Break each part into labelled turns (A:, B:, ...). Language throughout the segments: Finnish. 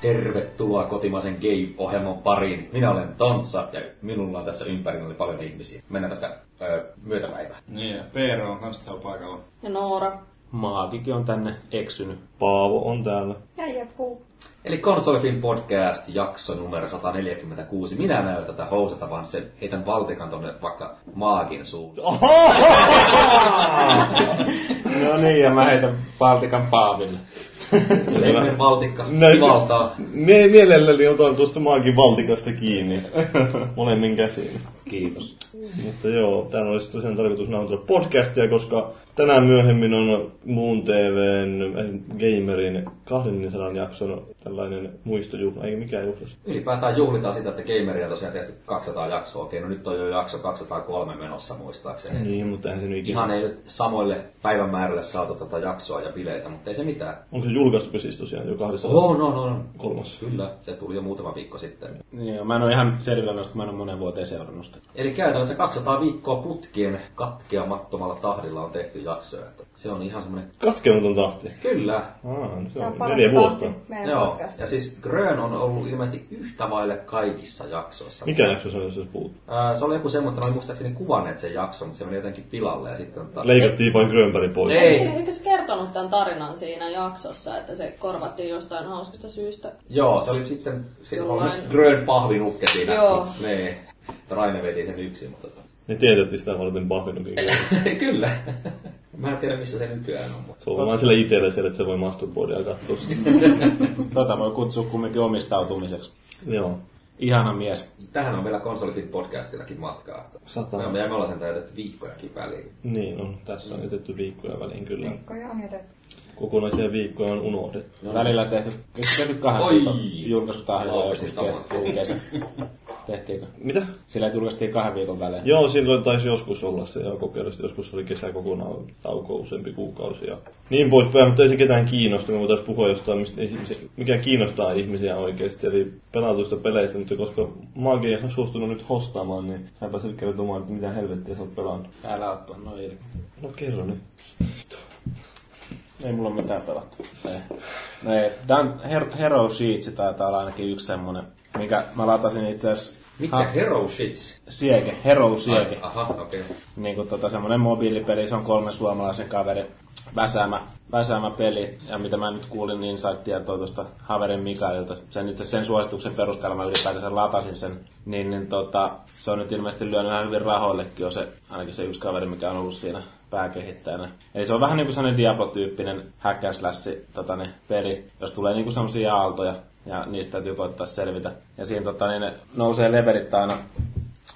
A: Tervetuloa kotimaisen game-ohjelman pariin. Minä olen Tontsa ja minulla on tässä ympärillä paljon ihmisiä. Mennään tästä öö, myötäpäivään.
B: Niin, ja Peero on kans täällä paikalla.
C: Ja Noora.
D: Maakikin on tänne eksynyt.
E: Paavo on täällä.
C: Ja Jepu.
A: Eli Konsolifin podcast, jakso numero 146. Minä näytän tätä housata, vaan se heitän valtikan tonne vaikka maagin suuntaan.
E: Oho! no niin, ja mä heitän Valtikan Paaville.
A: Lemmen valtikka
E: No,
A: sivaltaa.
E: Mie- mielelläni otan tuosta maakin valtikasta kiinni molemmin käsiin.
D: Kiitos.
E: Mutta joo, tänään olisi tosiaan tarkoitus nauhoitella podcastia, koska tänään myöhemmin on Muun TVn eh, Gamerin 200 jakson tällainen muistojuhla, ei mikään juhlas.
A: Ylipäätään juhlitaan sitä, että gameria on tosiaan tehty 200 jaksoa. Okei, no nyt on jo jakso 203 menossa muistaakseni.
E: Niin, mutta eihän se nyt ikinä.
A: Mm. Ihan ei nyt samoille päivämäärille saatu tätä jaksoa ja bileitä, mutta ei se mitään.
E: Onko se julkaistu siis tosiaan jo kahdessa
A: Oho, no, no, no.
E: kolmas?
A: Kyllä, se tuli jo muutama viikko sitten.
D: Joo, mä en ole ihan selvillä noista, kun mä en ole moneen vuoteen seurannut sitä.
A: Eli käytännössä 200 viikkoa putkien katkeamattomalla tahdilla on tehty jaksoja. Että se on ihan semmoinen...
E: Katkematon tahti.
A: Kyllä.
E: Aa, no se
C: Tämä on
E: on
C: parempi
E: neljä vuotta.
C: tahti meidän
A: Joo.
C: podcast.
A: Ja siis Grön on ollut ilmeisesti yhtä vaille kaikissa jaksoissa.
E: Mikä jakso se on, jos se puuttuu?
A: Ää, se oli joku semmoinen, että mä olin muistaakseni kuvanneet sen jakson, mutta se meni jotenkin pilalle ja sitten... Tota...
E: Leikattiin vain Grönbergin pois.
A: Ei.
C: Eikö se, eikö se kertonut tämän tarinan siinä jaksossa, että se korvattiin jostain hauskasta syystä?
A: Joo, se oli sitten... Silloin
C: Jollain-
A: Grön pahvinukke siinä.
C: Joo.
A: Niin. Raine veti sen yksin, mutta... tota,
E: Ne tietätti sitä varten pahvinukin.
A: Kyllä. Mä en tiedä, missä se nykyään on. mutta-
E: Se on vaan sillä itellä siellä, että se voi masturboida ja katsoa sitä.
D: Tota voi kutsua kumminkin omistautumiseksi.
E: Joo.
D: Ihana mies.
A: Tähän on vielä Konsolifin podcastillakin matkaa.
E: Sata.
A: Me, me ollaan sen täytetty viikkojakin väliin.
E: Niin on. Tässä on jätetty viikkoja väliin kyllä.
C: Viikkoja on jätetty.
E: Kokonaisia viikkoja on unohdettu.
D: No välillä tehty, tehty kahden
A: Oi!
D: viikon julkaisutahdilla
A: Oi,
D: joskus
A: sama.
D: kesä, viime kesä. Tehtiinkö?
E: Mitä?
D: Sillä ei julkaistiin kahden viikon välein.
E: Joo, silloin taisi joskus olla se ja kokeilla. sitä. Joskus oli kesä kokonaan tauko useampi kuukausi ja niin poispäin, mutta ei se ketään kiinnosta. Me voitaisiin puhua jostain, mistä ei, se- mikä kiinnostaa ihmisiä oikeasti, eli pelatuista peleistä, mutta koska Magi ei ole suostunut nyt hostaamaan, niin sä pääset kertomaan, että mitä helvettiä sä oot pelannut.
D: Älä ottaa noin irti.
E: No kerro nyt.
D: Ei mulla mitään pelattu. Ei. No ei. Dan, Her- Hero Sheets taitaa olla ainakin yksi semmonen, minkä mä latasin itse asiassa.
A: Mikä
D: Ha-
A: Hero Shits?
D: Siege, Hero Siege.
A: Aha, okei. Okay.
D: niin kuin tota, semmoinen mobiilipeli, se on kolmen suomalaisen kaverin väsäämä, väsäämä peli. Ja mitä mä nyt kuulin, niin sait tietoa tuosta Haverin Mikaelilta. Sen itse sen suosituksen perusteella mä ylipäätänsä latasin sen. Niin, niin tota, se on nyt ilmeisesti lyönyt ihan hyvin rahoillekin jo se, ainakin se yksi kaveri, mikä on ollut siinä pääkehittäjänä. Eli se on vähän niinku sellainen Diablo-tyyppinen hack and slash, tota, niin, peli, jos tulee niinku semmosia aaltoja ja niistä täytyy koittaa selvitä. Ja siinä tota, niin, ne nousee levelit aina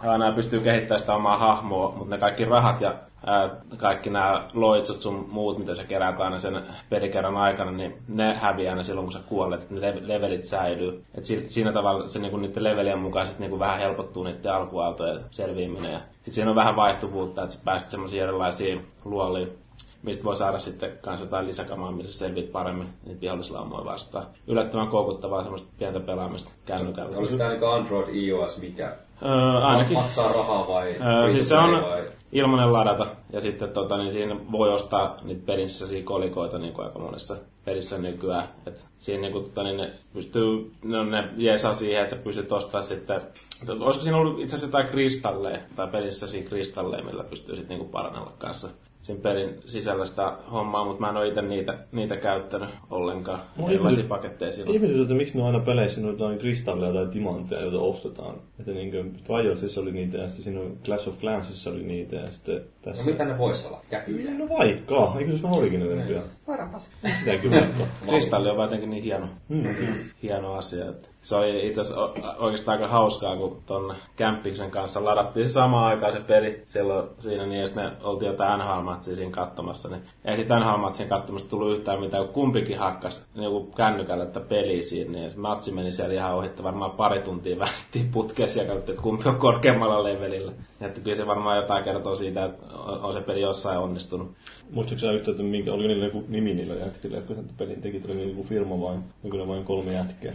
D: aina pystyy kehittämään sitä omaa hahmoa, mutta ne kaikki rahat ja ää, kaikki nämä loitsut sun muut, mitä sä keräät aina sen pelikerran aikana, niin ne häviää aina silloin, kun sä kuolet, ne lev- levelit säilyy. Et si- siinä tavalla se niinku niiden levelien mukaiset niinku vähän helpottuu niiden alkuaaltojen selviäminen. Ja sit siinä on vähän vaihtuvuutta, että sä pääset semmoisiin erilaisiin luoliin mistä voi saada sitten kans jotain lisäkamaa, missä selvit paremmin niitä vihollislaumoja vastaan. Yllättävän koukuttavaa semmoista pientä pelaamista kännykällä.
A: Oliko tämä niinku Android, iOS, mikä?
D: Öö, ainakin.
A: Maksaa rahaa vai?
D: Öö, siis se
A: free
D: on
A: to play vai-
D: ilmanen ladata ja sitten tota, niin siinä voi ostaa niitä pelissä sellaisia kolikoita niin kuin aika monessa pelissä nykyään. Et siinä niin kuin, tota, niin ne pystyy, no, ne jeesaa siihen, että sä pystyt ostamaan sitten, to- olisiko siinä ollut itse asiassa jotain kristalleja, tai pelissä siinä kristalleja, millä pystyy sitten niin parannella kanssa sen pelin sisällä sitä hommaa, mutta mä en ole itse niitä, niitä käyttänyt ollenkaan.
E: Mua
D: Erilaisia
E: ihmetyt-
D: paketteja silloin.
E: Ihmiset, että miksi ne on aina peleissä ne on jotain kristalleja tai timantteja, joita ostetaan. Että niin kuin Triorsissa oli niitä ja sitten siinä on Clash of Clansissa oli niitä ja sitten
A: No
E: tässä...
A: mitä ne vois olla? Käpyjä.
E: No vaikka, eikö se ole vähän originaalinen nykyään?
C: Voidaanpas.
A: Niin.
E: Mitä kyllä vaikka.
D: Kristalli on vaan jotenkin niin hieno, hieno asia. Että se oli itse asiassa o- oikeastaan aika hauskaa, kun ton Kämppiksen kanssa ladattiin se samaan aikaan se peli silloin siinä, niin jos me oltiin jotain NHL-matsia siinä katsomassa, niin ei sitä NHL-matsin katsomasta tullut yhtään mitään, kun kumpikin hakkas niin kännykällä että peliä siinä, niin se matsi meni siellä ihan ohitte, varmaan pari tuntia vähittiin putkeen ja katsottiin, että kumpi on korkeammalla levelillä. Että kyllä se varmaan jotain kertoo siitä, että on on se peli jossain onnistunut.
E: Muistatko sä yhtä, että minkä, oliko niillä joku nimi niillä jätkillä, jotka sen pelin teki, tuli joku firma vai onko ne vain kolme
D: Äh,
E: Niin,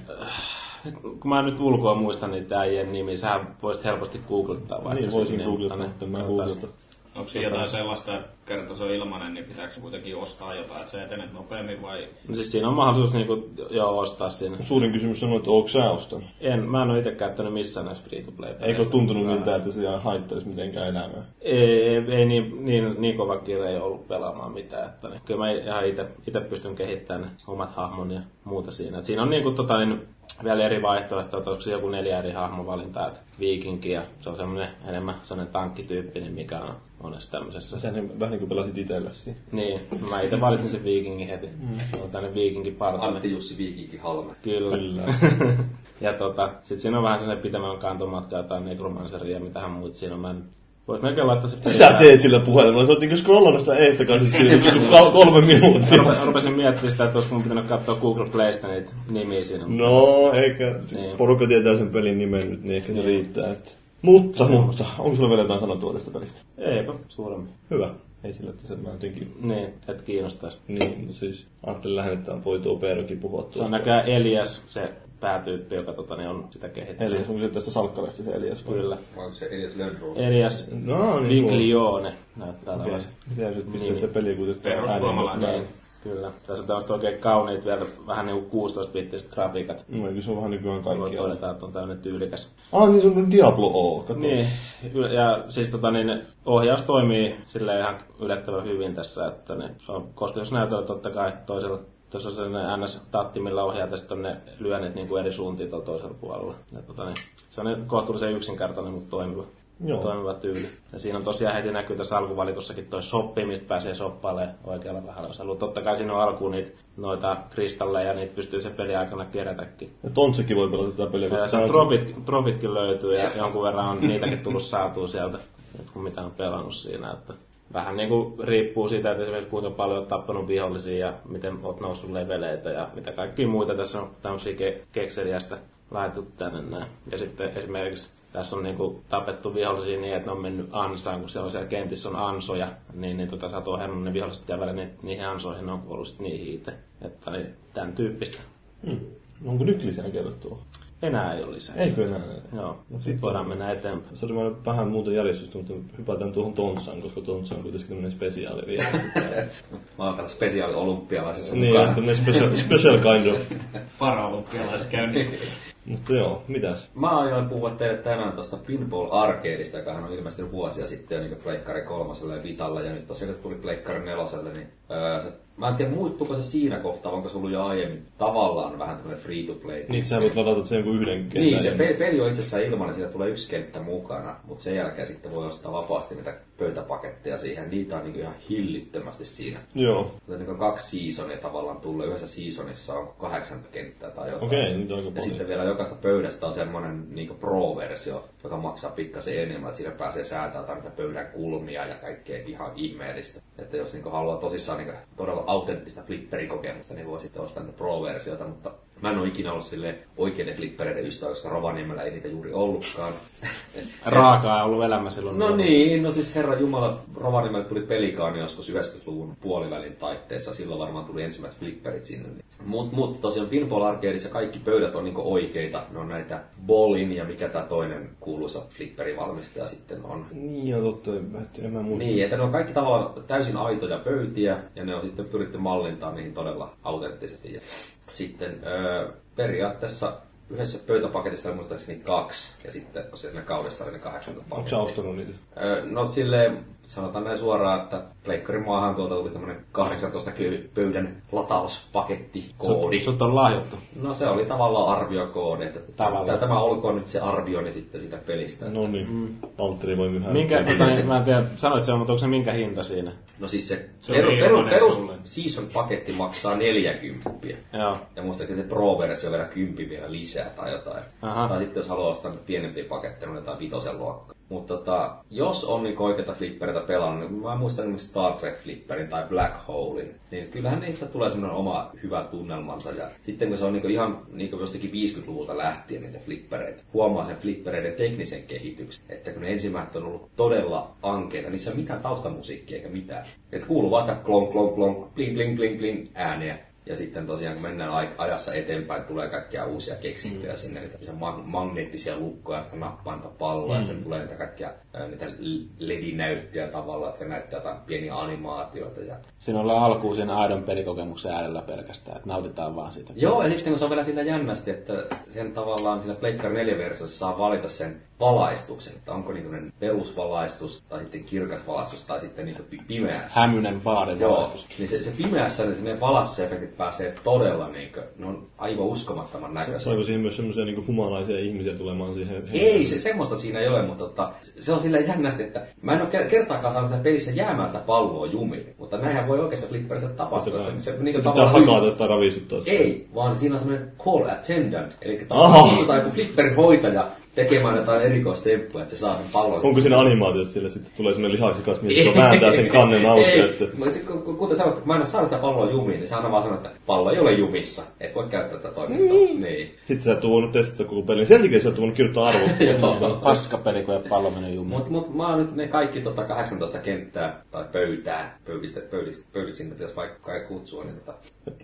E: jätkää?
D: kun mä nyt ulkoa niin muistan niitä äijien nimiä, sä voisit helposti googlettaa vaikka.
E: Niin,
D: sen
E: voisin
D: nimen,
E: googlata,
D: ne-
E: mutta mä en
D: katsotaan
E: googlata.
D: sitä.
B: Onko siinä jotain sellaista, että kerta se on ilmanen, niin pitääkö kuitenkin ostaa jotain, että se etenet nopeammin vai...
D: No siis siinä on mahdollisuus niinku, joo, ostaa siinä.
E: Suurin kysymys on, että onko sä ostanut?
D: En, mä en ole itse käyttänyt missään näissä free to play
E: Eikö ole tuntunut miltään, että se haittaisi mitenkään elämää?
D: Ei, ei, ei niin, niin, niin kova kiire ei ollut pelaamaan mitään. Että, niin, kyllä mä ihan itse pystyn kehittämään ne omat hahmon ja muuta siinä. Et siinä on niin kuin, tota, niin, vielä eri vaihtoehtoja, että onko se joku neljä eri hahmovalintaa, että viikinki ja se on semmoinen enemmän semmoinen tankkityyppi, niin mikä on monessa tämmöisessä.
E: Sä niin, vähän niin kuin pelasit itsellesi.
D: Niin, mä itse valitsin sen viikingin heti.
E: Mm.
D: Se on tänne viikinkipartainen.
A: Antti Jussi Viikinki Halme.
D: Kyllä.
E: Kyllä.
D: Ja tota, sit siinä on vähän sellainen pitemmän kantomatka jotain nekromanseria ja mitähän muut siinä on. Mä en... Vois melkein laittaa se
E: Sä teet sillä puhelimella, sä oot niinku scrollannut sitä eestä kanssa siinä niinku kol- kolme minuuttia.
D: Mä rupesin miettimään sitä, että olisiko mun pitänyt katsoa Google Playsta niitä nimiä siinä.
E: No, eikä.
D: Niin.
E: Porukka tietää sen pelin nimen nyt, niin ehkä se riittää. Että... Mutta, mutta, onko sulla vielä jotain sanottua tästä pelistä?
D: Eipä suuremmin.
E: Hyvä. Ei sillä, että se mä jotenkin...
D: Niin, et kiinnostais.
E: Niin, mutta siis ajattelin lähinnä, että voi tuo Peerokin puhua
D: Se on
E: tuosta.
D: näköjään Elias, se päätyyppi, joka tota, niin on sitä kehittänyt.
E: Elias, onko se tästä salkkaresta se Elias? vai?
D: Kyllä.
A: Vai onko se Elias Lönnruus?
D: Elias
E: No, niin kuin...
D: Viglione näyttää
E: Okei.
D: tällaisen.
E: Pitäisi nyt pistää
D: Niin.
E: sitä peliä kuitenkin.
B: Perussuomalainen.
E: ääneen.
D: Niin, kyllä. Tässä on tämmöset oikein kauniit vielä, vähän niinku 16-bittiset grafiikat.
E: No, eikö se on vähän nykyään
D: Voi
E: kaikkia?
D: todeta, että on tämmöinen tyylikäs
E: Ah, niin se on Diablo O. Kato.
D: Niin, yl- ja siis tota, niin, ohjaus toimii sille ihan yllättävän hyvin tässä, että niin, se on kosketusnäytöllä totta kai toisella Tuossa on sellainen NS-tatti, millä ohjaa tästä ne lyönnit niin kuin eri suuntiin tuolla toisella puolella. Ja, tota, niin, se on niin kohtuullisen yksinkertainen, mutta toimiva,
E: Joo.
D: toimiva tyyli. Ja siinä on tosiaan heti näkyy tässä alkuvalikossakin toi soppi, mistä pääsee soppailemaan oikealla rahalla, jos haluaa. Totta kai siinä on alkuun niitä noita kristalleja, niitä pystyy se peli aikana kerätäkin.
E: Ja Tontsekin voi pelata tätä peliä,
D: Ja
E: koska
D: se
E: tää
D: on
E: on
D: trofit, trofitkin löytyy ja jonkun verran on niitäkin tullut saatua sieltä, että kun mitä on pelannut siinä. Että vähän niin kuin riippuu siitä, että esimerkiksi kuinka paljon olet tappanut vihollisia ja miten olet noussut leveleitä ja mitä kaikkia muita tässä on tämmöisiä ke- kekseliästä laitettu tänne näin. Ja sitten esimerkiksi tässä on niinku tapettu vihollisia niin, että ne on mennyt ansaan, kun se on siellä kentissä on ansoja, niin, niin tota, sä oot ohjannut ne viholliset ja välillä ni- niihin ansoihin ne on kuollut sit niihin itse. Että niin, tämän tyyppistä.
E: Hmm. Onko nyt lisää kerrottua?
D: Enää ei ole lisää.
E: Eikö enää näin?
D: Joo,
E: No
D: sitten
E: sit
D: voidaan mennä eteenpäin.
E: Se oli vaan vähän muuta järjestystä, mutta hypätään tuohon Tonssaan, koska Tonssa on kuitenkin tämmöinen spesiaali vielä.
A: Mä oon täällä spesiaali olympialaisessa
E: niin,
A: mukana.
E: tämmöinen special, special kind of.
B: Paraolympialaiset käynnissä.
E: Mutta joo, mitäs?
A: Mä aion puhua teille tänään tuosta Pinball Arcadeista, joka on ilmestynyt vuosia sitten niin Pleikkari kolmaselle ja Vitalla, ja nyt tosiaan kun se tuli Pleikkari neloselle, niin öö, se, mä en tiedä muuttuuko se siinä kohtaa, vai onko se ollut jo aiemmin tavallaan vähän tämmöinen free to play.
E: Niin, sä voit ladata sen joku yhden kentän.
A: Niin, se
E: enemmän.
A: pe- peli on itsessään ilman, niin siinä tulee yksi kenttä mukana, mutta sen jälkeen sitten voi ostaa vapaasti niitä pöytäpaketteja siihen. Niitä on niinku ihan hillittömästi siinä.
E: Joo.
A: Mutta niinku kaksi seasonia tavallaan tulee. Yhdessä seasonissa on kahdeksan kenttää tai jotain.
E: Okei, nyt aika
A: Ja
E: paljon.
A: sitten vielä jokaista pöydästä on semmoinen niinku pro-versio, joka maksaa pikkasen enemmän. Siinä pääsee säätämään tarvita pöydän kulmia ja kaikkea ihan ihmeellistä. Että jos niinku haluaa tosissaan niinku todella autenttista flipperikokemusta, niin voi sitten ostaa niitä pro-versioita. Mutta mä en ole ikinä ollut sille oikeiden flippereiden ystävä, koska Rovaniemellä ei niitä juuri ollutkaan.
D: Raakaa on ollut elämä silloin.
A: No niin, no siis herra Jumala, Rovaniemelle tuli pelikaani joskus 90-luvun puolivälin taitteessa, silloin varmaan tuli ensimmäiset flipperit sinne. Mutta mut, tosiaan Pinball Arcadeissa kaikki pöydät on niinku oikeita, ne on näitä Bolin ja mikä tämä toinen kuuluisa flipperivalmistaja sitten on.
E: Niin, ja totta, että en mä muista.
A: Niin, että ne on kaikki tavallaan täysin aitoja pöytiä, ja ne on sitten pyritty mallintamaan niihin todella autenttisesti. Ja sitten öö, periaatteessa yhdessä pöytäpaketissa oli muistaakseni kaksi, ja sitten tosiaan siinä kaudessa oli ne 80
E: Onko
A: pakettia.
E: sä ostanut niitä?
A: Öö, No silleen, sanotaan näin suoraan, että Pleikkarin maahan tuolta tuli tämmönen 18 ky- pöydän latauspaketti koodi.
D: Sut on lahjottu.
A: No se oli tavallaan arviokoodi, että
D: Tavallaan.
A: tämä, tämä olkoon nyt se arvioni sitten sitä pelistä.
E: No niin, mm. Valtteri voi myhää.
D: Minkä, tota, niin, mä en tiedä, sanoit sen, mutta onko se minkä hinta siinä?
A: No siis se,
B: Se
A: se
B: oli
A: peru, peru,
B: ilmanen
A: perus
B: sulle.
A: season paketti maksaa 40.
D: Joo.
A: Ja muistaakseni se Pro-versio vielä kympi vielä lisää tai jotain.
D: Aha.
A: Tai sitten jos haluaa ostaa niitä pienempiä paketteja, niin jotain vitosen luokkaa. Mutta tota, jos on niin oikeita flippereitä pelannut, niin mä muistan esimerkiksi Star Trek-flipperin tai Black Holein, niin kyllähän niistä tulee semmoinen oma hyvä tunnelmansa. Ja sitten kun se on niin ihan niin jostakin 50-luvulta lähtien niitä flippereitä, huomaa sen flippereiden teknisen kehityksen, että kun ne ensimmäiset on ollut todella ankeita, niissä ei ole mitään taustamusiikkia eikä mitään. Et kuuluu vasta klonk, klonk, klonk, bling, bling, bling, bling ääniä. Ja sitten tosiaan kun mennään ai- ajassa eteenpäin, tulee kaikkia uusia keksintöjä mm. sinne, niitä tämmöisiä mag- magneettisia lukkoja, jotka nappaa niitä palloja, mm. sitten tulee niitä kaikkia ö, niitä l- ledinäyttöjä tavallaan, jotka näyttää jotain pieniä animaatioita. Ja...
D: Siinä ollaan alkuun sen aidon pelikokemuksen äärellä pelkästään, että nautitaan vaan siitä.
A: Joo, ja sitten kun se on vielä siitä jännästi, että sen tavallaan siinä Pleikkari 4 versiossa saa valita sen valaistuksen, että onko niin tämmöinen perusvalaistus, tai sitten kirkas valaistus, tai sitten niin pi- pimeässä.
D: Hämynen baarin
A: Joo,
D: valaistus.
A: niin se, se pimeässä niin ne valaistusefektit pääsee todella niinkö, ne on aivan uskomattoman näköisiä.
E: Saiko siihen myös semmoisia niinku humalaisia ihmisiä tulemaan siihen?
A: Ei, se, semmoista siinä ei ole, mutta tota, se on sillä jännästi, että mä en ole ker- kertaakaan saanut tässä pelissä jäämään sitä palloa jumille, mutta näinhän voi oikeassa flipperissä tapahtua. Se, se, niin
E: Sitä
A: kuin
E: pitää
A: tavallaan
E: hakata tai ravisuttaa sitä.
A: ei, vaan siinä on semmoinen call attendant, eli
E: Aha.
A: tai joku flipperin hoitaja tekemään jotain erikoistemppuja, että se saa sen pallon.
E: Onko siinä animaatiot sillä sitten tulee semmoinen lihaksikas mies, joka vääntää sen kannen auki ja
A: Ei,
E: sitten...
A: mä sit, kun- kun- Kuten sanoit, kun mä en ole saanut sitä palloa jumiin, niin se aina vaan sanoo, että pallo ei ole jumissa. Et voi käyttää tätä toimintaa. Niin.
E: Sitten sä et oo voinut testata koko pelin. Sen takia sä oot voinut kirjoittaa arvot.
A: Joo.
D: Paska peli, kun ei ole pallo mennyt jumiin.
A: Mut, mut mä oon nyt ne kaikki tota 18 kenttää tai pöytää, pöydistä, pöydistä, pöydiksi niitä pitäisi vaikka kai kutsua, niin tota,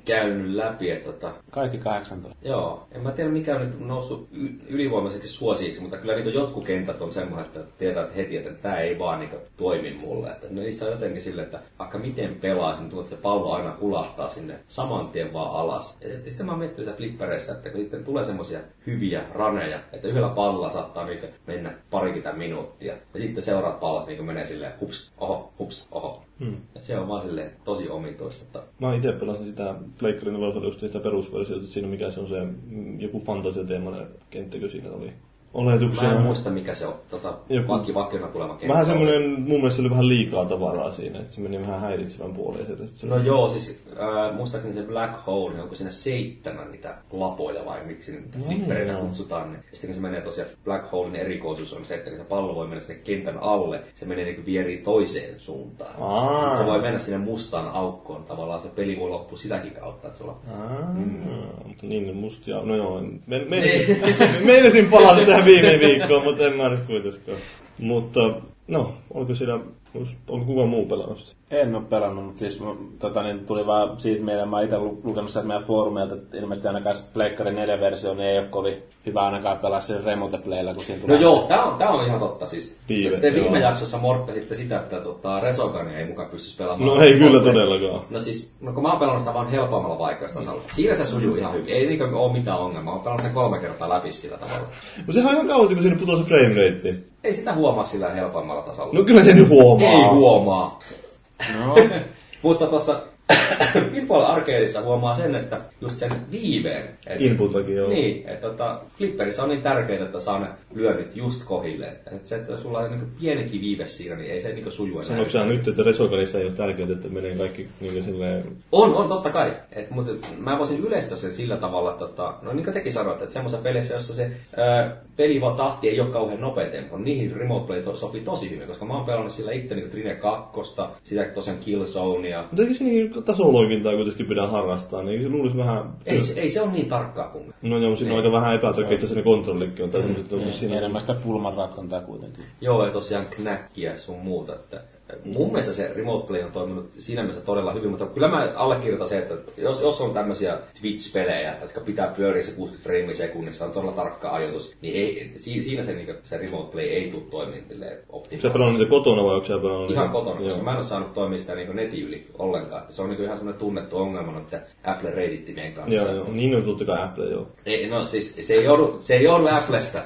A: käynyt läpi, että tota,
D: Kaikki 18.
A: Joo, en mä tiedä mikä on nyt noussut y- ylivoimaiseksi suosiiksi, mutta kyllä niin jotkut kentät on semmoinen, että tiedät heti, että tämä ei vaan niin toimi mulle. Että no niissä on jotenkin silleen, että vaikka miten pelaa, niin tuntuu, että se pallo aina kulahtaa sinne saman tien vaan alas. Ja ja sitten mä miettinyt sitä flippereissä, että kun sitten tulee semmoisia hyviä raneja, että yhdellä pallolla saattaa niin mennä parikymmentä minuuttia. Ja sitten seuraat pallot niin menee silleen hups, oho, hups, oho. Hmm. se on vaan silleen tosi omituista. Että
E: Mä itse pelasin sitä Pleikkari 4 just sitä perusversiota, että siinä mikä se on se mm, joku fantasiateemainen kenttäkö siinä oli. Oletuksena.
A: Mä en muista mikä se on, tota,
E: Joku-
A: vaki, vakiona tuleva kenttä.
E: Vähän
A: oli.
E: semmoinen, mun mielestä oli vähän liikaa tavaraa siinä, että se meni vähän häiritsevän puoleen. sieltä. Se-
A: No joo, siis äh, muistaakseni se Black Hole, niin onko siinä seitsemän niitä lapoja vai miksi niitä flippereitä
E: No joo.
A: kutsutaan. Niin. Ja sitten kun se menee tosiaan, Black Holein erikoisuus on se, että kun se pallo voi mennä sinne kentän alle, se menee niin vieriin toiseen suuntaan.
E: Aa.
A: Sitten se voi mennä sinne mustaan aukkoon, tavallaan se peli voi loppua sitäkin kautta, että sulla
E: Aa, Mutta niin, ne mustia. No joo, en- me-
A: Niin.
E: meinasin- meinasin palata tähän viime viikkoon, mutta en mä nyt kuitenkaan. Mutta no, onko siellä, onko kukaan muu pelannut sitä?
D: En ole pelannut, mutta siis mm, tota, niin tuli vaan siitä mieleen, mä oon itse lu- lukenut sieltä meidän foorumeilta, että ilmeisesti ainakaan se Pleikkari 4-versio niin ei ole kovin hyvä ainakaan pelaa sen remotepleillä, kun siinä
A: No
D: tulee...
A: joo, tää on, tää on ihan totta. Siis,
E: Piive,
A: te viime
E: joo.
A: jaksossa morkkasitte sitä, että tota, Resogania ei mukaan pystyisi pelaamaan.
E: No ei kyllä todellakaan.
A: No siis, no kun mä oon pelannut sitä vaan helpoimmalla vaikeustasolla. Siinä se sujuu ihan hyvin. Ei niinkö oo mitään ongelmaa. Mä oon pelannut sen kolme kertaa läpi sillä tavalla.
E: No sehän on ihan kauan, kun siinä putoaa se frame rate.
A: Ei sitä huomaa sillä helpoimmalla tasolla.
E: No kyllä se nyt huomaa.
A: ei huomaa.
D: No,
A: Mutta tuossa Pinball Arcadeissa huomaa sen, että just sen viiveen. Että
E: Inputakin joo.
A: Niin, että tota, flipperissä on niin tärkeää, että saa ne lyönnit just kohille. Että se, että sulla on niin pienikin viive siinä, niin ei se niin sujuu enää.
E: Sanoitko sä nyt, että Resoganissa ei ole tärkeää, että menee kaikki niin silleen...
A: On, on, totta kai. Et, mutta mä voisin yleistää sen sillä tavalla, että tota, no niin kuin tekin sanoitte, että semmoisessa pelissä, jossa se ö, pelivauhtahti ei ole kauhean nopea tempo, niihin remote play to, sopii tosi hyvin, koska mä oon pelannut sillä itse niin Trine 2, sitä tosiaan Killzonea.
E: Mutta eikö se niin tasoloikintaa kuitenkin pidä harrastaa, niin eikö se luulisi vähän...
A: Ei, se- ei se ole niin tarkkaa kuin
E: No joo, siinä on aika vähän epätökkiä, se ne kontrollikin on. Tai semmoiset, että onko
D: niin,
E: siinä...
D: enemmän sitä pulman ratkontaa kuitenkin.
A: Joo, ja tosiaan knäkkiä sun muuta. Että äh, mun mielestä se remote play on toiminut siinä mielessä todella hyvin, mutta kyllä mä allekirjoitan se, että jos, jos on tämmöisiä Twitch-pelejä, jotka pitää pyöriä se 60 frame sekunnissa, on todella tarkka ajoitus, niin ei, si, siinä se, niin se remote play ei tule toimimaan silleen
E: Sä
A: optimaalisesti.
E: pelannut niitä kotona vai onko sä pelannut
A: Ihan
E: niitä-
A: kotona, koska
E: niinku Joo.
A: mä en ole saanut toimia sitä niin netin yli ollenkaan. Että Se on niin ihan semmoinen tunnettu ongelma noiden Apple-reidittimien kanssa.
E: Joo, joo. Niin on totta kai Apple, joo.
A: Ei, no siis se ei joudu, se ei joudu Applesta.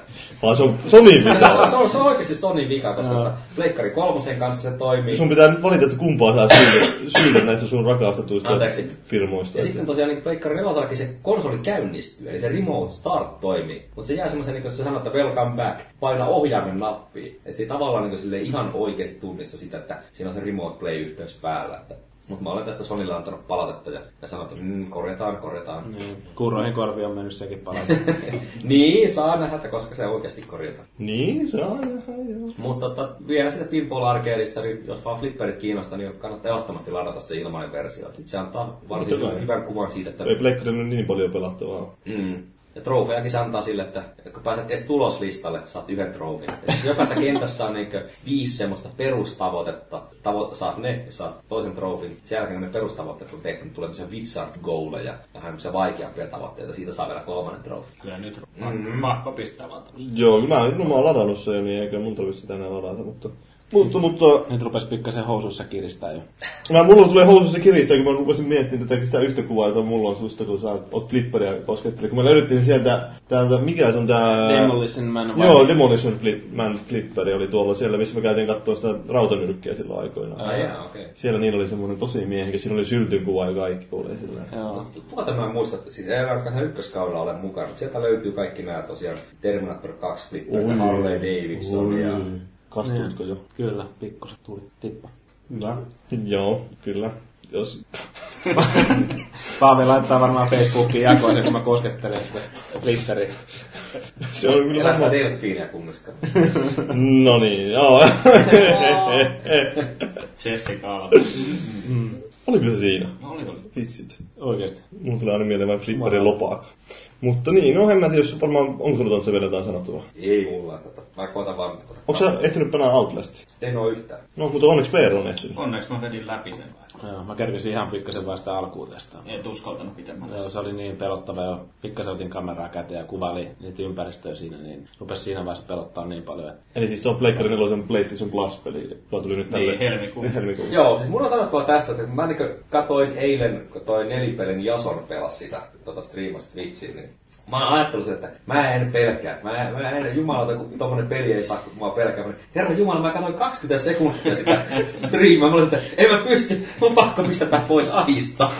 E: Vaan se on niin Sony
A: Se, se,
E: vika.
A: se, on, se on oikeasti Sonin vika, koska tota, Pleikkari kolmosen kanssa se toimii.
E: Sun pitää nyt valita, että kumpaa sä syytät, syytät näistä sun rakastetuista
A: Anteeksi.
E: firmoista.
A: Ja sitten tosiaan niin Pleikkari 4 se konsoli käynnistyy, eli se remote start toimii. Mutta se jää semmoisen, niin kuin sä sanoit, että welcome back, paina ohjaimen nappiin. Että se ei tavallaan niin kuin, sille ihan oikeasti tunnista sitä, että siinä on se remote play-yhteys päällä. Että mutta mä olen tästä Sonilla antanut palautetta ja, ja sanoin, että mm, korjataan, korjataan.
D: Niin, kuuroihin korviin on mennyt sekin palaa.
A: niin, saa nähdä, että koska se oikeasti korjataan.
E: Niin, se on vähän joo.
A: Mutta tota, vielä sitä Pinball Arcadeista, niin jos vaan flipperit kiinnostaa, niin kannattaa ehdottomasti ladata se ilmainen versio. Se antaa varsin
E: Totta kai.
A: hyvän kuvan siitä, että
E: Ei Black on niin paljon pelattavaa.
A: Mm. Ja trofejakin se antaa sille, että kun pääset edes tuloslistalle, saat yhden trofin. Ja sit Jokaisessa kentässä on niin viisi semmoista perustavoitetta. Tavo- saat ne ja saat toisen trofin. Sen jälkeen kun ne perustavoitteet on tehty, niin tulee se wizard goaleja ja vähän se vaikeampia tavoitteita. Siitä saa vielä kolmannen trofin.
B: Kyllä nyt mm-hmm. pakko pistää vaan tämmösen.
E: Joo, mä, no, mä oon ladannut sen, niin eikä mun tarvitse sitä enää ladata, mutta... Mutta, mutta
D: Nyt rupes pikkasen housussa kiristää jo.
E: mä, mulla tulee housussa kiristää, kun mä rupesin miettimään tätä sitä yhtä kuvaa, jota mulla on susta, kun sä oot flipperia koskettelit. Kun mä löydettiin sieltä, täältä, mikä se on tää...
D: Demolition Man vai?
E: Joo, Demolition Flip, Man Flipperi oli tuolla siellä, missä mä käytiin katsoa sitä rautanyrkkiä silloin aikoinaan.
A: Ai jaa, okei.
E: Siellä niillä oli semmoinen tosi miehikä, siinä oli syltyn kuva ja kaikki oli sillä.
D: Joo.
A: Tuota mä en muista, siis ei välttämättä ykköskaudella ole mukana, mutta sieltä löytyy kaikki nämä tosiaan Terminator 2 flipperit, ja
E: Ui.
A: Harley Davidson ja
E: Kastutko jo?
D: Niin. Kyllä, pikkusen tuli tippa.
E: Hyvä. Joo, kyllä. Jos
D: Paavi laittaa varmaan Facebookiin jakoon sen, kun mä koskettelen sitä Twitteriä.
E: se on kyllä...
A: erästä delfiiniä kummiskaan.
E: No niin, joo.
B: Jesse Kaala.
E: Oliko se siinä?
B: No oli oli.
E: Vitsit.
D: Oikeesti.
E: Mulla tulee aina mieleen vain flipperin lopaakka. Mutta niin, no en mä tiedä, jos varmaan onko sulla tuossa vielä jotain sanottavaa.
A: Ei mulla tätä. Mä koitan vaan...
E: Onko
A: No.
E: sä ehtinyt pelaa Outlast?
A: En oo yhtään.
E: No, mutta onneksi PR on ehtinyt.
B: Onneksi mä vedin läpi sen vai.
D: Joo, mä kerkisin ihan pikkasen vasta alkuun tästä.
B: Et uskaltanut pitemmälle.
D: Joo, se oli niin pelottava jo. Pikkasen otin kameraa käteen ja kuvaili niitä ympäristöjä siinä, niin rupesi siinä vaiheessa pelottaa niin paljon, että
E: Eli siis se on Pleikkari 4 PlayStation Plus-peli, joka tuli nyt tälle.
B: Niin, helmikuun.
E: helmikuun.
A: Joo, siis mulla on sanottava tästä, että kun mä niin katoin eilen, kun toi nelipelin Jason pelasi sitä tota striimasta Twitchiin, niin mä oon ajatellut sen, että mä en pelkää. Mä, mä en jumalauta, kun tommonen peli ei saa mua pelkäämään. Herra jumala, mä katsoin 20 sekuntia sitä striimaa. Mä olin, että en mä pysty, mun on pakko pistää pois ahistaa.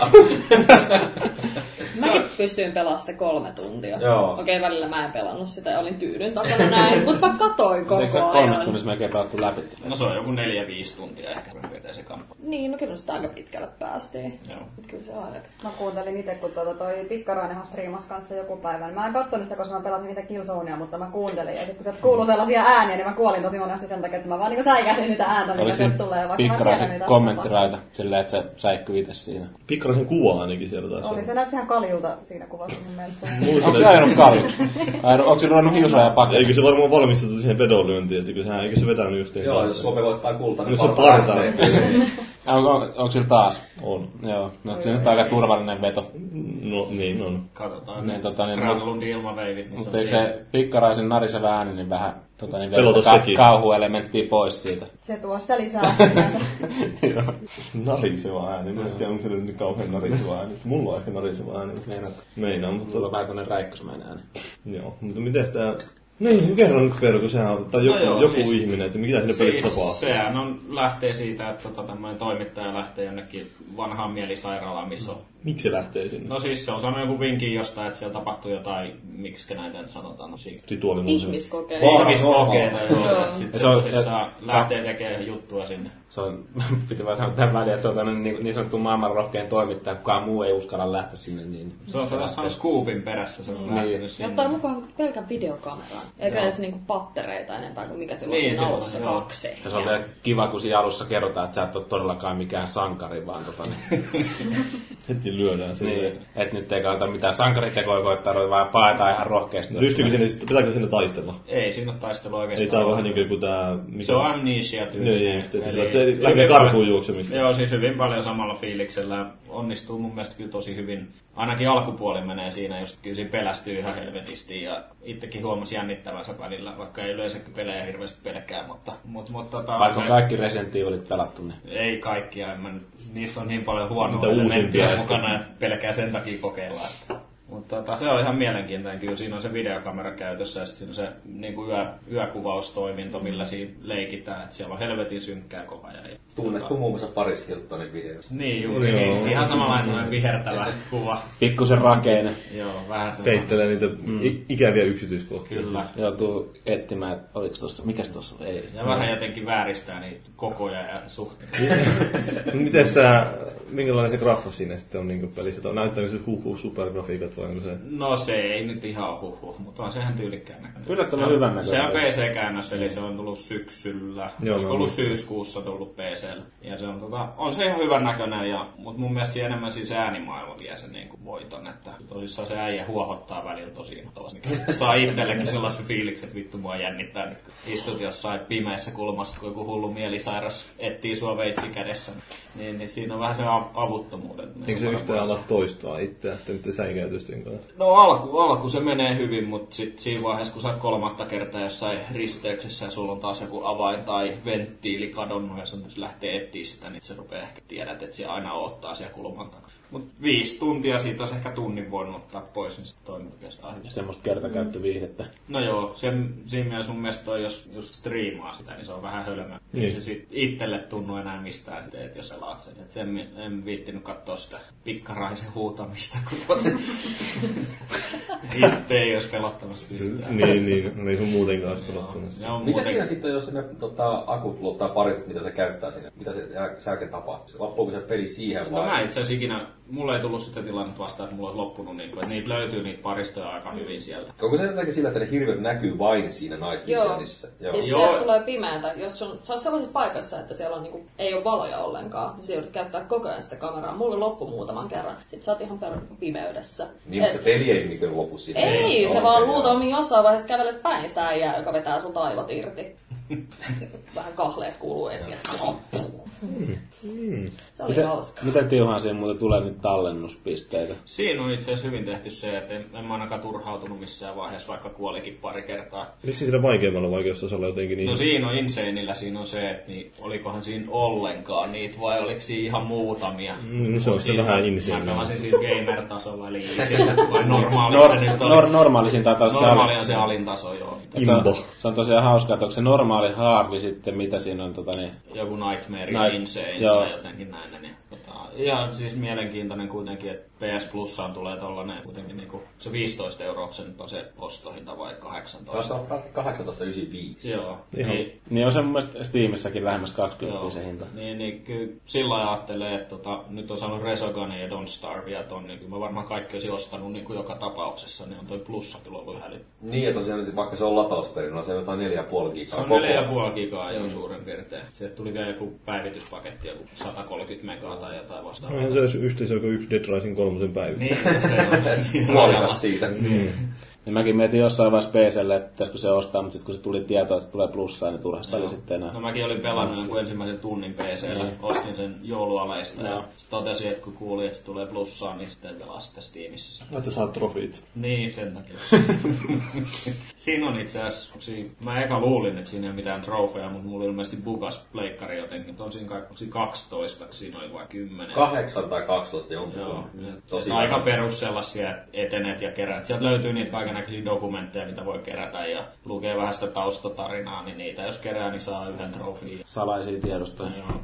C: Mäkin pystyin pelaamaan sitä kolme tuntia.
A: Joo.
C: Okei, välillä mä en pelannut sitä ja olin tyydyn takana näin, mutta mä katoin
D: eikö sä
C: koko
D: kolmessa
C: ajan.
D: tunnissa melkein pelattu läpi?
B: No se on joku neljä viisi tuntia ehkä, kun vetää se kamppa.
C: Niin, no kyllä sitä aika pitkälle päästiin.
B: Joo.
C: Mut Kyllä se on aika.
F: Mä kuuntelin itse, kun tuota toi Pikkarainenhan striimasi kanssa joku päivän. Mä en kattonut sitä, koska mä pelasin niitä Killzonea, mutta mä kuuntelin. Ja sit kun sieltä kuuluu sellaisia ääniä, niin mä kuolin tosi monesti sen takia, että mä vaan niinku säikähdin sitä ääntä,
D: Oliko
F: mikä
D: siinä
F: sieltä tulee. Vaikka mä en tiedä,
D: pikkaraisen
F: mitä
D: kommenttiraita silleen, että se säikkyi itse siinä?
E: Pikkaraisen kuva ainakin siellä taas.
F: tapahtuu. Oli se näytti ihan kaljulta siinä kuvassa mun mielestä.
D: Onko se ajanut kaljuksi? Onko se ruvennut hiusaajaa pakenemaan?
E: Eikö se varmaan valmistettu siihen vedonlyöntiin, että kun sehän, eikö se vetänyt just
A: Joo, jos Suomi voittaa kultaa,
E: No se on parta.
D: Onko, onko, onko sillä taas?
E: On.
D: Joo, no se nyt on aika turvallinen veto.
E: No niin on.
B: Katsotaan.
D: Niin, tota, niin,
B: Granlundin ilmaveivit, niin se
D: Mutta
B: on
D: eikö
B: siinä.
D: se pikkaraisen nariseva ääni niin vähän tota, niin vielä
E: Pelota
D: sitä ka-
E: sekin.
D: kauhuelementtiä pois siitä?
F: Se tuo sitä lisää.
E: nariseva ääni. Mä en tiedä, onko se nyt niin kauhean nariseva ääni. Mulla on ehkä nariseva ääni.
D: Meinaatko?
E: Meinaa, mutta...
D: Tuolla on vähän tämmönen räikkösmäinen ääni.
E: Joo, mutta miten tää... Niin, kerro nyt Veru, kun sehän on, tai joku,
B: No joo,
E: joku
B: siis-
E: ihminen, että mitä siinä pelissä tapahtuu.
B: sehän on, lähtee siitä, että tota, tämmöinen toimittaja lähtee jonnekin vanhaan mielisairaalaan, missä on...
E: Miksi se lähtee sinne? No.
B: No siis se on saanut joku vinkin jostain, että siellä tapahtuu jotain, miksi näitä nyt sanotaan, no siinä
E: Rituaalin museot.
C: Ihmiskokeja.
B: Ihmiskokeita, joo.
C: Joo.
B: Sitten
D: Ja
B: se
D: se on-
B: on,
D: ja-
B: saa, lähtee tekemään juttua sinne.
D: Se on, piti vaan sanoa tämän väliin, että se on tämmönen niin, niin sanottu maailman rohkein toimittaja, kukaan muu ei uskalla lähteä sinne. Niin
B: Se on sellainen saanut scoopin perässä, se on lähtenyt
C: Ja
B: sinne.
C: ottaa mukaan pelkän videokameran. Eikä edes niinku pattereita enempää kuin mikä silloin
B: Niin,
C: niin, siinä
B: silloin,
C: alussa
B: joo.
C: kaksi.
D: Ja se on vielä kiva, kun siinä alussa kerrotaan, että sä et ole todellakaan mikään sankari, vaan tota, niin,
E: Heti lyödään sinne. Niin.
D: niin, että nyt ei kannata mitään sankaritekoa koittaa, vaan paetaan ihan rohkeasti.
E: Pystyykö sinne, sitten- pitääkö sinne taistella?
B: Ei siinä ole taistelua oikeastaan.
E: Ei tää on vähän niinku joku tää... Mikä...
B: Se on amnesia tyyli.
E: Niin, niin, just, että
B: Eli
E: sillä, että se
B: hyvin
E: lähtee
B: paljon-
E: karkuun juoksemista.
B: Joo, siis hyvin paljon samalla fiiliksellä. Onnistuu mun mielestä kyllä tosi hyvin. Ainakin alkupuoli menee siinä, just kyllä siinä pelästyy ihan helvetisti. Ja itsekin huomasi jännittävänsä välillä, vaikka ei yleensä pelejä hirveästi pelkää. Mutta, mutta, mutta tota,
D: Vaikka on
B: se-
D: kaikki Resident Evilit pelattu, niin
B: Ei kaikkia, en mä, nyt- niissä on niin paljon huonoa
E: Niitä
B: elementtiä
E: uusimpia.
B: mukana, että pelkää sen takia kokeilla. Että. Mutta tota, se on ihan mielenkiintoinen, kyllä siinä on se videokamera käytössä ja sitten se niin kuin yö, yökuvaustoiminto, millä siinä leikitään, että siellä on helvetin synkkää koko ajan. Ja-
A: Tunnettu muun muassa Paris Hiltonin videosta.
B: Niin juuri,
E: Joo.
B: niin, ihan samanlainen vihertävä kuva.
D: pikkusen rakeinen.
B: Joo, vähän semmoinen.
E: Peittelee niitä i- ikäviä yksityiskohtia.
B: Mm. Kyllä.
D: Joutuu etsimään, että oliko tossa, mikäs tossa ei.
B: Ja vähän jotenkin vääristää niitä kokoja ja suhteita.
E: Mites tää minkälainen se graffa siinä sitten on niin pelissä? Tai Näyttääkö se huhu supergrafiikat vai onko se...
B: No se ei nyt ihan ole huhuh, mutta on sehän tyylikkään näköinen.
D: Yllättävän
B: Se on-
D: hyvän näköinen.
B: Se on PC-käännös, eli se on tullut syksyllä.
E: Joo,
B: Joo, Olisiko
E: mä
B: ollut
E: muistan.
B: syyskuussa tullut PCllä. Ja se on, tota, on se ihan hyvän näköinen, ja, mutta mun mielestä siinä enemmän siis äänimaailma vie sen niin kuin voiton. Että tosissaan se äijä huohottaa välillä tosi innoittavasti. mikä Saa itsellekin sellaisen fiiliksen, että vittu mua jännittää nyt. kun Istut jossain pimeässä kulmassa, kun joku hullu mielisairas etsii sua veitsi kädessä. Niin, niin siinä on vähän se av- avuttomuuden.
E: Eikö se yhtään ala toistaa itseään sitten niiden säikäytysten kanssa?
B: No alku, alku se menee hyvin, mutta sit siinä vaiheessa, kun sä oot kolmatta kertaa jossain risteyksessä ja sulla on taas joku avain tai venttiili kadonnut ja sun täytyy lähteä etsiä sitä, niin se rupeaa ehkä tiedät, että se aina odottaa siellä kulman takana. Mut viisi tuntia siitä olisi ehkä tunnin voinut ottaa pois, niin se toimii oikeastaan hyvin.
D: Semmoista kertakäyttöviihdettä.
C: Mm.
B: No joo, se, siinä mielessä mun mielestä toi, jos just striimaa sitä, niin se on vähän hölmö. Niin. Ei se sit itselle tunnu enää mistään sitä, että jos sä laat sen. Et sen mi- en viittinyt katsoa sitä pikkaraisen huutamista, kun tuota... Itse ei olisi pelottamassa yhtään.
E: niin, niin. No ei sun muutenkaan olisi pelottunut.
B: Ne on
A: Mitä
B: muuten...
A: siinä sitten, jos ne tota, akut luo- tai pariset, mitä se käyttää siinä, mitä se jäl- sen jälkeen tapahtuu? Loppuuko se peli siihen
B: No
A: vai?
B: mä itse asiassa ikinä, mulle ei tullut sitä tilannetta vastaan, että mulla olisi loppunut niin kuin, että niitä löytyy niitä paristoja aika hyvin sieltä.
A: Onko se jotenkin sillä, että ne hirviöt näkyy vain siinä Night
C: Joo.
A: Visionissa?
C: Joo. Siis
B: Joo.
C: siellä tulee pimeätä. Jos on, sä oot sellaisessa paikassa, että siellä on, niinku, ei ole valoja ollenkaan, niin sä joudut käyttää koko ajan sitä kameraa. Mulle loppu muutaman kerran. Sitten sä oot ihan per- pimeydessä.
A: Niin, mutta se peli ei niin lopu siihen.
C: ei,
A: Joo,
C: sä vaan
A: joo.
C: luultavasti jossain vaiheessa kävelet päin sitä äijää, joka vetää sun taivot irti. Vähän kahleet kuuluu ensin. ja Se oli
D: Miten,
C: hauska.
D: miten tiuhaan siihen muuten tulee nyt tallennuspisteitä?
B: Siinä on itse asiassa hyvin tehty se, että en, en mä ainakaan turhautunut missään vaiheessa, vaikka kuolikin pari kertaa.
E: Miksi siinä vaikeimmalla vaikeusosalla jotenkin niin?
B: No siinä on Insaneillä, siinä on se, että niin, olikohan siinä ollenkaan niitä vai oliko siinä ihan muutamia.
E: Mm, no se on
B: Mut
E: sitten vähän
B: Mä
E: Insanea.
B: pelasin siinä gamer-tasolla eli easyllä, vai normaali
D: Nor,
B: se nyt on.
D: nor, normaalisin taitaa olla se
B: normaali
D: al-
B: on se alin taso, joo.
D: se on,
E: Imbo.
D: se on tosiaan hauskaa, että onko se normaali hardi sitten, mitä siinä on tota niin...
B: Joku Nightmare
D: Night-
B: Night, Insane
D: joo.
B: tai jotenkin näin. Niin, tota, ihan siis mielenkiintoinen kuitenkin, että PS Plusaan tulee tollanen kuitenkin niinku, se 15 euroa, onko se nyt on se ostohinta vai 18?
A: Tuossa on 1895.
B: Joo.
E: Ihan-
B: Niin,
D: Niin on se mun mielestä Steamissäkin lähemmäs 20
B: Joo.
D: se hinta.
B: Niin, niin kyllä sillä lailla ajattelee, että tota, nyt on saanut Resogunin ja Don't Starve ja ton, niin kyllä mä varmaan kaikki olisin ostanut niin kuin joka tapauksessa, niin on toi plussa kyllä ollut ihan äly-
A: Niin, ja tosiaan se- vaikka se on latauspeli, no se on jotain 4,5 gigaa
B: Se on
A: koko.
B: 4,5 gigaa jo suurin piirtein. Sieltä tuli vielä joku päivityspaketti, joku 130 megaa tai jotain vastaavaa.
E: Eihän se olisi yhteensä joku yksi Dead Rising kolmosen päivä.
B: Niin, se on.
A: Huolikas siitä.
D: Niin mäkin mietin jossain vaiheessa PClle, että pitäisikö se ostaa, mutta sitten kun se tuli tietoa, että se tulee plussaa, niin turhasta oli sitten enää.
B: No mäkin olin pelannut jonkun ensimmäisen tunnin PCllä, ostin sen joulualeista
D: Joo.
B: ja sit totesin, että kun kuulin, että se tulee plussaa, niin sitten pelasin sitä Steamissa. sen.
E: Että saat trofit.
B: Niin, sen takia. siinä on itse asiassa, siinä- mä eka luulin, että siinä ei ole mitään trofeja, mutta mulla ilmeisesti bugas pleikkari jotenkin. Nyt on siinä kai- siinä 12, siinä oli vain 10.
A: 8 tai 12 jonkun.
B: Joo, tosi
A: Tosi
B: aika
A: vähän.
B: perus sellaisia, että etenet ja kerät. Sieltä löytyy niitä kaikenlaisia dokumentteja, mitä voi kerätä ja lukee vähän sitä taustatarinaa, niin niitä jos kerää, niin saa yhden trofiin.
D: Salaisia tiedostoja.
B: Joo.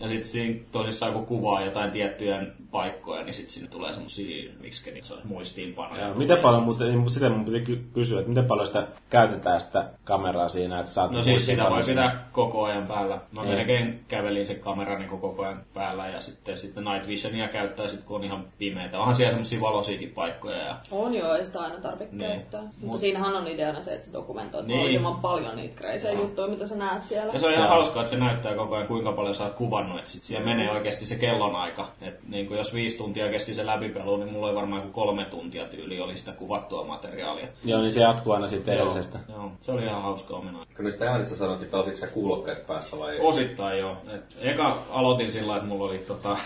B: Ja sitten siinä tosissaan kun kuvaa jotain tiettyjä paikkoja, niin sitten sinne tulee semmosia, miksi niitä on muistiinpanoja.
D: Joo. Miten paljon, muuten, sitä mun piti ky- kysyä, että miten paljon sitä käytetään sitä kameraa siinä, että saat
B: No siis sitä voi
D: muistiinpanoja sinne?
B: pitää koko ajan päällä. Mä
D: Niin.
B: melkein kävelin se kamera niin koko ajan päällä ja sitten, sitten Night Visionia käyttää sit, kun on ihan pimeitä. Onhan siellä semmosia valoisiakin paikkoja ja
C: On joo, ei sitä aina tarvitse
B: Niin.
C: käyttää. Mutta
B: Mut-
C: siinähän on ideana se, että sä dokumentoit
B: Niin.
C: niin. paljon niitä kreisejä juttuja, mitä sä näet siellä.
B: Ja se on ihan hauskaa, että se näyttää koko ajan kuinka paljon sä oot kuvannut, että sit siellä menee oikeasti se kellonaika. Et niin kuin jos viisi tuntia kesti se läpipelu, niin mulla oli varmaan kuin kolme tuntia tyyli oli sitä kuvattua materiaalia.
D: Joo, niin se jatkuu aina siitä edellisestä.
B: Joo, joo. se oli ihan hauska ominaisuus.
A: Kun niistä äänistä sanoit, että pelasitko sä kuulokkeet päässä vai ei?
B: Osittain joo. Et eka aloitin sillä lailla, että mulla oli tota,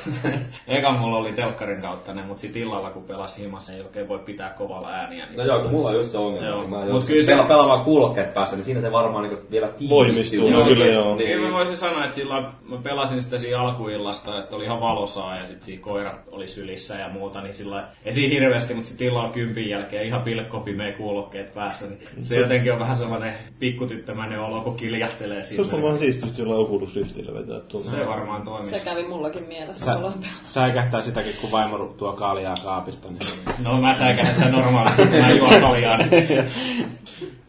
B: eka mulla oli telkkarin kautta ne, mutta sit illalla kun pelasi himassa, ei oikein voi pitää kovalla ääniä. Niin
A: No joo, kun mulla on just se ongelma.
B: Joo.
A: Joo. Mä
B: Mut
A: Mut
B: kyllä
A: kyllä
B: se-
A: se... pelaamaan kuulokkeet päässä, niin siinä se varmaan niinku vielä
E: Voimistuu,
A: tiivistyy.
E: no kyllä joo.
A: Niin.
B: Kyllä mä voisin sanoa, että sillä, mä pelasin sitä siinä alkuillasta, että oli ihan valosaa ja sitten siinä koira oli sylissä ja muuta, niin sillä ei siinä hirveästi, mutta sitten illalla kympin jälkeen ihan pilkkopimeä kuulokkeet päässä, niin se jotenkin on vähän sellainen pikkutyttömäinen olo, kun kiljahtelee
E: Se olisi
B: siinä.
E: varmaan siistiä, jos jollain Oculus Riftillä vetää tuolla.
B: Se varmaan toimii.
C: Se kävi mullakin mielessä,
D: Sä,
C: kun ollaan
D: säikähtää sitäkin, kun vaimo ru- tuo kaljaa kaapista. Niin.
B: No mä säikähän sitä normaalisti, kun mä juon kaljaa. niin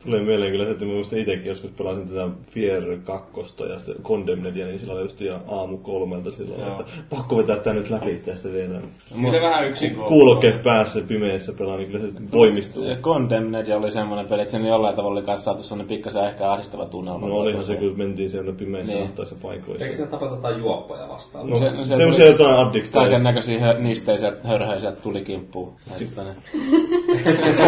E: Tulee mieleen kyllä se, että mä muistan itsekin joskus pelasin tätä Fear 2 ja sitten Condemnedia, niin sillä oli just ihan aamu kolmelta silloin,
B: Joo.
E: että pakko vetää tää nyt läpi tästä vielä.
B: Kyllä se vähän yksin kun-
E: Kuulokkeet päässä pimeässä pelaa, niin kyllä se toimistuu.
D: Condemned oli semmoinen peli, että sen jollain tavalla oli kanssa saatu semmoinen pikkasen ehkä ahdistava tunnelma.
E: No olihan se, kun mentiin siellä pimeissä
D: Niin.
E: ahtaissa paikoissa.
A: Eikö ne tapata jotain juoppoja vastaan?
E: No,
D: Se- no se-
E: semmoisia jotain addikteja.
D: Kaiken näköisiä hö- niisteisiä hörhöisiä tota, tuli kimppuun. niin.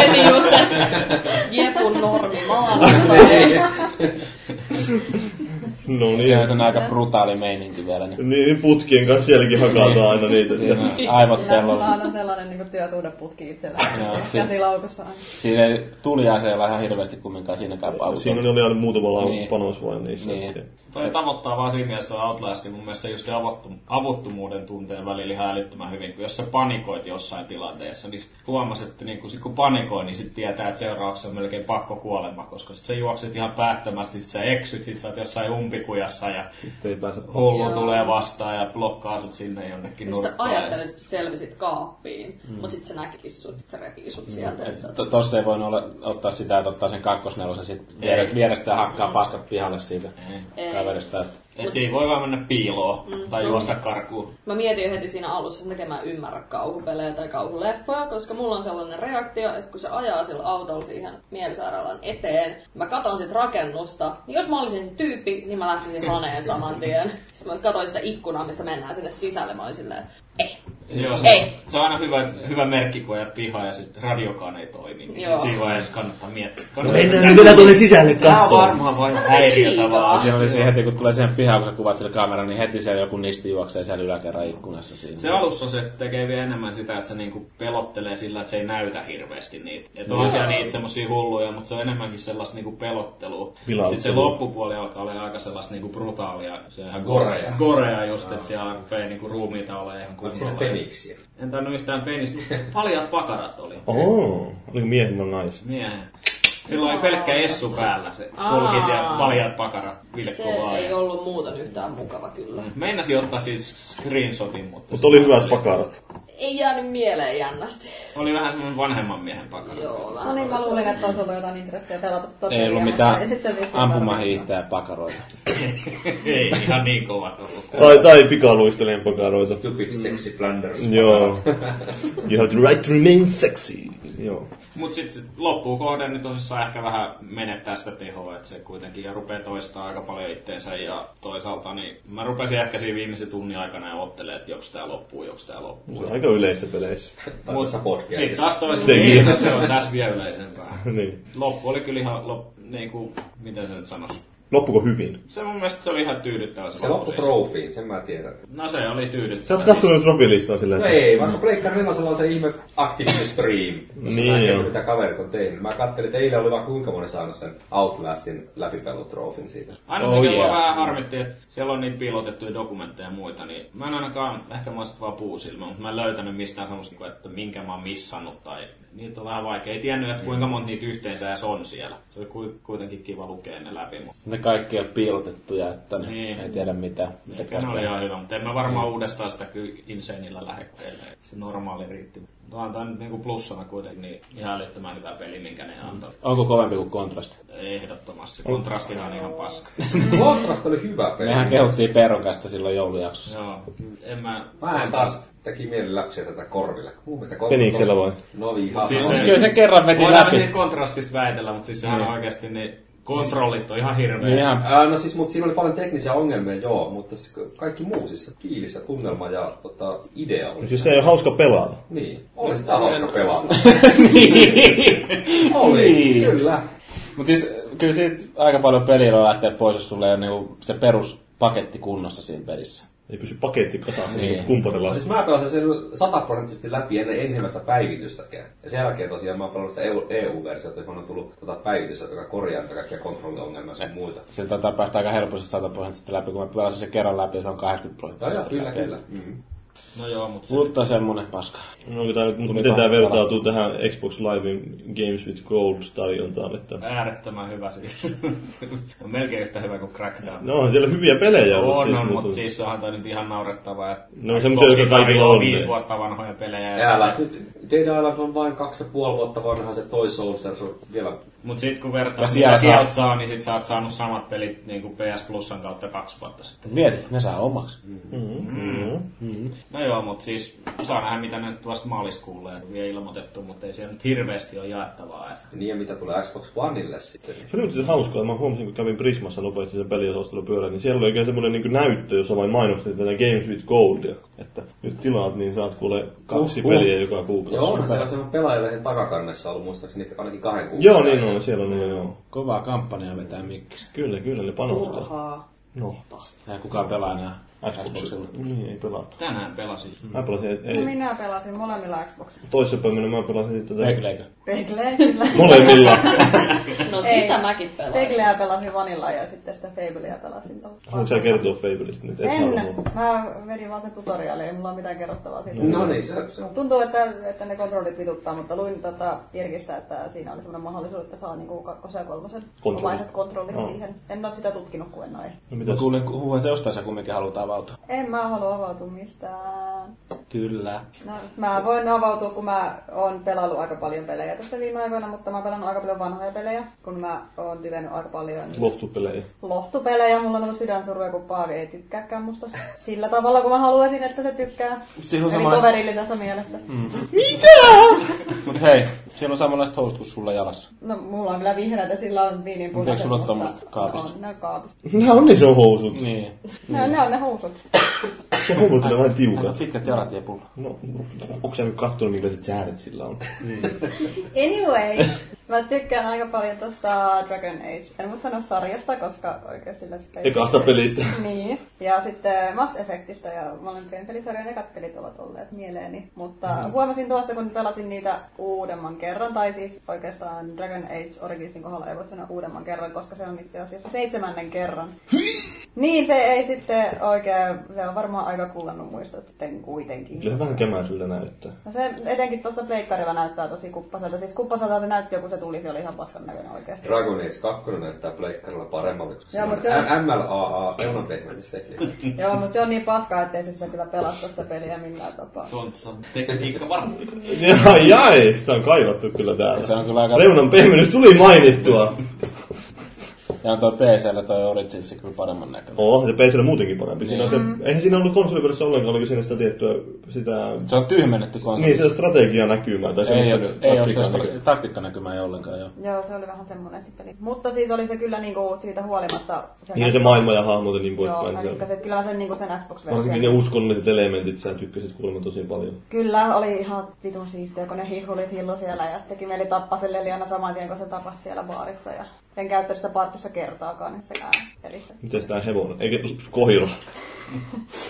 C: Eli just, että jepun normi maanantai.
E: No
D: Se on
E: niin.
D: sen aika brutaali meininki vielä. Niin.
E: Niin, putkien kanssa sielläkin hakataan aina niitä.
D: Siinä on aivot
F: Pellolla
D: pellolla.
F: on sellainen niin työsuhdeputki itsellä.
D: Joo, si-
F: Käsilaukussa aina.
D: Siinä ei tuliaseella ihan hirveästi kumminkaan siinäkään
E: Siinä
D: paukulla.
E: oli aina muutama lau-
D: Niin.
E: panos vain niissä.
D: Niin.
B: Toi tavoittaa vaan siinä mielessä toi Outlast, mun mielestä just se avottu- avuttomuuden tunteen välillä ihan älyttömän hyvin, kun jos sä panikoit jossain tilanteessa, niin huomasit, että niin kun, sit kun panikoi, niin sit tietää, että seurauksena on melkein pakko kuolema, koska sit sä juokset ihan päättömästi, sit sä eksyt, sit sä oot jossain umpikujassa ja
E: Sitten ei pääse
B: hullu
C: Joo.
B: tulee vastaan ja blokkaa sut sinne jonnekin
C: Sitten
B: nurkkaan.
C: ajattelin, että sä selvisit kaappiin, mm. mutta sitten se näkikin sut, sitten repii sut sieltä. että-
D: To- Tossa ei voinut olla, ottaa sitä, että ottaa sen kakkosnelosen sit vier- vierestä ja hakkaa paskat pihalle siitä
C: Ei.
D: kaverista.
B: Et siinä voi vaan mennä piiloon tai juosta karkuun.
C: Mä mietin jo heti siinä alussa, sen takia mä en ymmärrä kauhupelejä tai kauhuleffoja, koska mulla on sellainen reaktio, että kun se ajaa sillä autolla siihen mielisairaalan eteen, mä katon sit rakennusta, niin jos mä olisin se tyyppi, niin mä lähtisin haneen saman tien. Sitten mä katsoin sitä ikkunaa, mistä mennään sinne sisälle, mä olin silleen, "Eh, ei.
B: Joo, se,
C: Ei.
B: se on aina hyvä, hyvä merkki, kun ajat pihaa ja sitten radiokaan ei toimi. Niin sit
C: Joo.
B: siinä vaiheessa kannattaa miettiä.
E: No
B: Kannattaa
E: mennään nyt vielä tuonne sisälle
B: Tää on
E: kattoon.
B: varmaan vain häiriötä vaan.
D: Siinä oli se heti, kun tulee siihen pihaan, kun sä kuvat sillä kameralla, niin heti siellä joku nisti juoksee siellä yläkerran ikkunassa siinä.
B: Se alussa se tekee vielä enemmän sitä, että se niinku pelottelee sillä, että se ei näytä hirveästi niitä. Et on siellä niitä semmosia hulluja, mutta se on enemmänkin sellaista niinku pelottelua.
E: Vilauttelua.
B: Sitten se loppupuoli alkaa olla aika sellaista niinku brutaalia. Se on ihan
A: Gorea.
B: gorea. Gorea just, että siellä alkaa niinku ruumiita olla ihan
A: Onko siinä
B: kunnolla.
A: peniksiä?
B: En tainnut yhtään penistä, mutta paljat pakarat oli.
E: Oo, oliko miehen on nais?
B: Miehen. Sillä Niin. oli pelkkä essu päällä. Se
C: Aa.
B: kulki siellä paljat pakarat
C: Se
B: vilkkuu vaan.
C: ei ollut muuten yhtään mukava kyllä.
B: Meinasin ottaa siis screenshotin, mutta...
E: Mutta
B: se-
E: oli hyvät pakarat.
C: Ei jäänyt mieleen jännästi.
B: Oli vähän semmonen vanhemman miehen pakara.
C: Joo, vähän
F: No niin, mä
C: oli
F: luulin,
C: se.
F: että on sulla jotain intressejä pelata totta.
D: Ei ollut
F: ja-
D: mitään
F: ja sitten vissiin varmaan.
D: ampumahiihtää ja pakaroita.
B: Ei ihan niin kovat ollut.
E: Tai, tai pikaluistelijan pakaroita.
A: Stupid
B: Mm.
A: sexy flanders.
E: Joo. You have the right to remain sexy. Joo.
B: Mut sit sit loppuun kohden niin tosissaan ehkä vähän menettää sitä tehoa, että se kuitenkin ja rupeaa toistaa aika paljon itteensä ja toisaalta niin mä rupesin ehkä siinä viimeisen tunnin aikana ja ottelee, että joks tää loppuu, joks tää loppuu.
E: Se on aika yleistä peleissä.
A: Tai tässä
B: Sitten
A: podcastissa.
B: taas toisaalta,
E: Sekin.
B: niin, no se on tässä vielä yleisempää.
E: niin.
B: Loppu oli kyllä ihan, lop, niin kuin, miten se nyt sanoisi.
E: Loppuko hyvin?
B: Se mun mielestä se oli ihan tyydyttävä se,
A: Se
B: loppu.
A: loppu
B: siis.
A: trofiin, sen mä tiedän.
B: No se oli tyydyttävä.
E: Sä oot kattonut nyt rofilistaa sillä
A: No
E: että-
A: ei, vaikka Pleikkari nelosella on se ihme Activision Stream, jossa
E: Niin
A: näkee,
E: joo.
A: mitä kaverit on tehnyt. Mä kattelin, että eilen oli vaikka kuinka moni saanut sen Outlastin läpipelutrofin siitä.
B: Aina
D: Oh
B: oh, yeah.
D: yeah.
B: vähän harmitti, että siellä on niitä piilotettuja dokumentteja ja muita, niin mä en ainakaan, ehkä mä oon sit vaan puusilmä, mutta mä en löytänyt mistään semmoista, niinku, että minkä mä oon missannut tai niitä on vähän vaikea. Ei tiennyt, että kuinka monta niitä yhteensä edes on siellä. Se oli ku- kuitenkin kiva lukea ne läpi, mutta
D: Ne kaikki on piilotettuja, että ne
B: Niin.
D: ei tiedä mitä. mitä
B: ehkä ne oli
D: käsitellä.
B: ihan No hyvä, mutta en mä varmaan uudestaan sitä kyllä Insaneilla lähetteille. Se normaali riitti. Mutta antaa nyt niinku plussana kuitenkin niin ihan älyttömän hyvä peli, minkä
D: Mm.
B: ne antoi.
D: Onko kovempi kuin kontrasti?
B: Ehdottomasti. Kontrastihan on ihan paska.
A: Contrast oli hyvä peli.
D: Mehän kehuttiin perukasta silloin joulujaksossa.
B: Joo. En mä...
A: Mä en taas teki mieli läpsiä tätä korville. Mun mielestä Contrast
E: Peniksellä
A: oli-
E: vai?
A: No ihan
B: Siis
A: siis
B: se-
A: se...
D: Kyllä se kerran veti
B: Voidaan me
D: läpi.
B: siitä kontrastista väitellä, mutta siis sehän on oikeasti ne kontrollit on ihan
D: Niin
B: hirveä.
D: ihan
A: Ää, no siis, mutta siinä oli paljon teknisiä ongelmia, joo, mutta se- kaikki muu, siis se fiilis ja tunnelma ja tota, idea oli.
E: Siis se ei ole hauska pelata.
A: Niin, oli sitä hauska pelata.
D: Niin.
A: oli, kyllä.
D: Mutta siis kyllä siitä aika paljon pelillä lähtee pois, jos sulla ei ole niinku se peruspaketti kunnossa siinä pelissä.
E: Ei pysy paketti kasassa
D: Niin.
E: niin. kumparilla.
A: Siis mä pelasin sen sataprosenttisesti läpi ennen ensimmäistä päivitystäkään. Ja sen jälkeen tosiaan mä oon pelannut sitä E EU- EU-versiota, johon on tullut tota päivitystä, joka korjaa niitä kaikkia kontrolliongelmia ja muita.
D: Sen tataa päästä aika helposti 100 prosenttisesti läpi, kun mä pelasin sen kerran läpi ja se on 80
A: Joo,
D: prosenttisesti
A: joo, kyllä,
D: läpi.
A: kyllä. Mm.
B: No joo, mutta se...
D: Mutta semmonen paska.
E: No onko tää nyt, mutta
D: Tuli
E: miten
D: paha
E: tää vertautuu tähän Xbox Livein Games with Gold tarjontaan, että...
B: Äärettömän hyvä siis. on melkein yhtä hyvä kuin Crackdown.
E: No onhan siellä hyviä pelejä ollut
B: on,
E: siis,
B: on,
E: mutta...
B: mutta siis onhan toi nyt ihan naurettavaa. että
E: No semmosia,
B: Xboxi
E: jotka kaikilla
B: tarjoaa
E: on,
B: Viisi
E: niin.
B: vuotta vanhoja pelejä. ja
A: Älä nyt, Dead Island on vain kaksi ja puoli vuotta vanha se Toy Soldier, se on vielä
B: Mut sit kun vertaa
D: Ja
B: mitä
D: siellä
B: sieltä,
D: saa-
B: saa, niin sit sä oot saanut samat pelit niin kuin PS Plusan kautta kaksi vuotta sitten.
D: Mieti, ne saa omaksi.
A: Mm.
E: Mm.
B: No joo, mut siis saa nähdä mitä ne nyt vasta maaliskuulle ei vielä ilmoitettu, mutta ei siellä nyt hirveästi ole jaettavaa. Et
A: Niin ja mitä tulee Xbox Oneille sitten. niin-
E: Se oli siis hauskaa, mä huomasin kun kävin Prismassa nopeasti sen peliosastelun pyörän, niin siellä oli oikein semmoinen niin näyttö, jossa vain mainostin tätä Games with Goldia. Että nyt tilaat, niin saat kuule kaksi
D: Uhuh.
E: peliä joka kuukausi.
A: Joo, onhan siellä semmoinen pelaajalehden takakannessa ollut muistaakseni ainakin kahden kuukauden.
E: Joo, niin on, siellä on, joo.
D: Kovaa kampanjaa vetää mikkis.
E: Kyllä, kyllä, ne panostaa.
C: Turhaa.
E: No,
D: Ei kukaan pelaa enää Xboxilla.
E: Xboxilla. Niin, ei pelata.
B: tänään pelasin.
E: Mä pelasin, ei,
F: No
E: ei.
F: minä pelasin molemmilla Xboxilla.
E: Toissapäivänä mä pelasin tätä...
D: Eikö, eikö?
F: Pegleä kyllä.
E: Molemmilla.
C: No
F: Ei.
C: sitä mäkin pelaan.
F: Pegleä pelasin Vanilla ja sitten sitä Fablea pelasin tuolla.
E: Haluatko sä kertoa Fableista nyt? Et
F: En.
E: halua.
F: Mä vedin vaan sen tutoriaalia, ei mulla ole mitään kerrottavaa siitä.
A: No niin, se, se on...
F: Tuntuu, että, että ne kontrollit vituttaa, mutta luin tota Irkistä, että siinä oli sellainen mahdollisuus, että saa niinku kakkosen ja kolmosen
E: Kontrolli.
F: omaiset kontrollit
E: Joo.
F: siihen. En ole sitä tutkinut, kun en ole.
E: No
D: Mitä
E: mitäs?
D: kuulin huhua, että jostain sä kumminkin haluat avautua.
F: En mä halua avautua mistään.
D: Kyllä.
F: No, mä voin avautua, kun mä oon pelannut aika paljon pelejä tässä viime aikoina, mutta mä oon pelannut aika paljon vanhoja pelejä, kun mä oon tykännyt aika paljon
E: Lohtupelejä.
F: lohtupelejä. Mulla on ollut sydänsurvea, kun Paavi ei tykkääkään musta sillä tavalla, kun mä haluaisin, että se tykkää.
D: Siinä on
F: Eli
D: sama-
F: toverille tässä mielessä. Mm.
D: Mut hei, siellä on samanlaiset housut kuin sulla jalassa.
F: No, mulla on kyllä vihreät ja sillä on viininpunaiset.
D: Mutta eikö sulla ole
F: mutta-
D: tommoset kaapissa?
F: No, on, ne on kaapissa.
E: Nää on niin se on housut.
D: Niin.
F: Ne, on- ne on ne housut.
E: Se on muuten vähän tiukat.
D: Aika pitkät jalat ja pulla.
E: No, onko sä nyt kattonut, minkälaiset sääret sillä on?
F: Anyway, mä tykkään aika paljon tuosta Dragon Age. En voi sanoa sarjasta, koska oikein sillä sitä ei-
E: Ekasta pelistä.
F: Niin. Ja sitten Mass Effectista ja molempien pelisarjan ekat pelit ovat olleet mieleeni. Mutta mm. huomasin tuossa, kun pelasin niitä uudemman kerran, tai siis oikeastaan Dragon Age Originsin kohdalla ei voi sanoa uudemman kerran, koska se on itse asiassa seitsemännen kerran. niin, se ei sitten oikein, se on varmaan aika kullannut muistot sitten kuitenkin.
E: Kyllä se vähän kämäiseltä näyttää.
F: No se etenkin tuossa pleikkarilla näyttää tosi kuppaselta. Siis kuppaselta se näytti jo, kun se tuli, se oli ihan paskan näköinen oikeasti.
A: Dragon Age 2 näyttää pleikkarilla paremmalta, koska se
F: Joo,
A: on,
F: mut se on-
A: M- MLAA, pelon teknologisekliä.
F: Joo, mutta se on niin paskaa, ettei se sitä kyllä pelasta sitä peliä millään tapaa.
B: Tuontsa on tekniikka vartti.
E: Jaa, jai, sitä on kaivattu kyllä
D: Ja se
E: täällä.
D: on kyllä aika...
E: Reunan pehmennys tuli mainittua.
D: Ja on toi PCllä toi Origins kyllä paremman näköinen.
E: Oo, se PCllä muutenkin parempi. Siinä on se, eihän siinä ollut konsoliversiossa ollenkaan, oliko siinä sitä tiettyä, sitä...
D: Se on tyhmennetty konsoli.
E: Niin, sitä strategiaa näkymää, tai
D: ei,
E: semmoista
D: ole, ei ole
E: taktiikkaa
D: sellaista
E: näkymää.
D: taktiikkanäkymää ei ollenkaan joo.
F: Joo, se oli vähän semmoinen se peli. Mutta siitä oli se kyllä niinku siitä huolimatta... Se
E: Niin se maailma ja hahmot ja niin
F: Joo,
E: poispäin.
F: mä
E: Se-
F: tykkäsin. Kyllä mä sen, niinku sen xbox
E: Varsinkin ne uskonnolliset elementit sä tykkäsit kuulemma tosi paljon.
F: Kyllä, oli ihan vitun siistiä, kun ne hihulit hillu siellä ja teki mieli tappaa sen Leliana saman tien, kun se tapasi siellä baarissa. Ja en käyttänyt sitä partussa kertaakaan niissäkään pelissä.
E: Miten tää hevonen? Eikä kohila.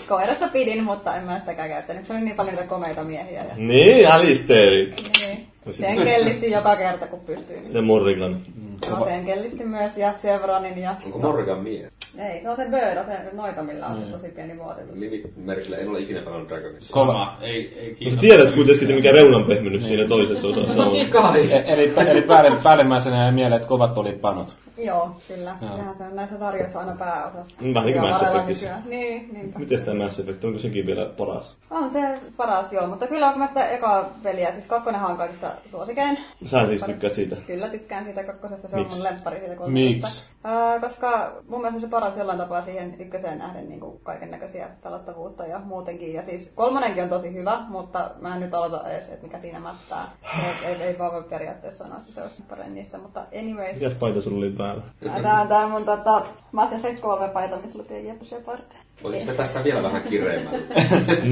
F: Koirasta pidin, mutta en mä sitäkään käyttänyt. Se oli niin paljon niitä komeita miehiä. Ja...
E: Niin, Alistairi.
F: Niin.
E: siis-
F: Sen kellisti joka kerta, kun niin pystyin.
E: Ja Morrigan.
D: Mm.
F: No, sen kellisti myös ja Chevronin ja...
A: Onko
E: No.
A: Morgan mies?
F: Ei, se on se Birdo, se noita, millä on se tosi pieni vuotetus.
A: Nimimerkillä en ole ikinä pelannut Dragon Age.
B: Kova. Ei, ei
E: Mutta
B: kiinnosta.
E: tiedät kuitenkin, että mikä reunan pehmennys siinä toisessa osassa on.
A: Kai!
D: E- eli, eli päälle, päällimmäisenä jäi mieleen, että kovat oli panot.
F: Joo, kyllä. Sehän se on näissä sarjoissa aina pääosassa.
E: Mm, vähän niin kuin
F: Ja
E: Mass
F: varrella
E: Effectissä.
F: nykyään. Niin, niinpä.
E: Miten tämä Mass Effect, onko sekin vielä paras?
F: On se paras, joo. Mutta kyllä kun mä sitä ekaa peliä, siis kakkonenhan on kaikista suosikein.
E: Sä siis tykkäät siitä.
F: Kyllä tykkään siitä kakkosesta, se on
E: Miksi?
F: mun lemppari siitä kolmosesta.
D: Miksi?
F: Öö, koska mun mielestä se paras jollain tapaa siihen ykköseen nähden niin kaiken näköisiä pelattavuutta ja muutenkin. Ja siis kolmonenkin on tosi hyvä, mutta mä en nyt aloita edes, että mikä siinä mättää. Et, ei, ei vaan voi periaatteessa sanoa, että se olisi paremmin niistä, mutta anyways.
E: Mitäs paita sulla oli päällä?
F: Ää, Tää on tää mun tota, Mass Effect 3 paita, missä lukee Jep Shepard.
A: Voisinko me tästä vielä vähän kireemmälle?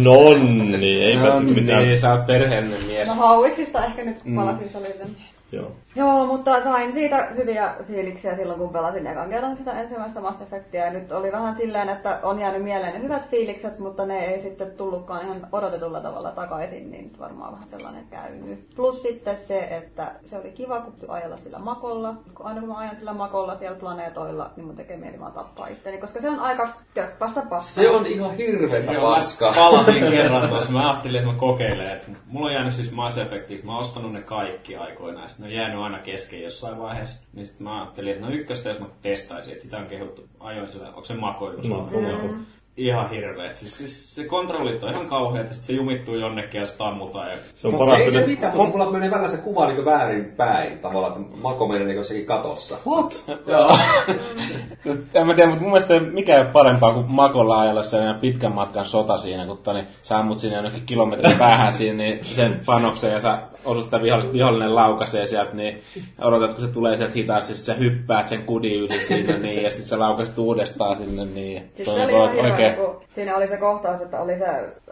E: Nonni, ei päästy mitään.
D: Niin, sä oot perheellinen mies.
F: No hauiksista ehkä nyt palasin salille.
E: Joo.
F: Joo, mutta sain siitä hyviä fiiliksiä silloin, kun pelasin ekan kerran sitä ensimmäistä Mass Effectia. Ja nyt oli vähän silleen, että on jäänyt mieleen ne hyvät fiilikset, mutta ne ei sitten tullutkaan ihan odotetulla tavalla takaisin, niin varmaan vähän sellainen käynyt. Plus sitten se, että se oli kiva, kun pystyi ajella sillä makolla. Kun aina kun mä ajan sillä makolla siellä planeetoilla, niin mun tekee mieli vaan tappaa itteni, koska se on aika köppästä paskaa.
A: Se on ihan hirveä
B: Joo,
A: paska.
B: mä palasin kerran tuossa. Mä ajattelin, että mä kokeilen. Että mulla on jäänyt siis Mass Effectit. Mä oon ostanut ne kaikki aikoinaan. Sitten ne on jäänyt aina kesken jossain vaiheessa. Niin sitten mä ajattelin, että no ykköstä jos mä testaisin. Että sitä on kehuttu. Ajoin sillä, onko se makoilu?
E: No,
B: Joo. ihan hirveet. Siis, siis se kontrollit on ihan kauheita, sitten se jumittuu jonnekin ja se tammutaan. Ja...
E: Se on
A: Mutta
E: parasta.
A: No, ei se
E: nyt-
A: mitään, mutta mulla menee välillä se kuva niin väärin päin tavallaan, että Mako menee niin jossakin katossa.
E: What?
D: Joo. en mä tiedä, mutta mun mielestä mikä ei ole parempaa kuin makolla ajalla sellainen pitkän matkan sota siinä, kun tani, sä ammut sinne jonnekin kilometrin päähän siinä, niin sen panoksen ja sä osut sitä vihollinen, vihollinen laukaisee sieltä, niin odotat, kun se tulee sieltä hitaasti, sit sä hyppäät sen kudin yli siinä, niin, ja sitten sä laukaset uudestaan sinne, niin.
F: Siis
D: Toi
F: se
D: on
F: oli ihan
D: oikein-
F: hirveä, kun siinä oli se kohtaus, että oli se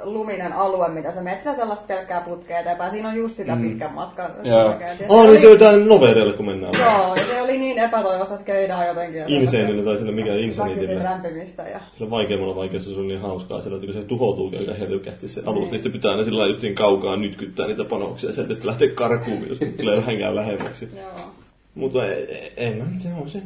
F: luminen alue, mitä sä menet sitä sellaista pelkkää putkea eteenpäin. Siinä on just sitä pitkän matkan.
D: Mm. Joo.
F: käyntiä.
E: Oh,
F: oli-
E: niin se on jotain novereille, kun mennään.
F: Joo, ja se oli niin epätoivossa skeidaan jotenkin.
E: Inseenillä tai sillä mikä
F: Väkisin
E: insaniitillä.
F: rämpimistä ja...
E: Sillä vaikeimmalla vaikeudessa se on niin hauskaa sillä, että kun se tuhoutuu aika herkästi se alus, niin sitten pitää aina sillä lailla just niin kaukaa nytkyttää niitä panoksia ja sieltä sitten lähtee karkuun, jos tulee vähänkään lähemmäksi.
F: Joo.
E: Mutta e- e- en mä nyt se on se...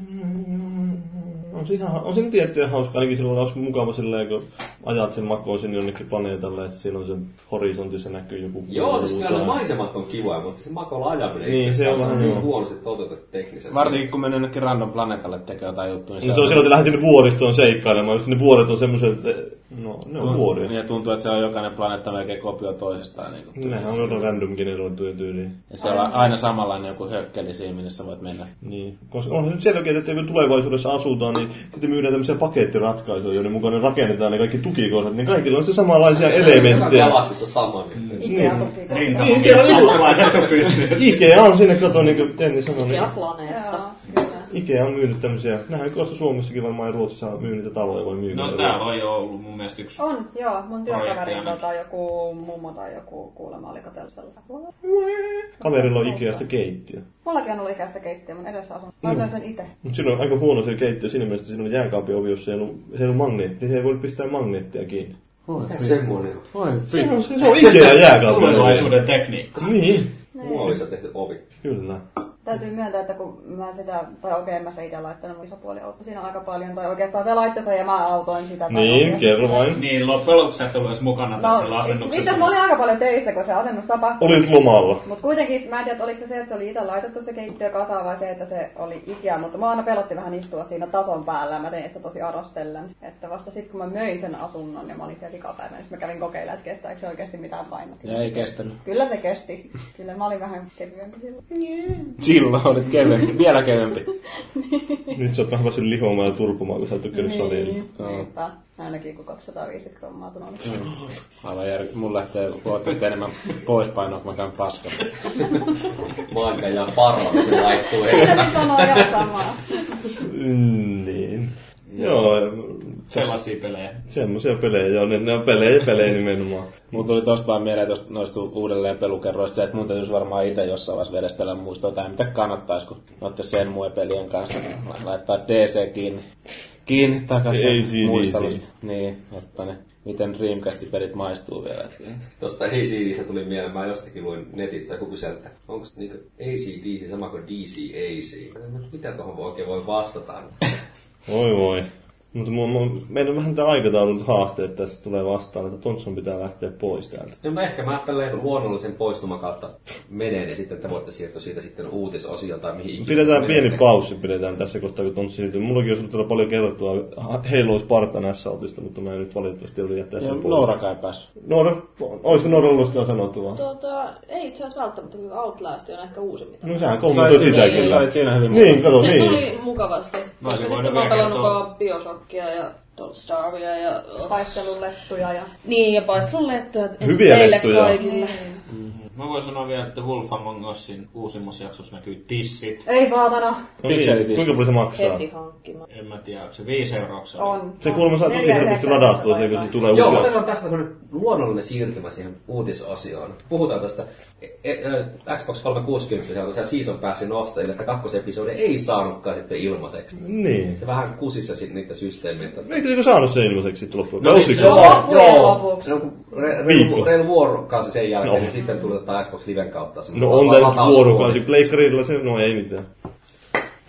E: On se, ihan, on se nyt tiettyä hauskaa, ainakin silloin olisi mukava silleen, kun ajat sen makoon sinne jonnekin planeetalle, että siinä on se horisontissa näkyy joku...
A: Joo, siis
E: kuulu
A: kyllä ne
E: tai-
A: maisemat on kivoja, mutta se makolla ajaminen
E: Niin,
A: itse
E: se on
A: asiassa
E: vähän
A: niin
E: joo.
A: huonosti toteutettu teknisesti.
D: Varsinkin kun menee jonnekin random planeetalle tekee jotain niin juttua,
E: No se on silloin, että lähden sinne vuoristoon seikkailemaan, just ne vuoret on semmoiset, että no ne on vuoria.
D: Niin, ja tuntuu, että siellä on jokainen planeetta melkein kopio toisestaan. Niin kuin,
E: Nehän on random generoituja tyyliä.
D: ja siellä on aina samanlainen joku hökkeli siinä, minne sä voit mennä.
E: Niin, koska on se nyt selkeä, että kun tulevaisuudessa asutaan, niin sitten myydään tämmöisiä pakettiratkaisuja, joiden mukaan ne rakennetaan ne kaikki tukikohdat, niin kaikilla on se samanlaisia elementtejä.
A: Joka galaksissa sama. Niin.
F: Ikea
E: Niin.
F: tuki.
B: Rintama
E: siellä on
B: keskellä
E: niinku-
B: laitettu pystyyn.
E: Ikea on siinä, kato, niin kuin Tenni sanoi, niin
C: Ja planeetta.
F: Joo, kyllä.
E: Ikea on myynyt tämmöisiä, nähdään kohta Suomessakin varmaan ja Ruotsissa myy niitä taloja vai myy
B: No
E: niitä
B: täällä
E: taloja.
B: on jo ollut mun mielestä yksi.
F: On, joo. Mun työkaveri
B: Projekti
F: tota, joku mummo tai joku kuulemma oli katsellut sellaista.
E: Kaverilla on Ikeasta keittiö.
F: Mullakin on ollut ikäistä keittiö mun edessä asunut.
E: Niin.
F: Mä otan sen itse.
E: Mutta siinä on aika huono se keittiö siinä mielessä, että siinä on jääkaapin ovi, jos se ei ollut, se ei ollut magneetti, niin se ei voi pistää magneettia kiinni.
A: Mikä semmoinen on?
D: Voi
E: Se on, se on Ikea jääkaapin ovi.
B: Tulevaisuuden tekniikka.
E: Niin,
A: Muovissa tehty ovi.
E: kyllä.
F: Täytyy myöntää, että kun mä sitä, tai okei, en mä sitä itse laittanut, mun isäpuoli auttoi siinä aika paljon, tai oikeastaan se laittoi sen ja mä autoin sitä. tai
E: Niin,
F: oikeastaan-
E: kerro vain.
B: Niin, loppujen lopuksi sä et ollut edes mukana tässä no,
F: itse
B: asennuksessa.
F: asiassa mä olin aika paljon töissä, kun se asennus tapahtui.
E: Olit lomalla.
F: Mutta kuitenkin, mä en tiedä, oliko se se, että se oli itse laitettu se keittiö kasaan vai se, että se oli ikea, mutta mä aina pelotti vähän istua siinä tason päällä ja mä tein sitä tosi arostellen. Että vasta sitten kun mä möin sen asunnon ja mä olin siellä ikapäivänä, niin sit mä kävin kokeilemaan, että kestääkö se oikeasti mitään painoa.
D: Ja ei kestänyt.
F: Kyllä se kesti. Kyllä mä olin vähän kevyempi silloin.
D: Silloin olit kevyempi, vielä kevyempi.
E: Nyt sä oot vähän sen lihomaan ja turpumaan, kun sä oot tykkänyt salilla.
F: Niinpä. Ainakin kun 250 grammaa tunonut.
D: Aivan jär... Mulla lähtee huomattavasti enemmän pois painoa, kun mä käyn paskalla.
A: Maanka ja parla, kun se laittuu.
F: Mitä se sanoo ihan samaa?
E: Mm, niin. Joo,
B: Sellaisia pelejä.
E: semmoisia pelejä, joo, ne, ne on pelejä, pelejä nimenomaan.
D: Mulla tuli tosta vaan mieleen tosta, noista uudelleen pelukerroista se, että mun täytyisi varmaan itse jossain vaiheessa vielä stella muistoa tai mitä kannattaisi, kun noitte sen muun pelien kanssa laittaa DC kiinni, kiinni
E: ACDC.
D: takaisin muistelusta. Niin, että ne, miten Dreamcastin pelit maistuu vielä.
A: Tuosta ACDstä tuli mieleen, mä jostakin luin netistä, joku kysyi, että onko niinku ACD sama kuin DCAC? Mä en tiedä, Mitä tuohon oikein voi vastata?
E: Voi voi. Mutta mu- mu- meillä on vähän tämä aikataulun haasteet tässä tulee vastaan, että Tonson pitää lähteä pois täältä.
A: No mä ehkä mä tälleen luonnollisen poistuman kautta menen ja sitten te voitte siirtyä siitä sitten uutisosioon tai mihin ikinä.
E: Pidetään pieni
A: menette.
E: paussi, pidetään tässä kohtaa, kun Tontsi siirtyy. Mullakin olisi ollut täällä paljon kerrottua Halo Spartan S-autista, mutta mä en nyt valitettavasti joudu jättää
D: Ja
E: sen pois.
D: Nourakaan ei päässyt.
E: Noora, olisiko Nooralla jostain sanottavaa?
C: Tuota, ei itse asiassa välttämättä, kyllä Outlast on ehkä uusi.
E: No
D: Sait
E: sähän kommentoit sitä
D: siinä-
E: kyllä.
D: sait siinä hyvin
E: Niin,
D: mukaan.
E: kato,
C: se
E: niin.
C: tuli mukavasti. Koska
B: voinut
C: sitten mä
B: vielä
C: oon pelannut
B: kertoa.
C: vaan Bioshockia ja Don't Starvia ja...
F: Taistelulettuja ja...
C: Niin, ja paistelun lettuja et
E: Hyviä
C: teille
E: lettuja.
C: kaikille.
B: Mä voin sanoa vielä, että Wolf Among Usin uusimmassa jaksossa näkyy tissit.
F: Ei saatana!
E: No niin,
D: Pikselitistä.
E: Kuinka paljon se maksaa?
C: Heti hankkimaan.
B: En mä tiedä, onko se 5 euroa se oli?
F: On.
E: Se kuulemma saa tosi helposti ladattua sen, kun se tulee
A: Joo,
E: uusi
A: otetaan tästä tämmönen luonnollinen siirtymä siihen uutisosioon. Puhutaan tästä e- e- Xbox 360, kun siellä season pääsi nostajille, sitä kakkosepisodia ei saanutkaan sitten ilmaiseksi.
E: Niin.
A: Se vähän kusissa sitten niitä systeemejä. että-
E: Eikö se saanut se ilmaiseksi sitten loppuun?
A: No
E: Vai
A: siis
E: ostiko se?
A: joo,
F: Loppujen
A: joo.
F: lopuksi.
A: Se on re-
E: Viikko.
A: reilu, reilu vuorokausi sen jälkeen,
E: No.
A: no. niin sitten tulee tämä Xbox Liven kautta.
E: No on tää nyt vuorokausi. Pleikkarilla se, no ei mitään.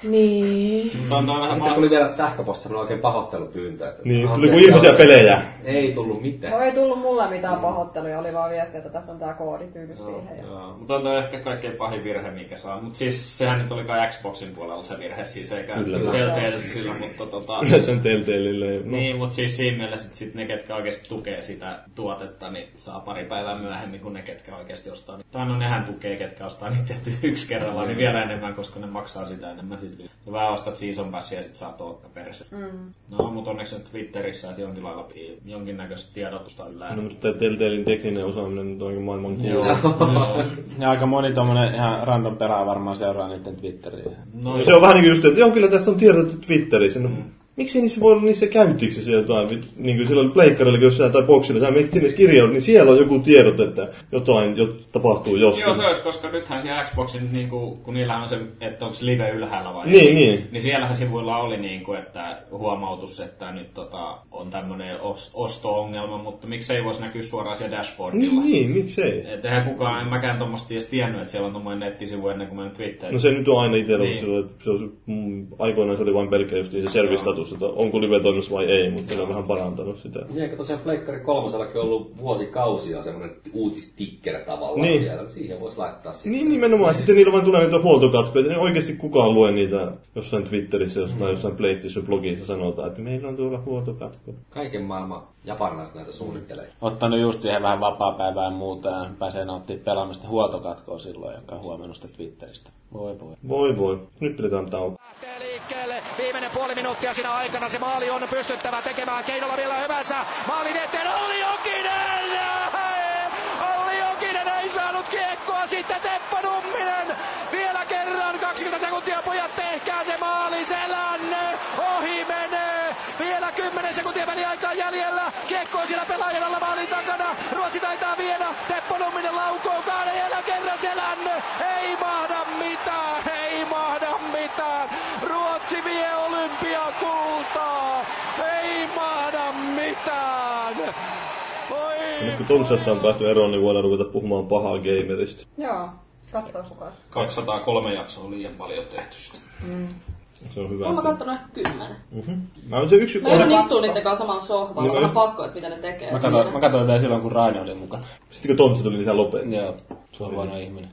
G: Niin.
B: Mutta on toi vähän
A: Sitten
B: ma-
A: tuli vielä sähköpostissa semmoinen oikein pahoittelupyyntö. Että
E: Niin,
A: anteeksi,
E: tuli kuin ihmisiä
A: anteeksi.
E: pelejä.
A: Ei tullut mitään.
F: No ei tullut mulla mitään pahoitteluja, oli vaan viesti, että tässä on tää koodityydy siihen. Ja...
B: Joo, mutta on toi ehkä kaikkein pahin virhe, mikä saa. Mutta siis sehän nyt oli kai Xboxin puolella se virhe, siis eikä
E: Kyllä.
B: Telltale sillä, mutta tota...
E: Yleensä on Telltaleille. No,
B: Niin, mutta siis siinä mielessä, että sit ne, ketkä oikeasti tukee sitä tuotetta, niin saa pari päivää myöhemmin kuin ne, ketkä oikeasti ostaa. Niin- Tai no nehän tukee, ketkä ostaa niitä tehty yksi kerralla, niin vielä enemmän, koska ne maksaa sitä enemmän. Sitten vähän ostat season passia ja sit saa totta perässä.
F: Mm.
B: No, mutta onneksi nyt Twitterissä että jonkin lailla pi- jonkinnäköistä tiedotusta yllä.
E: No, mutta tämä Telltalein tekninen osaaminen nyt on aika maailman
B: Joo.
E: kuulu.
B: Joo.
D: Ja aika moni tommonen ihan random pelaaja varmaan seuraa niiden Twitteriä.
B: No,
E: Se on vähän niin kuin just, että joo, kyllä tästä on tiedotettu Twitterissä. No, Miksi niissä voi olla niissä käytiksissä jotain, vit- niin kuin silloin pleikkarilla, kun jossain tai boksilla, sä menet sinne kirjaudut, niin siellä on joku tiedot, että jotain jo, tapahtuu joskus.
B: Joo, se olisi, koska nythän siellä Xboxin, niin kuin, kun niillä on se, että onko live ylhäällä vai
E: Niin, niin.
B: niin siellähän sivuilla oli niin kuin, että huomautus, että nyt tota, on tämmöinen os- osto-ongelma, mutta miksei voisi näkyä suoraan siellä dashboardilla.
E: Niin, niin, miksei?
B: Että eihän kukaan, en mäkään tuommoista edes tiennyt, että siellä on tuommoinen nettisivu ennen kuin mä nyt Twitterin.
E: No se nyt on aina itsellä,
B: Niin.
E: niin. se, että se on, mm, aikoinaan se oli vain pelkkä just niin se servistatus, että onko live toiminnassa vai ei, mutta ne on vähän parantanut sitä.
A: Niin, Eikö tosiaan Pleikkari kolmosellakin ollut vuosikausia semmoinen uutistikkeri tavallaan
E: Niin.
A: siellä. Siihen voisi laittaa sitten.
E: Niin nimenomaan, sitten niillä vaan tulee niitä huoltokatkoja, niin oikeasti kukaan lue niitä jossain Twitterissä jostain, mm. jossain PlayStation-blogissa sanotaan, että meillä on tuolla huoltokatko.
A: Kaiken maailman japanilaiset näitä suunnittelee.
D: Ottanut just siihen vähän vapaa-päivää ja muuta ja pääsee nauttimaan pelaamista huoltokatkoa silloin, jonka on huomannut sitä Twitteristä. Voi voi.
E: Voi voi, nyt pidetään tauko.
H: Lähtee liikkeelle. Viimeinen puoli minuuttia siinä aikana. Se maali on pystyttävä tekemään keinolla vielä hyvänsä. Maalin eteen Olli Jokinen! Olli Jokinen ei saanut kiekkoa. Sitten Teppo Numminen. Vielä kerran 20 sekuntia pojat tehkää se maali. Selän ohi menee. Vielä 10 sekuntia väliaikaa jäljellä. Kiekko on siellä pelaajan alla maalin takana. Ruotsi taitaa vielä. Teppo Numminen laukoo kahden vielä kerran selän. Ei mahda mitään. Ei mahda mitään. Ruotsi vie olympiakultaa. Ei mahda mitään. Oi,
E: Nyt kun Tomsasta on päästy eroon, niin voidaan ruveta puhumaan pahaa gamerista.
F: Joo, kattoo kukas.
B: 203 jaksoa on liian paljon tehty sitä.
E: Se on hyvä. Mhm.
C: Mä oon kattonut ehkä kymmenen.
E: Mä oon se yksi...
C: Mä joudun
E: Oli...
C: istuun niiden kanssa samalla sohvalla.
E: Niin
C: Niin
E: mä
C: vähän
E: just-
C: pakko, että mitä ne tekee.
D: Mä
C: siinä.
D: katsoin, mä katsoin vielä silloin, kun Raine oli mukana.
E: Sitten kun Tomsa tuli, niin sä lopet.
D: Joo, se on huono ihminen.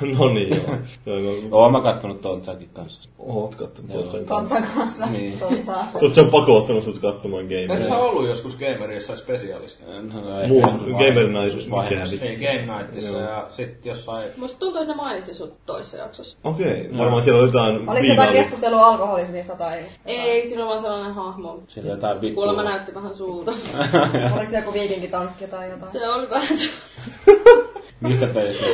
E: no niin, joo. joo no,
D: Oon mä kattonut Tontsakin kanssa.
E: oot kattonut Tomsan kanssa.
F: Tontan kanssa. Tuota
D: Niin.
F: Tontaa.
E: Tomsa on pakottanut sut katsomaan
B: Eikö
E: gameria.
B: sä ollut joskus gameri jossain spesiaalissa?
D: No, ei-
E: Muu
D: vai-
E: gamerinaisuus
D: vai-
E: mikä vittu.
B: Niin, Game Nightissa ja sitten jossain...
C: Musta tuntuu, että ne mainitsi sut toisessa jaksossa.
E: Okei, varmaan siellä on jotain
F: Oliko jotain
E: viinaa.
F: keskustelua alkoholismista tai...
C: Ei, siinä on vaan sellainen hahmo.
D: Siellä on jotain vittua.
C: Kuulemma näytti vähän sulta.
F: Oliko se joku viikinkitankki tai jotain?
C: Se oli vähän se...
D: Mistä pelistä?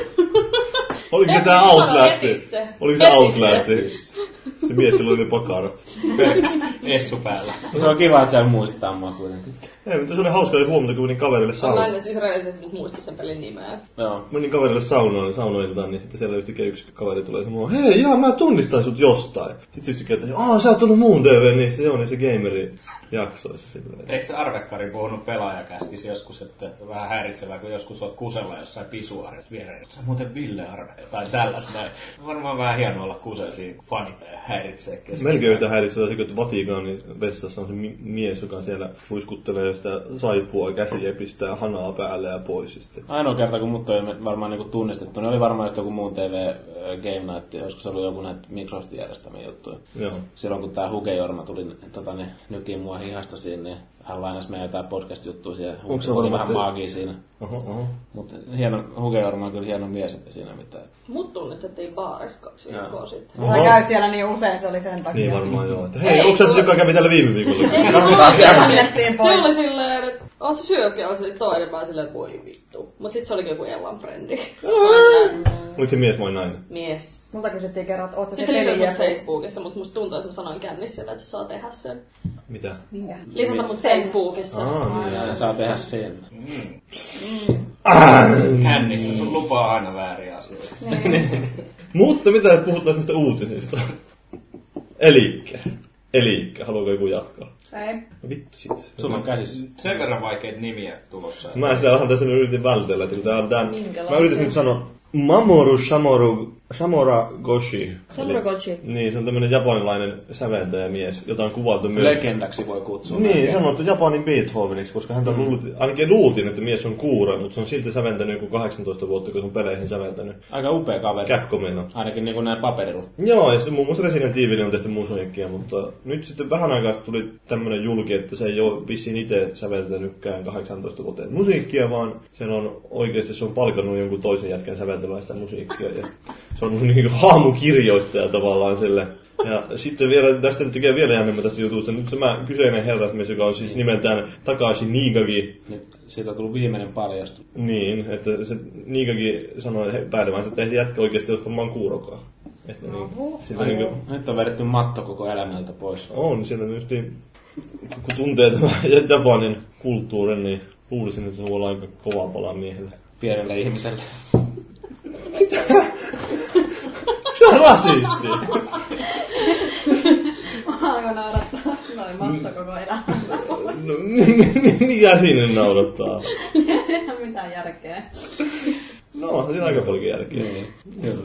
E: Oliko se
C: Ei,
E: tää
C: kun
E: Outlast?
C: eti se.
E: Oliko se
C: Eti se.
E: Outlast? Se mies, sillä oli ne pakarat.
B: Essu päällä.
D: No Se on kiva, että siellä muistetaan mua kuitenkin.
E: Ei, mutta se oli hauska oli huomata, kun menin kaverille
C: Mä
E: saunaan.
C: näin siis reellisesti nyt muista sen pelin nimeä.
D: Joo.
E: Menin kaverille saunaan, saunoiltaan, niin sitten siellä yhtäkkiä yksi kaveri tulee sanomaan, hei, jaa, mä tunnistan sut jostain. Sitten se yhtäkkiä, että aah, sä oot ollut muun TV, niin se on niissä gameri jaksoissa silleen.
B: Eikö se Arvekkari puhunut pelaajakästissä joskus, että vähän häiritsevää, kun joskus olet kusella jossain pisuaarissa viereen. Sä oot muuten Ville Arve, tai tällaista. näin. Varmaan vähän hienoa olla kusella siinä, kun fanit ja häiritsee kesken.
E: Melkein yhtä häiritsevää se, kun että Vatikaanin vessassa on se mi- mies, joka siellä ruiskuttelee sitä saipua käsiä ja pistää hanaa päälle ja pois. Ja sitten.
D: Ainoa kerta, kun mut oli varmaan niinku tunnistettu, niin oli varmaan just joku muun TV Game Night, joskus oli joku näitä Microsoftin järjestämiä juttuja.
E: Joo.
D: Silloin kun tää Huke Jorma tuli tota, niin, nykiin mua hihasta siinä, niin hän lainasi meidän jotain podcast-juttuja siihen.
E: Onks se
D: Oli
E: varmaan
D: vähän
E: te-
D: maagia siinä.
E: Oho, oho.
D: Mutta hieno, Huke Jorma on kyllä hieno mies, että siinä mitään.
C: Mut tunnistettiin baarissa kaksi viikkoa sitten.
F: Sä käyt siellä niin usein, se oli sen takia.
E: Niin varmaan joo. Että, hei,
C: Ei,
E: onko sä se,
C: tuo-
E: joka kävi täällä viime viikolla?
C: Ei,
D: No,
C: kun
D: hyvä
C: mä-
D: asia.
F: Annettiin
C: Se
F: pois.
C: oli silleen, että oot sä syökin, ja se toinen vaan silleen, voi vittu. Mut sit se olikin joku Ellan frendi. Se oli tää
E: Oliko se mies vai nainen?
C: Mies.
F: Multa kysyttiin kerran, että oot sä se
C: Siis se lisäsi mut
F: pelijä.
C: Facebookissa, mut musta tuntuu, että mä sanoin kännissä, että se saa tehdä sen.
E: Mitä?
F: Minkä?
C: Lisätä mut Facebookissa.
E: Aa, niin.
D: Ja saa tehdä sen.
B: Kännissä sun lupaa aina vääriä asioita.
E: Mutta mitä nyt puhutaan niistä uutisista? Elikkä. Elikkä. Haluaako joku jatkaa?
F: Ei.
E: No Vitsit.
D: Sulla on käsissä.
B: Sen verran vaikeita nimiä tulossa.
E: Mä sitä vähän tässä nyt yritin vältellä, että kun tää on Dan. Mä
C: Minkälaisia?
E: yritin nyt sanoa Mamoru Shamoru Samora Goshi.
C: Samura
E: Eli-
C: Gochi.
E: Niin, se on tämmönen japanilainen säveltäjämies, jota on kuvattu myös...
D: Legendäksi voi kutsua.
E: Niin, sanottu Japanin Beethoveniksi, koska häntä mm. luultiin, ainakin luultiin, että mies on kuura, mutta se on silti säventänyt joku 18 vuotta, kun se on peleihin säventänyt.
D: Aika upea kaveri.
E: Capcomilla.
D: Ainakin niin kuin näin paperilla.
E: Joo, ja sitten muun muassa Resident Evilin on tehty musonikkia, mutta nyt sitten vähän aikaa sitten tuli tämmönen julki, että se ei ole vissiin itse säveltänytkään 18 vuoteen musiikkia, vaan sen on oikeasti se on palkannut jonkun toisen jätkän säveltämään sitä musiikkia. Ja se on niin kuin haamukirjoittaja tavallaan sille. Ja sitten vielä, tästä nyt tekee vielä jännemmä tästä jutusta. Nyt tämä kyseinen herrasmies, joka on siis nimeltään Takashi Niigaki,
D: Nyt niin siitä on tullut viimeinen paljastus.
E: niin, että se Niigaki sanoi päädyvänsä, että ei se jätkä oikeasti ole varmaan kuurokaan. Että niin, sillä niin kuin,
D: Nyt on vedetty matto koko elämältä pois.
E: on, siellä just niin, kun tuntee tämän Japanin kulttuurin, niin luulisin, että se voi olla aika kova pala miehelle.
D: Pienelle ihmiselle.
E: Se on rasisti!
F: Mä alkoin naurattaa. Mä olin matta
E: Mm.
F: koko elämä.
E: No, mi- mi- mikä siinä nyt naurattaa?
F: Ei ole mitään järkeä.
E: No, onhan siinä aika paljon järkeä.
D: Niin.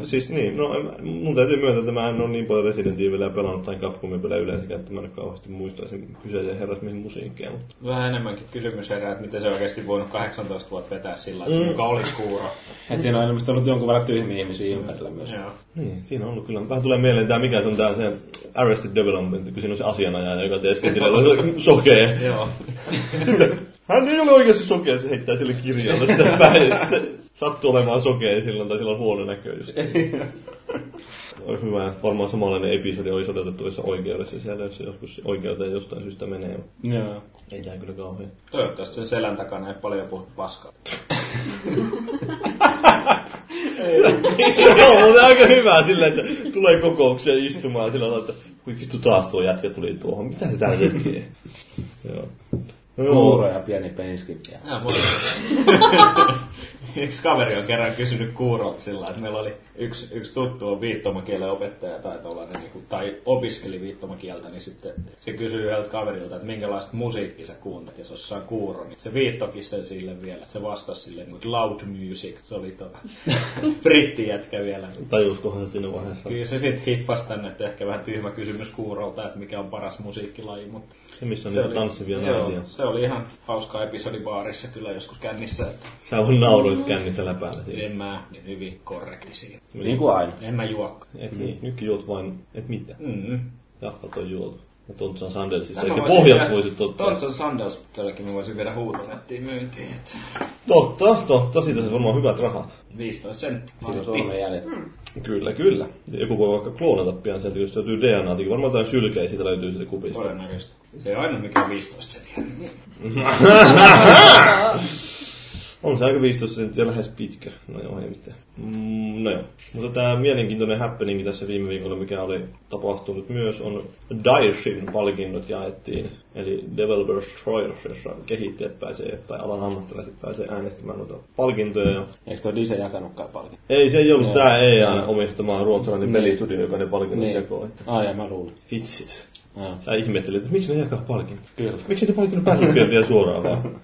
E: Siis niin, no en mä- mun täytyy myöntää, että mä en ole niin paljon Resident Evilia pelannut tai Capcomin pelejä yleensäkään, että mä en ole kauheasti muistaisin kyseisen herrasmiehen musiikkia, mutta
B: Vähän enemmänkin kysymys herää, että miten se oikeasti voinut 18 vuotta vetää sillä, että se
E: Mm.
B: mm. olisi kuuro.
D: Et siinä on ilmeisesti ollut jonkun verran tyhmiä ihmisiä ympärillä myös.
B: Joo.
E: Niin, siinä on ollut kyllä. Vähän tulee mieleen tämä, mikä se on tämä se Arrested Development, kun siinä on se asianajaja, joka teeskentelee, on se sokee.
B: Joo.
E: Hän ei ole oikeasti sokea, se heittää sille kirjalle sitä päin. Se sattuu olemaan sokea silloin, tai sillä on huono näkö just. Olisi hyvä, että varmaan samanlainen episodi olisi odotettavissa oikeudessa siellä, jos se joskus oikeuteen jostain syystä menee.
D: Joo.
E: Ei tää kyllä kauhean.
B: Toivottavasti sen selän takana ei paljon puhuttu paskaa.
E: Se on ollut aika hyvä sillä, että tulee kokoukseen istumaan sillä lailla, että kui vittu taas tuo jätkä tuli tuohon, mitä se täällä tekee? Joo. No joo.
D: Kuuro ja pieni peniskippiä.
B: Ja, mulla... yksi kaveri on kerran kysynyt kuurot sillä, että meillä oli yksi, yksi tuttu on viittomakielen opettaja tai, tollanen, niin kuin, tai opiskeli viittomakieltä, niin sitten se kysyi yhdeltä kaverilta, että minkälaista musiikkia sä kuuntelet, ja se on kuuro, niin se viittokin sen sille vielä, että se vastasi sille niin kuin loud music, se oli tota, brittijätkä vielä.
E: Tajuskohan siinä vaiheessa.
B: Kyllä se sitten hiffasi tänne, että ehkä vähän tyhmä kysymys kuurolta, että mikä on paras musiikkilaji, mutta
E: Se, missä on niitä tanssivia
B: joo,
E: naisia.
B: Se oli ihan hauska episodi baarissa kyllä joskus kännissä, että
E: Sä on
B: Mm.
E: nauroit kännissä läpäällä siinä.
B: en mä niin hyvin korrekti siinä.
D: Niin kuin aina.
B: En mä juokka.
E: Et niin, nytkin juot vain, et mitä.
B: Mm.
E: Jaffat on juotu. Ja Tontsan Sandelsissa, eikä pohjat voisit ottaa.
B: Tonson Sandals, tälläkin mä voisin viedä huutonettiin myyntiin, että
E: Totta, totta, siitä se varmaan hyvät rahat.
B: 15 senttiä.
D: Siinä on Suomen jäljet.
E: Kyllä, kyllä. Ja joku voi vaikka kloonata pian sieltä, jos löytyy DNAtakin. Varmaan jotain sylkeä siitä löytyy siitä kupista.
B: Todennäköisesti. Se ei ole aina mikä on 15 senttiä.
E: On se aika 15 senttiä lähes pitkä. No joo, ei mitään. Mm, no joo. Mutta tämä mielenkiintoinen happening tässä viime viikolla, mikä oli tapahtunut myös, on Daeshin palkinnot jaettiin. Eli Developers Choice, jossa kehittäjät pääsee, tai alan ammattilaiset pääsee äänestämään noita palkintoja. Ja
D: Eikö toi Dise jakanutkaan paljon?
E: ei, se ei ollut
D: Joo.
E: tämä EAN omistamaan ruotsalainen
D: No. Niin.
E: pelistudio, joka ne palkinnot niin. jakoo. Että
D: Ai, ja mä luulin.
E: vitsit.
D: Joo.
E: Sä ihmettelit, että miksi ne jakaa palkinnot?
D: Kyllä.
E: Miksi ne palkinnut Battlefieldia suoraan vaan?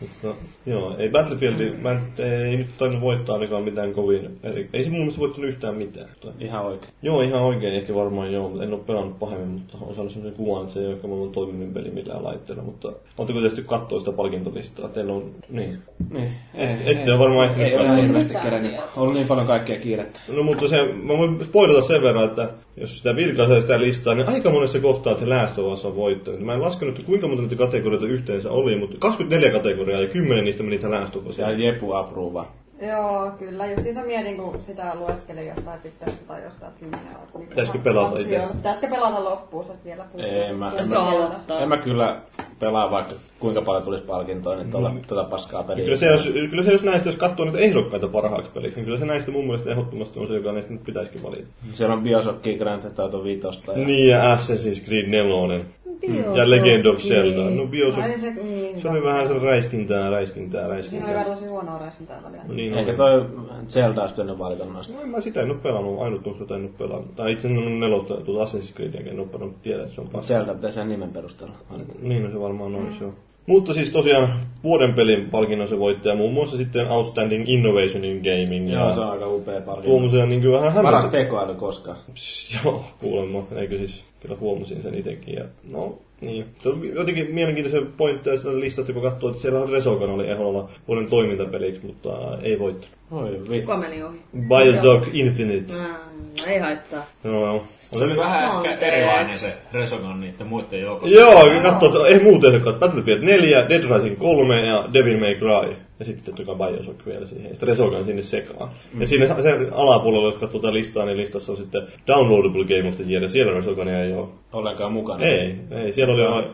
E: Mutta, joo, ei Battlefield, mä en, ei nyt tainnut voittaa ainakaan mitään kovin. Eri, ei se mun mielestä voittanut yhtään mitään. Mutta,
D: Ihan oikein.
E: joo, ihan oikein ehkä varmaan joo, mutta en ole pelannut pahemmin, mutta on saanut sellaisen kuvan, että se ei ole ehkä maailman toimivin peli millään laitteella. Mutta oletteko tietysti katsoa sitä palkintolistaa? Teillä on, niin.
D: Niin. Ei,
E: Ette ole varmaan ehtinyt
D: ei ole
E: katsoa.
D: ihan hirveästi
C: Mitään
D: kerännyt.
C: tietoa.
D: On niin paljon kaikkea kiirettä.
E: No mutta se, mä voin spoilata sen verran, että jos sitä vilkaisee sitä listaa, niin aika monessa kohtaa The Last of Us on voittanut. Mä en laskenut, että kuinka monta niitä kategorioita yhteensä oli, mutta 24 kategoriaa ja 10 niistä meni The Last of Us.
D: Ja Jepu apruuva.
F: Joo, kyllä. Justiinsa mietin, kun sitä lueskelin jostain pitkästä tai jostain kymmenen on. Niin
E: Pitäisikö pelata
F: kaksi
E: itse?
F: on. Pitäisikö pelata loppuun, sä vielä puhuu.
D: Ei, mä-
C: Pitäisikö aloittaa?
D: En mä kyllä pelaa vaikka kuinka paljon tulisi palkintoa, niin tuolla mm. tätä paskaa peliä.
E: Kyllä se, jos, kyllä se, jos näistä, jos katsoo niitä ehdokkaita parhaaksi peliksi, niin kyllä se näistä mun mielestä ehdottomasti on se, joka näistä nyt pitäisikin valita.
D: Siellä on Bioshock, Grand Theft Auto 5 ja
E: Niin, ja Assassin's Creed 4. Mm. Ja Legend of Zelda. No Bioshock,
F: Ai se, niin.
E: se oli vähän sen räiskintää, räiskintää,
F: Siinä oli vähän
E: räiskintää.
F: tosi huonoa räisintää välillä.
E: Niin
D: Eikä
E: oli.
D: toi Zelda olisi pitänyt valita noista.
E: No en mä sitä en oo pelannut, ainut on jota en oo pelannut. Tai itse asiassa nelosta tuota Assassin's Creediäkin en oo pelannut, tiedä, että se on paska.
D: Zelda pitäisi sen nimen perusteella. valita.
E: Niin no se varmaan on, se on. Mutta siis tosiaan vuoden pelin palkinnon se voittaja muun muassa sitten Outstanding Innovation in Gaming.
D: Joo, se on aika upea palkinto.
E: Tuommoisia niin vähän
D: Paras
E: hämmentä.
D: tekoäly koskaan.
E: Joo, kuulemma. Eikö siis, kyllä huomasin sen itsekin. Ja, no, niin. Se on jotenkin mielenkiintoisia pointteja sitä listasta, kun katsoo, että siellä on Resokan oli ehdolla vuoden toimintapeliksi, mutta ei voittanut.
D: Oi vittu.
G: Kuka meni ohi?
E: Bioshock Infinite.
G: Mm, no ei haittaa.
E: Joo, joo. On
B: Se
E: se
B: oli vähän
G: Anteeksi.
B: ehkä erilainen se Resogon niiden muiden joukossa.
E: Joo, kun katsoo, että ei muuten ehdokkaat. Battlefield 4, Dead Rising 3 ja Devil May Cry. Ja sitten totta kai Bioshock vielä siihen. Ja sitten Resogun sinne sekaan.
B: Mm.
E: Ja siinä sen alapuolella, jos katsoo tätä listaa, niin listassa on sitten Downloadable Game of the Year. Ja siellä Resogunia ei ole.
D: Ollenkaan mukana.
E: Ei, ei. Siellä oli vain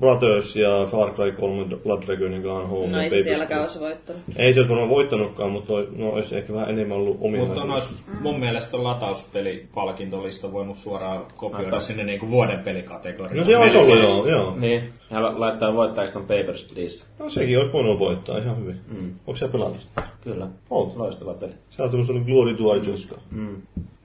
E: Brothers ja Far Cry 3, Blood Dragon ja Gone Home.
G: No
E: ja
G: ei se
E: Papers,
G: sielläkään
E: Please.
G: olisi voittanut.
E: Ei se olisi varmaan voittanutkaan, mutta toi- no, olisi ehkä vähän enemmän ollut omia.
B: Mutta on olisi mun mielestä latauspelipalkintolista voinut suoraan kopioida
D: Antaa.
B: sinne niinku vuoden pelikategoriaan.
E: No se olisi ollut, joo, joo.
D: Niin. Hän la- laittaa voittajiksi ton Papers, Please.
E: No sekin olisi voinut voittaa ihan hyvin.
B: Mm.
E: Onko se pelannut sitä?
D: Kyllä. Oh,
E: Oot.
D: Loistava peli.
E: Sä oot tullut sellainen Glory to Arjuska.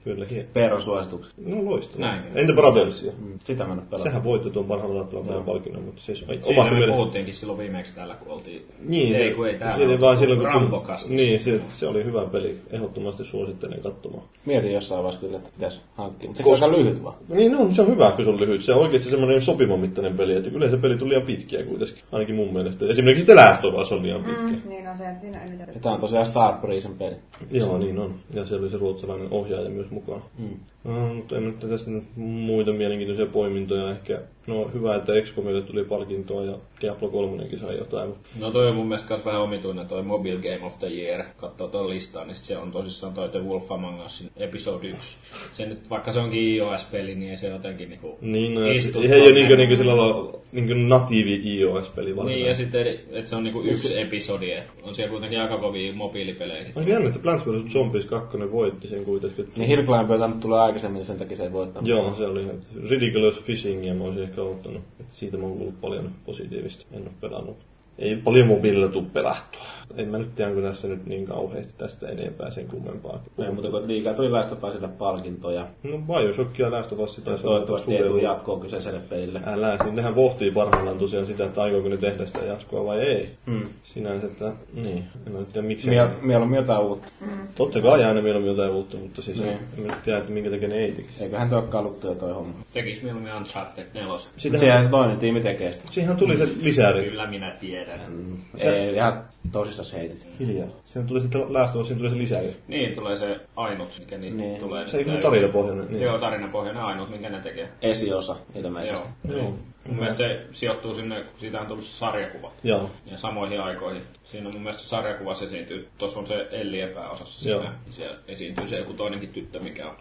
E: Kyllä, hieno.
D: Peeron suositukset.
E: No loistavaa.
B: Mm. Näin.
E: Entä Brothersia?
D: Mm. Sitä mä en oo pelannut.
E: Sehän voitti tuon parhaalla laittoman palkinnon, mutta siis
B: Siitä
E: omasta
B: me
E: mielestä...
B: puhuttiinkin silloin viimeksi täällä, kun oltiin...
E: Niin,
B: ei, kun ei täällä
E: se oli
B: oltu,
E: vaan silloin, kun...
B: Rambokastissa.
E: Niin, se, se oli hyvä peli. Ehdottomasti suosittelen katsomaan.
D: Mietin jossain vaiheessa kyllä, että pitäis hankkia. Mutta se on aika lyhyt vaan.
E: Niin, no, se on hyvä, kun se on lyhyt. Se on oikeasti semmoinen sopivan mittainen peli, että yleensä pelit on liian pitkiä kuitenkin, ainakin mun mielestä. Esimerkiksi sitten Last of Us on liian pitkä. Mm.
F: Niin on se, siinä ei mitään.
D: Ja tää on tosiaan Starprisen peli.
E: Joo, niin on. Ja siellä oli se ruotsalainen ohjaaja myös mukana. Mm. No, mutta en nyt tästä nyt muita mielenkiintoisia poimintoja ehkä. No hyvä, että XCOMille tuli palkintoa ja Diablo 3 sai jotain.
B: No toi on mun mielestä myös vähän omituinen toi Mobile Game of the Year. Katsoo tuon listaa, niin sit se on tosissaan toi The Wolf Among Us episode 1. Se nyt, vaikka se onkin iOS-peli, niin ei se jotenkin niinku
E: Niin, no,
B: istu-
E: he ei ole niinkö, niinkö sillä lailla niinkö natiivi iOS-peli vaan.
B: Niin, ja sitten, että se on niinku yksi episodi. et On siellä kuitenkin aika kovia mobiilipelejä.
E: Aika jännä, että Plants vs. Zombies 2 voitti sen kuitenkin.
D: Niin Hirklain pöytä nyt tulee aikaisemmin, niin sen takia se ei voittanut.
E: Joo, se oli nyt Ridiculous Fishing ja mä olisin ehkä ottanut. Et Siitä mä oon kuullut paljon positiivista. En oo pelannut. Ei paljon mobiililla tuu pelattua. En mä nyt tiedä, onko tässä nyt niin kauheasti tästä enempää sen kummempaa.
D: Ei muuta kuin liikaa tuli lähtöpäisille palkintoja.
E: No Bioshock ja Last of Us taisi olla
D: Toivottavasti ei
E: suurella-
D: tule jatkoa kyseiselle pelille.
E: Älä, siis nehän pohtii parhaillaan tosiaan sitä, että aikooko ne tehdä sitä jatkoa vai ei.
D: Hmm.
E: Mm. Sinänsä, että niin, en mä nyt tiedä miksi.
D: Miel- Mieluummin jotain uutta.
E: Totta kai aina meillä on jotain uutta, mutta siis
D: Niin.
E: en mä nyt tiedä, että minkä takia ne ei tekisi.
D: Eiköhän toi kaluttu jo toi homma.
B: Tekis mieluummin Uncharted 4.
E: Sitähän,
D: Siihen se toinen tiimi tekee sitä.
E: Siihen tuli se lisäri.
B: Kyllä minä tiedän.
E: Mm-hmm.
D: Ei, ihan tosissaan se heitit.
E: Hiljaa. Sen tuli sitten Last of Us, siinä tuli se lisäri.
B: Niin, tulee se ainut, mikä niistä
D: Niin.
B: tulee.
E: Se ei kyllä
B: nyt
E: tarinapohjainen.
B: täysin.
E: Niin.
B: Joo, tarinapohjainen ainut, minkä ne tekee.
D: Esiosa ilmeisesti.
B: Joo.
E: Joo.
B: Mun mielestä se sijoittuu sinne, kun siitä on tullut se sarjakuva.
E: Joo.
B: Ja samoihin aikoihin. Siinä mun mielestä sarjakuvassa esiintyy, tuossa on se Elli pääosassa
E: Joo.
B: siinä. Siellä esiintyy se joku toinenkin tyttö, mikä on,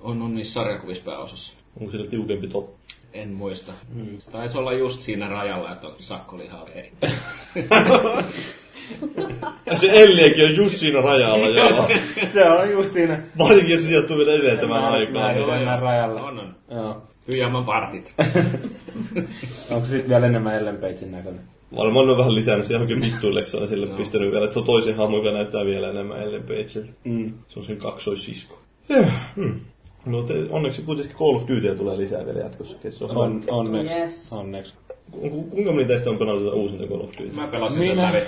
B: on, on niissä sarjakuvissa pääosassa.
E: Onko sillä tiukempi top?
B: En muista. Mm. Se taisi olla just siinä rajalla, että on sakkolihaa vai ei.
E: Ja se Elliäkin on just siinä rajalla, joo.
D: Se on just siinä.
E: Varsinkin jos se sijoittuu vielä edeltämään aikaan.
D: Joo, mennään rajalle.
B: On, on.
D: Joo.
B: Pyjäämän partit.
D: Onko se sitten vielä enemmän Ellen Pagein näköinen?
E: Varmaan ne on vähän lisännyt se johonkin vittuilleksi aina sille pistänyt vielä, että se on toisen hahmo, joka näyttää vielä enemmän Ellen Pagelta.
D: Mm.
E: Se on sen kaksoissisko. Joo, Hmm. No te, onneksi kuitenkin Call of Dutyä tulee lisää vielä jatkossa. Se on,
D: On, onneksi.
G: Yes.
D: Onneksi.
E: Ku- ku- kuinka moni teistä on pelannut tätä uusinta Call of Dutyä?
B: Mä pelasin sen läpi.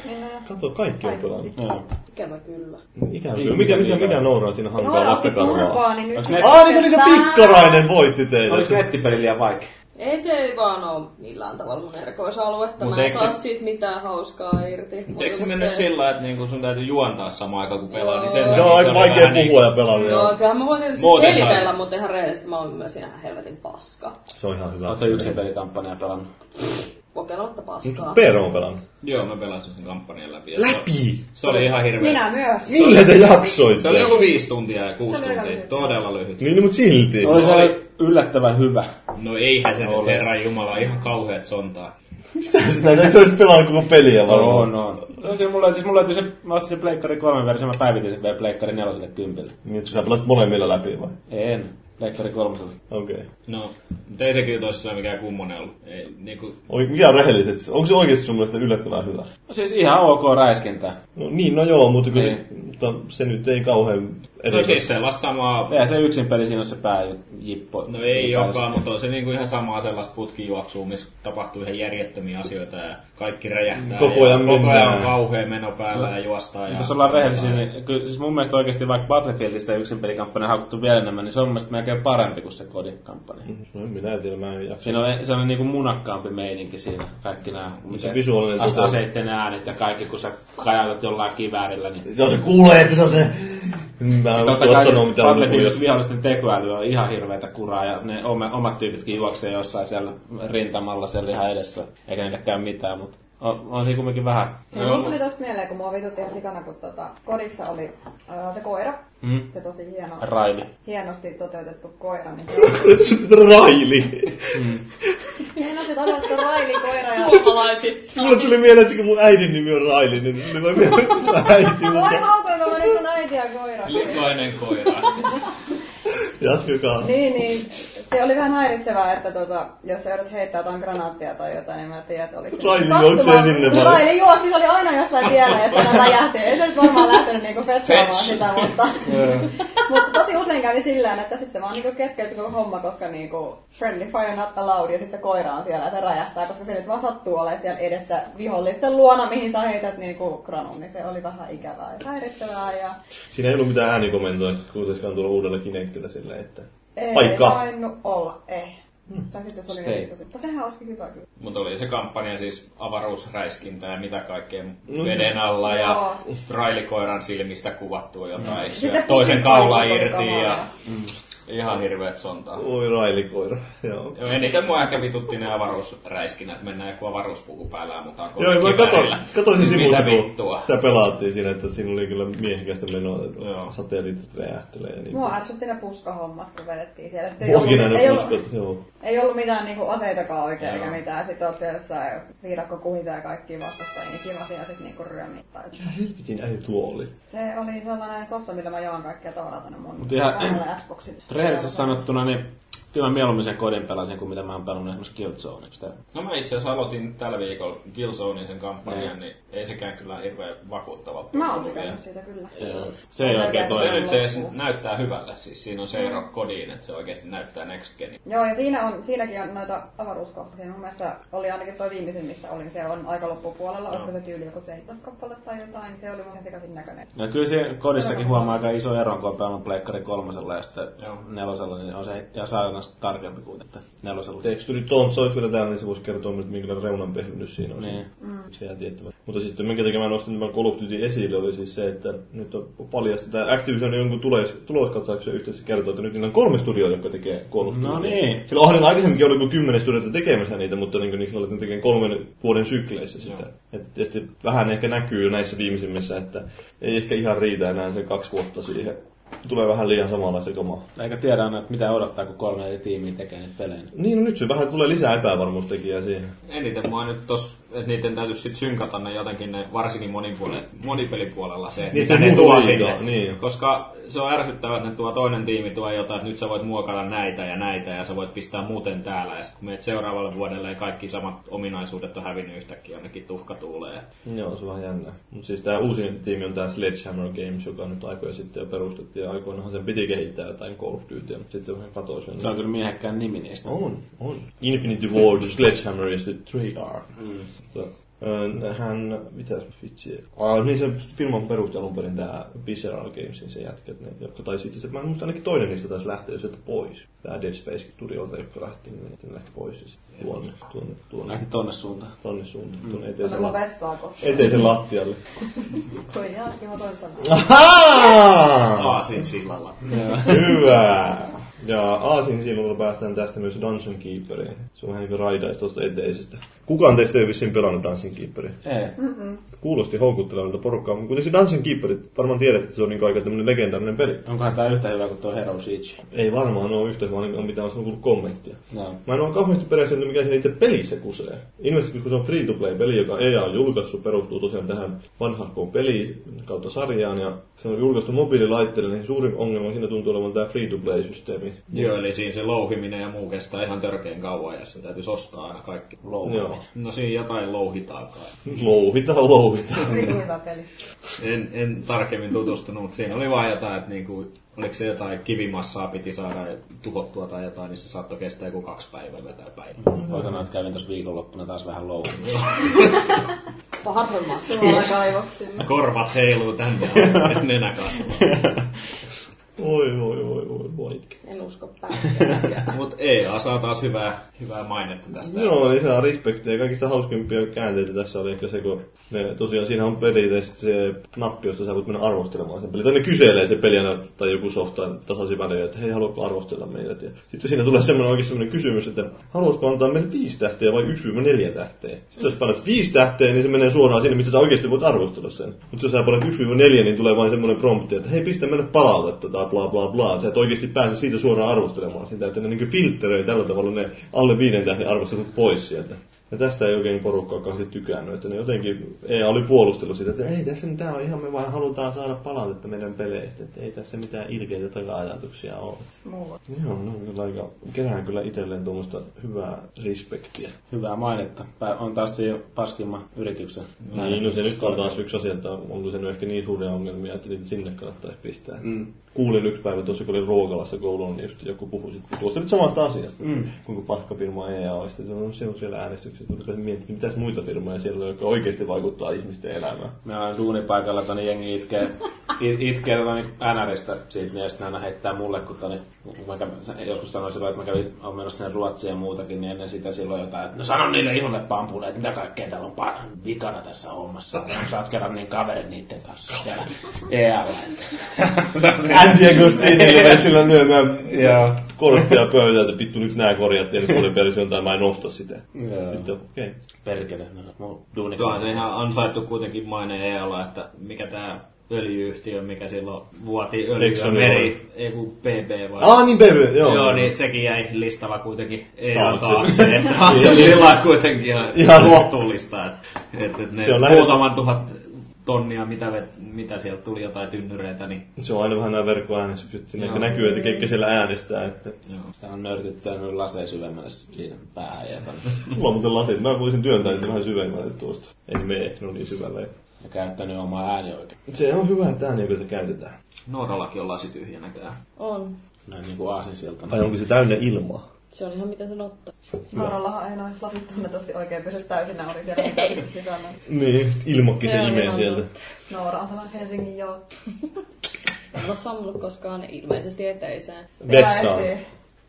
E: Kato, kaikki on pelannut. Niin,
D: Joo.
G: Ikävä kyllä.
E: Ikävä kyllä. Mikä, mikä, mikä Noora on siinä hankaa
F: Noora otti
E: vastakarvaa?
F: turpaa, niin nyt...
D: Onks ne-
E: Ah, niin se oli se pikkarainen voitti teille.
D: Oliko nettipeli liian vaikea?
C: Ei se ei vaan ole millään tavalla mun erikoisalue, että
B: Mut
C: mä en
B: eikö
C: saa
B: se-
C: siitä mitään hauskaa irti.
B: Mut
C: Muuta
B: Eikö se
C: kuin
B: mennyt sillä, lailla, että niinku sun täytyy juontaa samaan aikaan kun pelaa, niin sen
C: Joo.
E: Se on aika vaikea
B: niinku-
E: puhua ja pelata.
C: Joo,
E: joo.
C: kyllähän mä voin tietysti
B: Muuten
C: selitellä,
B: sai.
C: mutta ihan rehellisesti mä oon myös ihan helvetin paska.
E: Se on ihan hyvä.
D: Oletko yksin pelikampanjaa pelannut?
C: Kokeilematta paskaa.
E: Peero Niin, on pelannut.
B: Joo, mä pelasin sen kampanjan läpi. ja Se,
E: Läpi!
B: se oli ihan hirveä.
F: Minä myös.
E: Millä te jaksoitte?
B: Se oli joku viisi tuntia ja kuusi
F: Se oli aika
B: tuntia.
F: lyhyt.
B: Todella lyhyt.
E: Niin, mutta silti.
D: Oli No, se oli yllättävän hyvä.
B: No eihän se nyt,
D: Oli.
B: herra jumala, ihan kauheat sontaa.
E: Mitä sinä? Se olisi pelannut koko peliä varmaan.
D: On, on. No, kyllä mulla, siis mulla löytyy se, mä ostin se Pleikkari 3 versio, mä päivitin sen vielä Pleikkari 4 kympille.
E: Niin, että sä pelasit molemmilla läpi vai?
D: En. Pleikkari 3.
E: Okei. Okay.
B: No, mutta ei se kyllä tosissaan mikään kummonen ollut. Ei, niinku,
E: Mikä on rehellisesti? Onko se oikeasti sun mielestä yllättävän hyvä?
D: No siis ihan ok räiskintää.
E: No niin, no joo, mutta, kyllä,
D: Niin.
E: mutta se nyt ei kauhean
B: No siis sellaista samaa...
D: Eihän se yksin peli siinä ole se pääjippo.
B: No ei
D: pääjippo.
B: olekaan, mutta on se niinku ihan samaa sellaista putkijuoksua, missä tapahtuu ihan järjettömiä asioita ja kaikki räjähtää.
E: Koko ajan
B: ja koko ajan on
E: mennään.
B: kauhea meno päällä ja juostaa. Ja
D: Jos ollaan rehellisiä, niin kyllä, siis mun mielestä oikeasti vaikka Battlefieldistä yksin pelikampanja haukuttu vielä enemmän, niin se on mun mielestä melkein parempi kuin se kodikampanja.
E: No, minä en tiedä, mä en jaksa.
D: Siinä on sellainen niin kuin munakkaampi meininki siinä, kaikki nämä miten
E: visuaalinen
D: as-
E: toteutus.
D: aseitten äänet ja kaikki, kun sä kajatat jollain kiväärillä, niin
E: Se on se kuulee, että se on se... Mä en
D: Totta
E: uskalla
D: kai
E: sanoa
D: siis
E: mitään lukuja.
D: Battlefieldissa vihollisten tekoäly on ihan hirveätä kuraa ja ne oma, omat tyypitkin juoksee jossain siellä rintamalla siellä ihan edessä, eikä niille käy mitään, mutta on, on siinä kumminkin vähän.
F: Ja Niin, mun tuli tosta mieleen, kun mua vitutti ihan sikana, kun tota, kodissa oli ää, se koira.
D: Mm.
F: Se tosi hieno,
D: Raivi.
F: hienosti toteutettu koira. Niin se
E: Sitten Raili.
F: hienosti toteutettu raili koira. Ja...
C: Suomalaiset.
E: Mulle tuli mieleen, että kun mun äidin nimi on Raili, niin niin mä mietin, että mä äiti,
F: Voi
E: mutta
F: haukoinko mä nyt sun äitiä koira?
B: Likainen koira.
E: jatkakaa.
F: Niin, niin. Se oli vähän häiritsevää, että tota, jos sä joudut heittää jotain granaattia tai jotain, niin mä en tiedä, että oliko
E: Raili
F: sattumaa.
E: juoksee sinne vaan.
F: Raili juoksi, se oli aina jossain tiellä ja sitten hän räjähti. Ei se nyt varmaan lähtenyt niinku fetsaamaan
B: Fetch.
F: sitä, mutta, mutta tosi usein kävi sillä tavalla, että sitten se vaan niinku keskeytyi koko homma, koska niinku friendly fire not allowed ja sitten se koira on siellä ja se räjähtää, koska se nyt vaan sattuu olemaan siellä edessä vihollisten luona, mihin sä heität niinku granun, niin se oli vähän ikävää ja häiritsevää ja...
E: Siinä ei ollut mitään äänikomentoa kuitenkaan tuolla uudella Kinectillä silleen, että...
F: Ei
E: Paikka.
F: tainnut olla, ei. Tai sitten jos oli
D: Hmm. Stay.
F: netissä. Mutta sehän olisikin hyvä kyllä.
B: Mutta oli se kampanja siis avaruusräiskintä ja mitä kaikkea
E: No se-
B: veden alla ja
F: Joo.
B: strailikoiran silmistä kuvattua jotain.
F: Sitten
B: Ja toisen
F: pussikoira
B: kaula
F: oli
B: irti ja Mm.
F: kamalaa.
B: ihan hirveet sontaa.
E: Oi Railikoira, joo.
B: Joo, eniten mua ehkä vitutti ne avaruusräiskinät, mennään joku avaruuspuku päällä ammutaan
E: Joo, mä
B: kiväärillä.
E: katoin, katoin sen
B: Mitä
E: sivusta, kun
B: vittua?
E: sitä pelaattiin siinä, että siinä oli kyllä miehikästä menoa,
B: Joo.
E: satelliitit räjähtelee ja niin.
F: Mua ärsytti ne puskahommat, kun vedettiin siellä. Sitten ei ollut, ei,
E: Pohjinainen
F: ollut,
E: uskot, joo.
F: ei ollut mitään niinku aseitakaan oikein
B: Joo.
F: eikä mitään. Sitten oot siellä jossain viidakko kuhita ja kaikki vastastaan niin kiva siellä sit niinku ryömiin. Tai...
E: Mitä helvetin äly tuo oli?
F: Se oli sellainen softa, millä mä jaan kaikkia tavaraa tänne mun
D: Mut ihan-
F: vanhalle Xboxille.
D: Rehellisesti sanottuna, niin kyllä mä mieluummin sen kodin pelasin kuin mitä mä oon pelannut esimerkiksi Killzone. Sitä
B: No mä itse asiassa aloitin tällä viikolla Killzonein sen kampanjan,
D: Mm.
B: niin ei sekään kyllä hirveän vakuuttavalta.
F: Mä oon
B: tuntunut vielä.
F: tykännyt siitä kyllä.
D: Se ei
F: Mä
D: oikein
F: tykkäsin
B: Se
D: toimi.
B: nyt se edes
F: loppuun.
B: näyttää hyvälle, siis siinä on
F: Mm.
B: se ero kodiin, että se oikeasti näyttää next geni.
F: Joo, ja siinä on, siinäkin on noita avaruuskohtaisia. Mun mielestä oli ainakin toi viimeisin, missä olin. Se on aika loppupuolella. Olisiko se tyyli joku seitsemäs kappale tai jotain. Se oli mun ihan sekaisin näköinen.
D: Ja No kyllä siinä kodissakin huomaa aika iso ero, kun on pelannut pleikkari kolmosella ja sitten
B: Joo.
D: nelosella, niin on se ja saarnasta tarkempi kuin että nelosella.
E: Teksturi Tontsa olisi vielä täällä, niin se voisi kertoa, että minkälainen reunan pehmytys siinä on.
D: Niin.
E: Se jää tiettävä. Mutta sitten minkä takia mä nostin tämän Call of Duty esille, oli siis se, että nyt on paljasta tämä Activision jonkun tulos, tuloskatsauksen yhteydessä kertoo, että nyt niillä on kolme studioa, jotka tekee Call of Duty.
D: No niin.
E: Sillä on aikaisemminkin ollut kuin kymmenen studiota tekemässä niitä, mutta niin niillä oli tekee kolmen vuoden sykleissä sitä. Että tietysti vähän ehkä näkyy näissä viimeisimmissä, että ei ehkä ihan riitä enää se kaksi vuotta siihen. Tulee vähän liian samanlaista kamaa.
D: Eikä tiedä aina, että mitä odottaa, kun kolme eri tiimiä tekee niitä pelejä.
E: Niin, no nyt se vähän tulee lisää epävarmuustekijää siihen.
B: Eniten mua nyt tos, että niiden täytyisi sit synkata ne jotenkin ne, varsinkin monipuole- monipelipuolella se, että
E: Niin, se
B: mitä ne
E: muuta
B: tuo
E: liikaa,
B: sinne.
E: niin.
B: Koska se on ärsyttävää, että ne tuo toinen tiimi tuo jotain, että nyt sä voit muokata näitä ja näitä ja sä voit pistää muuten täällä. Ja sitten kun menet seuraavalle vuodelle ja kaikki samat ominaisuudet on hävinnyt yhtäkkiä jonnekin tuhkatuuleen.
E: Joo, se Niin on vähän jännä. Mutta siis tämä uusin tiimi on tämä Sledgehammer Games, joka nyt aikoja sitten jo perustettiin. Ja aikoinaanhan sen piti kehittää jotain Call of Dutyä, mutta sitten vähän katosi.
D: Se on kyllä miehekkään nimi niistä.
E: On, on. Infinity Ward, Sledgehammer ja sitten 3R. Mutta, ö, Hän, mitä vitsi, ah, niin se firman perusti alun perin tämä Visceral Gamesin se jätkä, ne, jotka tai sitten se, mä en muista ainakin toinen niistä taisi lähteä sieltä pois. Tämä Dead Space studiolta, jotka lähti, niin ne lähti pois ja sitten tuonne, tuonne, tuonne,
D: Lähti tonne suuntaan.
E: tuonne suuntaan, tuonne
F: Tuossa
E: eteisen,
F: mun
E: lat-
F: vessaa kohta.
E: eteisen lattialle.
F: Toi jälkeen mä toin sanan.
E: Ahaa!
B: Aasin sillalla.
E: Hyvä! Ja Aasin silloin päästään tästä myös Dungeon Keeperiin. Se on vähän niin kuin raidais tuosta edellisestä. Kukaan teistä ei vissiin pelannut Dungeon Keeperia.
D: Ei.
E: Kuulosti houkuttelevalta porukkaa, mutta kuitenkin Dungeon Keeperit varmaan tiedät, että se on niin aika tämmöinen legendaarinen peli.
D: Onkohan tää yhtä hyvä kuin tuo Heroes Itch?
E: Ei varmaan ole yhtä hyvä, ainakaan mitä olisi kuullut kommenttia.
D: No.
E: Mä en ole kauheasti perehtynyt, mikä siinä itse pelissä kusee. Ilmeisesti kun se on free-to-play-peli, joka EA on julkaissut, perustuu tosiaan tähän vanhakkoon peliin kautta sarjaan, ja se on julkaistu mobiililaitteille, niin suurin ongelma siinä tuntuu olevan tämä free-to-play-systeemi. niin.
B: Joo, eli siinä se louhiminen ja muu kestää ihan törkeen kauan ja se täytyy ostaa aina kaikki louhiminen.
E: Joo.
B: No siinä jotain louhitaan kai.
E: Louhitaan, louhitaan.
F: Vitu hyvä peli.
B: En, en tarkemmin tutustunut, mutta siinä oli vaan jotain, että niinku, oliko se jotain kivimassaa piti saada tuhottua tai jotain, niin se saattoi kestää joku kaksi päivää tai päivä.
D: Voi sanoa, että kävin tuossa viikonloppuna taas vähän louhun.
C: Harvemmassa.
F: Sulla kaivoksilla.
B: Korvat heiluu tänne asti ja nenä kasvaa.
E: Oi, voi, voi, voi, voi. itke.
C: En usko päivää.
B: Mutta EA saa taas hyvää, hyvää mainetta tästä.
E: Joo, niin ihan respektiä. Ja Kaikista hauskimpia käänteitä tässä oli ehkä se, kun ne, tosiaan siinä on pelit ja sit se nappi, josta sä voit mennä arvostelemaan sen pelin. Tai ne kyselee se peli aina, tai joku softa tasaisin väliin, että hei, haluatko arvostella meidät? Ja sitten siinä tulee semmoinen oikein semmoinen kysymys, että haluatko antaa meille viisi tähteä vai yksi vai neljä tähteä? Sitten jos panet viisi tähteä, niin se menee suoraan sinne, mistä sä oikeasti voit arvostella sen. Mutta jos sä panet yksi vai neljä, niin tulee vain semmoinen prompti, että hei, pistä meille palautetta tai bla bla bla. Sä et oikeasti pääse siitä suoraan arvostelemaan sitä, että ne niin filtteröi tällä tavalla ne alle viiden tähden arvostelut pois sieltä. Ja tästä ei oikein porukka ole kauheasti tykännyt, että ne jotenkin EA oli puolustellut sitä, että ei tässä mitään on ihan me vaan halutaan saada palautetta meidän peleistä, että ei tässä mitään ilkeitä taka-ajatuksia ole.
F: Smooth.
E: Joo, no kyllä aika, kerään kyllä itselleen tuommoista hyvää respektiä.
D: Hyvää mainetta. Pää- On taas se paskimman yrityksen.
E: Niin, no se nyt on taas yksi asia, että onko se nyt ehkä niin suuria ongelmia, että niitä sinne kannattaisi pistää. Mm. Kuulin yksi päivä tuossa, kun olin Ruokalassa kouluun, niin just joku puhui sit, tuosta nyt samasta asiasta, mm. kuinka paskafirma EA on. Sitten no, se on siellä äänestyksessä, tuli miettiä, että mitäs muita firmoja siellä on, jotka oikeasti vaikuttaa ihmisten elämään.
D: Me ollaan duunipaikalla, toni jengi itkee, it, itkee toni NRistä siitä, niin sitten aina heittää mulle, kun toni, kun mä kävin, joskus sanoin silloin, että mä kävin, olen menossa sinne Ruotsiin ja muutakin, niin ennen sitä silloin jotain, että no sano niille iholle pampulle, että mitä kaikkea täällä on pa- vikana tässä hommassa, että sä oot kerran niin kaverit niiden kanssa E siellä EL.
E: Andy Agostinille meni sillä lyömään ja korttia pöytään, että vittu nyt nämä korjat, eli suurin versio, tai mä en osta sitä.
D: Joo.
E: Sitten okei. Okay.
D: Perkele, no, mun duuni.
B: Onhan se ihan ansaittu kuitenkin maine EAlla, että mikä tämä öljyyhtiö, mikä silloin vuoti öljyä
E: Exxon
B: meri, ei kun BB vai?
E: Ah niin, baby, joo.
B: Joo, niin sekin jäi listalla kuitenkin EA
E: Taakse.
B: taakse. Että on se sillä kuitenkin ihan,
E: Ihan.
B: ihan kohtuullista. Että, että ne
E: Se on lähes-
B: muutaman tuhat tonnia, mitä, vet- mitä sieltä tuli jotain tynnyreitä, niin
E: Se on aina vähän nämä verkkoäänestykset, siinä ehkä näkyy, että ketkä siellä äänestää. Että...
D: Se on nörtittänyt laseen syvemmälle siinä päähän ja, ton-
E: Mulla on muuten lasit, mä voisin työntää niitä vähän syvemmälle tuosta. Ei mene, no niin syvälle.
D: ja käyttänyt omaa äänioikeutta.
E: Se on hyvä, että ääniä jota käytetään.
B: Noorallakin on lasi tyhjänäkään.
G: On.
D: Näin niinku aasinsiltana.
E: Tai onko se täynnä ilmaa?
G: Se on ihan mitä sen ottaa.
F: Naurallahan ei noin lasit tunnetusti oikein pysy täysinä, oli siellä mitä sisällä.
E: Niin, ilmakki
G: Se
E: se
G: on
E: imee
G: ihan
E: sieltä.
G: totta.
F: Noora on sellainen Helsingin joo.
G: En ole sammunut koskaan ilmeisesti eteiseen.
E: Vessaan.
F: Hyvä ehtii.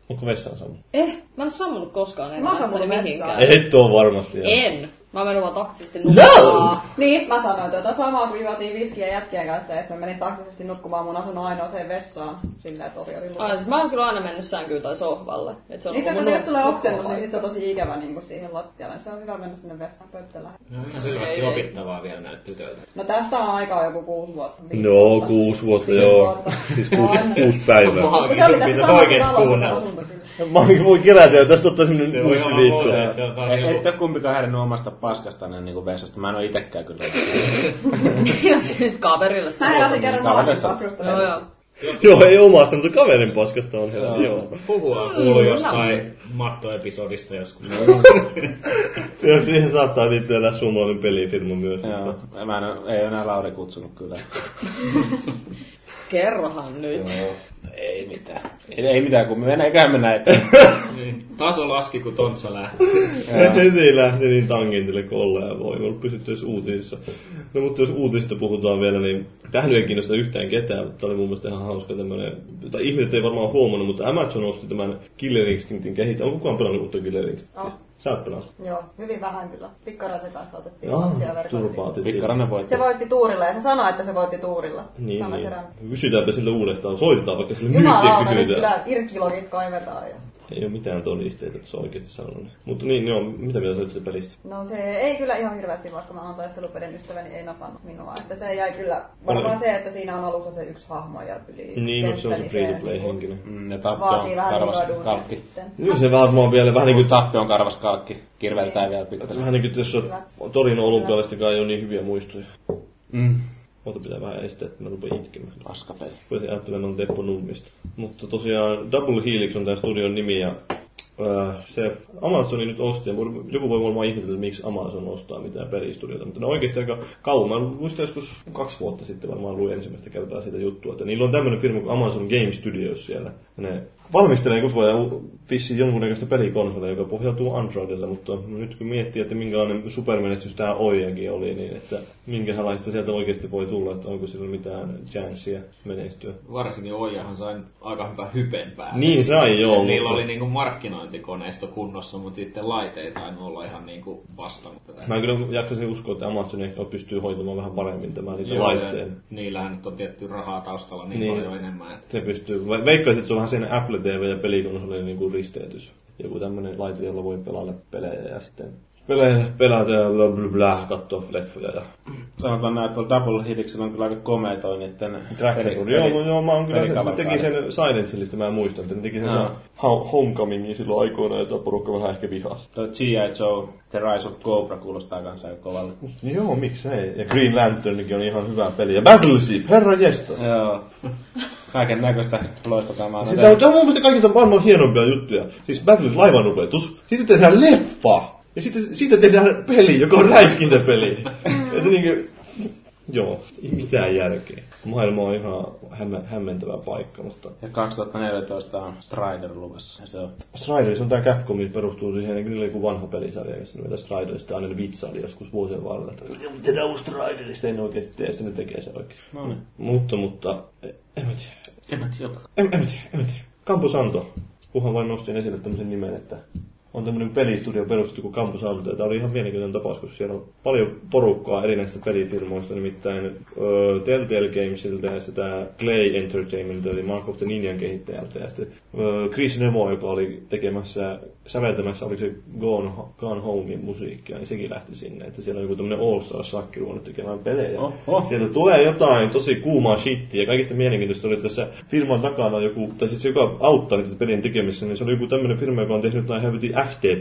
E: Onko vessaan sama?
G: Eh, mä en ole sammunut koskaan
F: Mä oon
G: elämässäni
F: sammunut
G: mihinkään.
F: vessaan.
E: Et oo varmasti. joo.
G: En. Mä menen vaan taktisesti
E: No!
F: Niin, mä sanoin tuota samaa, kun juotiin viskiä jätkien kanssa, ja sitten mä menin taktisesti nukkumaan mun asunnon ainoaseen vessaan, sillä että ovi oli lukko.
G: Ai, siis mä oon kyllä aina mennyt sänkyyn tai sohvalle. Et se on
F: Niin se,
G: ollut
F: kun
G: mun
F: jos tulee
G: nuk-
F: oksennus, niin
G: nukkumapaikka.
F: sit se on tosi ikävä niin kuin siihen lattialle. niin Se on hyvä mennä sinne vessaan pönttä lähelle.
E: Mm.
B: No ihan selvästi
G: Ei, ei.
B: opittavaa vielä näiltä tytöiltä.
F: No tästä on aikaa joku kuusi vuotta. viisi
E: No,
F: vuotta.
E: kuusi vuotta,
F: Viisi
E: joo.
F: vuotta.
E: Siis kuusi,
F: On.
E: kuusi päivää.
F: Mutta se oli tässä samassa talossa se asunto kyllä.
E: Mä voin kerätä, ja tästä ottaa semmonen muisti viikkoa.
B: on
D: Ei, E, ette ole kumpikaan häirinyt omasta paskastanne niin kuin vessasta. Mä en ole itekään kyllä.
G: Minä nyt kaverille
F: Mä
G: se.
F: heräsin kerran
D: Kaverissa.
F: maailman paskusta.
G: Joo, joo.
E: Joo, ei omasta, mutta kaverin paskasta on helppo. Joo.
B: Puhua kuuluu jostain Matto-episodista joskus.
E: Ja siihen saattaa liittyä tää suomalainen pelifirma myös.
D: Joo.
E: Mutta...
D: Mä en ole, ei ole enää Lauri kutsunut kyllä.
G: Kerrohan nyt.
D: ei mitään. Ei, ei mitään, kun me mennään, eiköhän mennä eteenpäin.
B: Niin, Taso laski, kun Tontsa lähti.
E: Nyt nyt ei lähti niin tangentille kuin ollaan voi. Me ollut pysytty edes uutisissa. No mutta jos uutisista puhutaan vielä, niin tähän ei kiinnosta yhtään ketään, mutta tämä oli mun mielestä ihan hauska tämmönen, tai ihmiset ei varmaan huomannut, mutta Amazon osti tämän Killer Instinctin kehitä. Onko kukaan pelannut uutta Killer Instinctia?
F: Oh.
E: Sä oot pelannut.
F: Joo, hyvin vähän kyllä. Pikkaraisen kanssa otettiin
E: Jaa,
F: siellä verkossa.
E: turpaa otit siitä.
D: Pikkarainen voitti.
F: Se voitti tuurilla ja se sanoi, että se voitti tuurilla.
E: Niin,
F: Sama
E: niin.
F: serä.
E: Kysytäänpä sille uudestaan, soitetaan vaikka sille myyttiä
F: Jumalauta, nyt
E: kysytään.
F: kyllä irkkilogit kaivetaan. Ja...
E: Ei ole mitään todisteita, että se on oikeasti sanonut. Mutta niin, joo, mitä mieltä sä olet siitä pelistä?
F: No se ei kyllä ihan hirveästi, vaikka mä oon taistelupelin ystäväni, niin ei napannut minua. Että se jäi kyllä, varmaan se, että siinä on alussa se yksi hahmo ja yli
E: Niin, mutta se on se
F: kenttä, niinku
E: free-to-play-henkinen.
D: Mm, ja tappi on
F: Vaatii vähän
D: karvas
F: liikaa duunia
D: kalkki.
F: sitten.
E: Kyllä se varmaan vielä vähän niin
D: Niin
E: kuin
D: kuin tappi on karvas kalkki. Kirveltää vielä
E: niinku, Että
D: pikkasen.
E: Vähän niin kuin tässä on Torino olympialaista ei ole niin hyviä muistoja.
D: Mm.
E: Mutta pitää vähän estää, että mä rupean itkemään.
D: Paskapeli.
E: Rupesin ajattelemaan Teppo Nurmista. Mutta tosiaan Double Helix on tämän studion nimi ja öö, se Amazoni nyt osti, ja joku voi varmaan ihmetellä, että miksi Amazon ostaa mitään pelistudiota, mutta ne on oikeasti aika kauan. Mä muistan joskus kaksi vuotta sitten varmaan luin ensimmäistä kertaa siitä juttua, että niillä on tämmöinen firma kuin Amazon Game Studios siellä. Ne valmistelee koko ajan vissiin jonkunnäköistä pelikonsolia, joka pohjautuu Androidille, mutta nyt kun miettii, että minkälainen supermenestys tämä Oijakin oli, niin että minkälaista sieltä oikeasti voi tulla, että onko sillä mitään chanssia menestyä.
B: Varsinkin Oijahan sai nyt aika hyvän hypen päälle.
E: Niin sai, joo,
B: Niillä
E: mutta-
B: oli niinku markkinointikoneisto kunnossa, mutta sitten laiteita ei olla ihan niinku vastannut tätä.
E: Mä kyllä jaksaisin uskoa, että Amazon ehkä pystyy hoitamaan vähän paremmin tämän niitä
B: Joo,
E: laitteen.
B: ja Niillähän nyt on tietty rahaa taustalla niin,
E: Niin.
B: niin. paljon enemmän, että
E: Se pystyy, ve- veikkaisin, että se on vähän siinä Apple TV ja pelikonsolin niin kuin risteytys. Joku tämmönen laite, jolla voi pelailla pelejä ja sitten pelejä, pelata ja bla bla bla, katsoa leffoja ja
D: Sanotaan näin, että tuolla Double Hitixillä on kyllä aika komea toi niitten
E: Track
D: peli-
E: record.
D: peli-
E: Joo, no joo, mä oon kyllä, mä
D: pelikavereita.
E: tekin sen Silent Hillistä, mä muistan, että ne teki sen
D: Joo.
E: no. Homecomingin silloin aikoina, jota porukka vähän ehkä vihasi.
D: Toi G.I. Joe, The Rise of Cobra kuulostaa kans aika kovalle.
E: Niin Joo, miksei. Ja Green Lanternkin on ihan hyvä peli. Ja Battleship, herra jestas.
D: Joo. Kaiken näköistä loistokamaa. No
E: Sitä
D: se-
E: on, tämä on mun mielestä kaikista maailman hienompia juttuja. Siis Battles laivanupetus, siitä tehdään leffa, ja sitten, siitä tehdään peli, joka on räiskintäpeli. Että niinku, joo, ei mitään järkeä. Maailma on ihan hämmä, hämmentävä paikka, mutta...
D: Ja 2014 on Strider luvassa. Ja se on
E: Striders on tää Capcom, mikä perustuu siihen, että niillä oli joku vanha pelisarja, jossa nimeltä Striders, tää aina vitsaili joskus vuosien varrella, että "Joo, tehdään uusi Striders, ei ne oikeesti tee, sitten ne tekee se oikeesti.
D: No niin.
E: Mutta, mutta, en en mä tiedä.
D: En mä tiedä.
E: En, en mä tiedä, en mä tiedä. Camposanto. Kunhan vain nostin esille tämmöisen nimen, että on tämmöinen pelistudio perustettu kuin Camposanto. Ja tämä oli ihan mielenkiintoinen tapaus, koska siellä on paljon porukkaa erinäistä pelifirmoista, nimittäin öö, Telltale Gamesilta ja sitä Clay Entertainmentilta, eli Mark of the Ninjan kehittäjältä. Ja sitten öö, Chris Nemo, joka oli tekemässä, säveltämässä, oliko se Gone, Gone Homein musiikkia, niin sekin lähti sinne. Että siellä on joku tämmöinen All Star Sakki ruvennut tekemään pelejä.
D: Oho.
E: Sieltä tulee jotain tosi kuumaa shittiä. Kaikista mielenkiintoista oli, että tässä firman takana joku, tai siis joka auttaa niitä pelien tekemisessä, niin se oli joku tämmöinen firma, joka on tehnyt jotain helvetin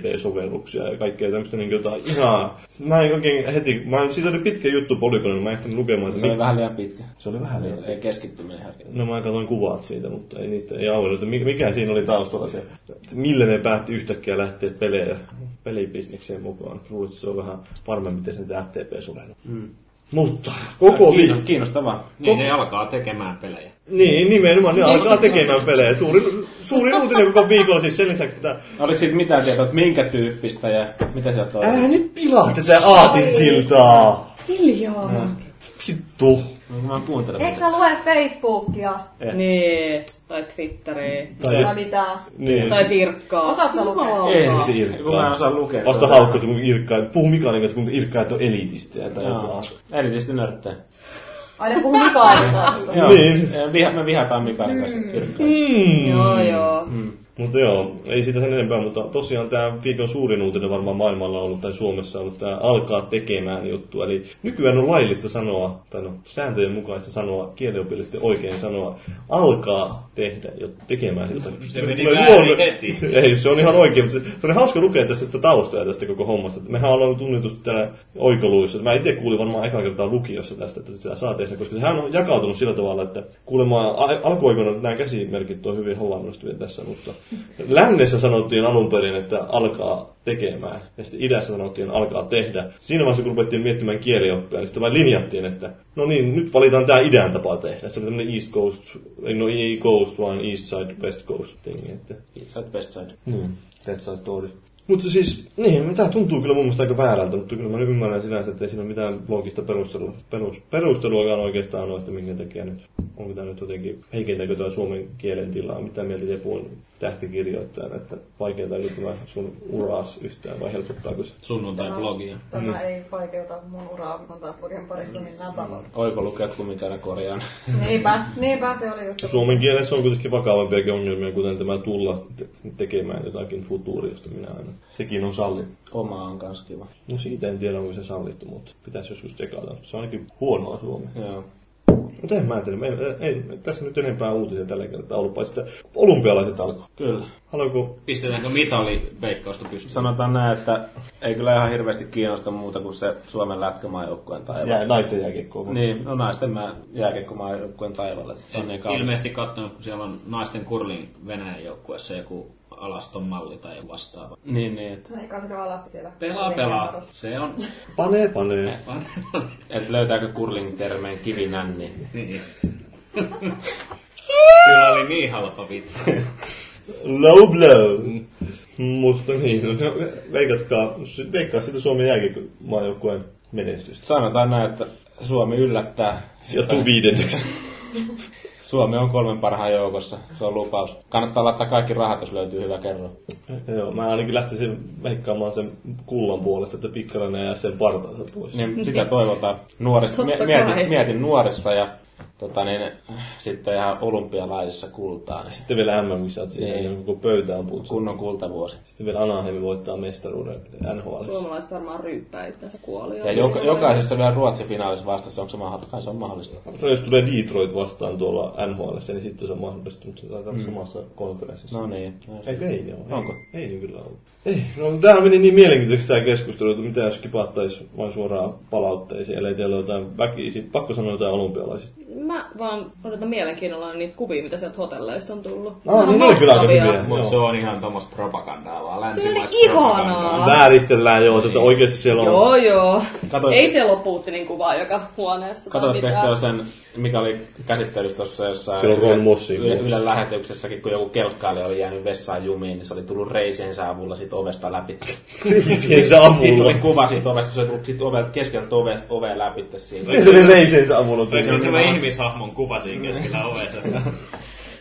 E: FTP-sovelluksia ja kaikkea tämmöistä niin jotain ihan... Sitten mä en oikein heti, mä en, siitä oli pitkä juttu Polygonilla, mä en sitten lukemaan, että
D: Se oli
E: mi-
D: vähän liian pitkä.
E: se oli vähän niin- liian.
D: Ei keskittyminen ihan.
E: No mä katsoin kuvat siitä, mutta ei niistä ei auennut, että mi- mikä siinä oli taustalla se, että millä ne päätti yhtäkkiä lähteä pelejä, pelibisnekseen mukaan. Luulisin, että se on vähän varmemmin tehnyt FTP-sovellus. Mm. Mutta koko
D: Kiinno-
E: viikko
D: Kiinnostavaa.
B: niin ne alkaa tekemään pelejä.
E: Niin, nimenomaan. Ne alkaa tekemään pelejä. Suurin, suurin uutinen koko viikolla siis sen lisäksi, että
D: Oliko siitä mitään tietoa, että minkä tyyppistä ja mitä se on
E: älä nyt pilaa tätä aasinsiltaa.
G: Hiljaa.
E: Mm. Vittu.
D: No, Mä en kuuntele.
F: Eikö sä lue Facebookia
G: Niin, tai Twitteriä.
E: Tai,
F: tai mitään?
E: niin.
G: Tai Tirkkaa.
F: Osaatko sä lukea?
G: Jumalauta.
D: Ei,
E: Ei se
D: kun mä en
E: irkkaa.
D: osaa lukea.
E: Vasta haukku, kun irkkaa. Puhu Mikaelin kanssa, kun irkkaa, että on elitistä. Ja tai
D: Joo.
E: jotain.
D: Erityisesti nörttejä.
F: Aina puhuu Mikaelin kanssa.
D: Joo.
E: Niin.
D: Eh, Viha, me vihataan Mikaelin kanssa. kirkkaan.
G: Joo,
E: Mm.
G: joo.
E: Mutta joo, ei siitä sen enempää, mutta tosiaan tämä viikon suurin uutinen varmaan maailmalla ollut tai Suomessa ollut tämä alkaa tekemään juttu. Eli nykyään on laillista sanoa, tai no sääntöjen mukaista sanoa, kielenopiellisesti oikein sanoa, alkaa tehdä jo tekemään jotain.
B: Se meni
E: tulee
B: väärin heti.
E: Ei, se on ihan oikein, mutta se, se oli hauska lukea tästä sitä taustaa ja tästä koko hommasta. Mehän ollaan tunnetusti täällä oikoluissa. Mä itse kuulin varmaan eka kertaa lukiossa tästä, että sitä saa tehdä, koska sehän on jakautunut sillä tavalla, että kuulemma al- alkuaikoina nämä käsimerkit on hyvin havainnollistuja tässä, mutta lännessä sanottiin alun perin, että alkaa tekemään, ja sitten idässä sanottiin alkaa tehdä. Siinä vaiheessa, kun ruvettiin miettimään kielioppia, niin sitten vain linjattiin, että no niin, nyt valitaan tämä idän tapa tehdä. Se oli tämmöinen East Coast, ei no ei Coast, vaan East Side, West Coast tingi, että
D: Sä oot best side.
E: niin, Dead Side Story. Mutta siis, niin, tämä tuntuu kyllä mun mielestä aika väärältä, mutta kyllä mä nyt ymmärrän sinänsä, että ei siinä ole mitään loogista perustelua, perus, perusteluakaan oikeastaan ole, että minkä takia nyt. Onko tämä nyt jotenkin, heikentääkö tämä suomen kielen tilaa, mitä mieltä Jepu on tähtikirjoittajana, että vaikeutaako tämä sun uraas yhtään vai helpottaako se?
B: Sunnuntai-blogia.
E: Mm.
F: Tämä ei vaikeuta mun uraa, kun tää Pokemon parissa millään tavalla.
D: Oikolukijat kun Mikaelin korjaan.
F: Niinpä, niinpä se oli just.
E: Suomen kielessä on kuitenkin vakavampiakin ongelmia, kuten tämä tulla te- tekemään jotakin futuuri, josta minä aina. Sekin on sallittu.
D: Oma on kans kiva.
E: No siitä en tiedä, onko se sallittu, mutta pitäisi joskus tsekata. Se on ainakin huonoa suomea.
D: Joo.
E: Mutta en mä tiedä. Ei, ei, tässä nyt enempää uutisia tällä kertaa ollut, paitsi että olympialaiset alkoi.
D: Kyllä.
E: Haluatko
B: Pistetäänkö mitaliveikkausta pystyyn?
D: Sanotaan näin, että ei kyllä ihan hirveästi kiinnosta muuta kuin se Suomen lätkämaajoukkueen taivaalle.
E: jää, naisten jääkiekkoa?
D: Niin, no naisten mä jääkiekkomaajoukkueen taivaalle. Se on niin kaunis.
B: Ilmeisesti katsonut, kun siellä on naisten kurlin Venäjän joukkueessa joku alaston malli tai vastaava.
D: Niin, niin. Että,
F: Ei kai se nyt alasti siellä.
B: Pelaa, pelaa. Se on.
E: Panee, panee.
D: että löytääkö kurling termeen kivinänni.
B: niin. Kyllä oli niin halpa vitsi.
E: Low blow. Mutta niin, no, veikatkaa, veikkaa sitten Suomen jääkiekkomaajoukkueen menestystä.
D: Sanotaan näin, että Suomi yllättää.
E: Sijoittuu viidenneksi.
D: Suomi on kolmen parhaan joukossa. Se on lupaus. Kannattaa laittaa kaikki rahat, jos löytyy hyvä kerro.
E: Joo, mä ainakin lähtisin veikkaamaan sen kullan puolesta, että Pikkarainen jää sen partaansa pois.
D: Niin sitä toivotaan. Nuorissa,
G: Totta
D: mie-
G: kai.
D: mietin, mietin, nuorissa ja tota niin, sitten ihan olympialaisissa kultaa. Niin
E: Sitten vielä MM-kisat siihen,
D: Niin.
E: niin. kun pöytä on putsu.
D: kunnon kultavuosi.
E: Sitten vielä Anaheim voittaa mestaruuden NHL.
G: Suomalaiset varmaan ryyppää itsensä kuolioon.
D: Ja joka, jokaisessa vielä Ruotsin finaalissa vastassa, onko se mahdollista? Kai se on mahdollista.
E: Mutta jos tulee Detroit vastaan tuolla NHL, niin sitten se on mahdollista, mutta se taitaa olla samassa konferenssissa.
D: Mm. No niin. No se-
E: Eikö ei ole?
D: Onko?
E: Ei niin kyllä ollut. Ei, no tämä meni niin mielenkiintoiseksi tämä keskustelu, että mitä jos kipattaisi vain suoraan palautteisiin, ellei teillä ole jotain väkisin. Pakko sanoa jotain olympialaisista.
G: Mä vaan odotan mielenkiinnolla niitä kuvia, mitä sieltä hotelleista on tullut.
E: No, niin ne oli kyllä aika
G: mahtavia.
E: hyviä.
B: Mutta
E: Joo.
B: se on ihan tuommoista propagandaa vaan.
G: Se oli
B: länsimaista propagandaa.
G: ihanaa.
E: Vääristellään joo, tätä oikeasti siellä on.
G: Niin. Joo, joo.
D: Katoin-
G: Ei siellä ole Putinin kuvaa joka huoneessa. tai
D: Katsotteko
G: mitään.
D: te sen, mikä oli käsittelyssä tuossa jossain
E: Siellä on Ron Mossin
D: Yle,
E: kuva.
D: Ylen lähetyksessäkin, kun joku kelkkailija oli jäänyt vessaan jumiin, niin se oli tullut reisensä avulla sit ovesta läpi.
E: Reisiensä
D: Siitä oli
E: avulla.
D: kuva siitä ovesta, kun se oli tullut sit ovelta keskeltä ove, ovea läpi siitä.
E: Se oli reisiensä avulla.
B: Se on
E: tullut.
B: tämä ihmishahmon kuva siinä
D: Niin.
B: keskellä ovessa.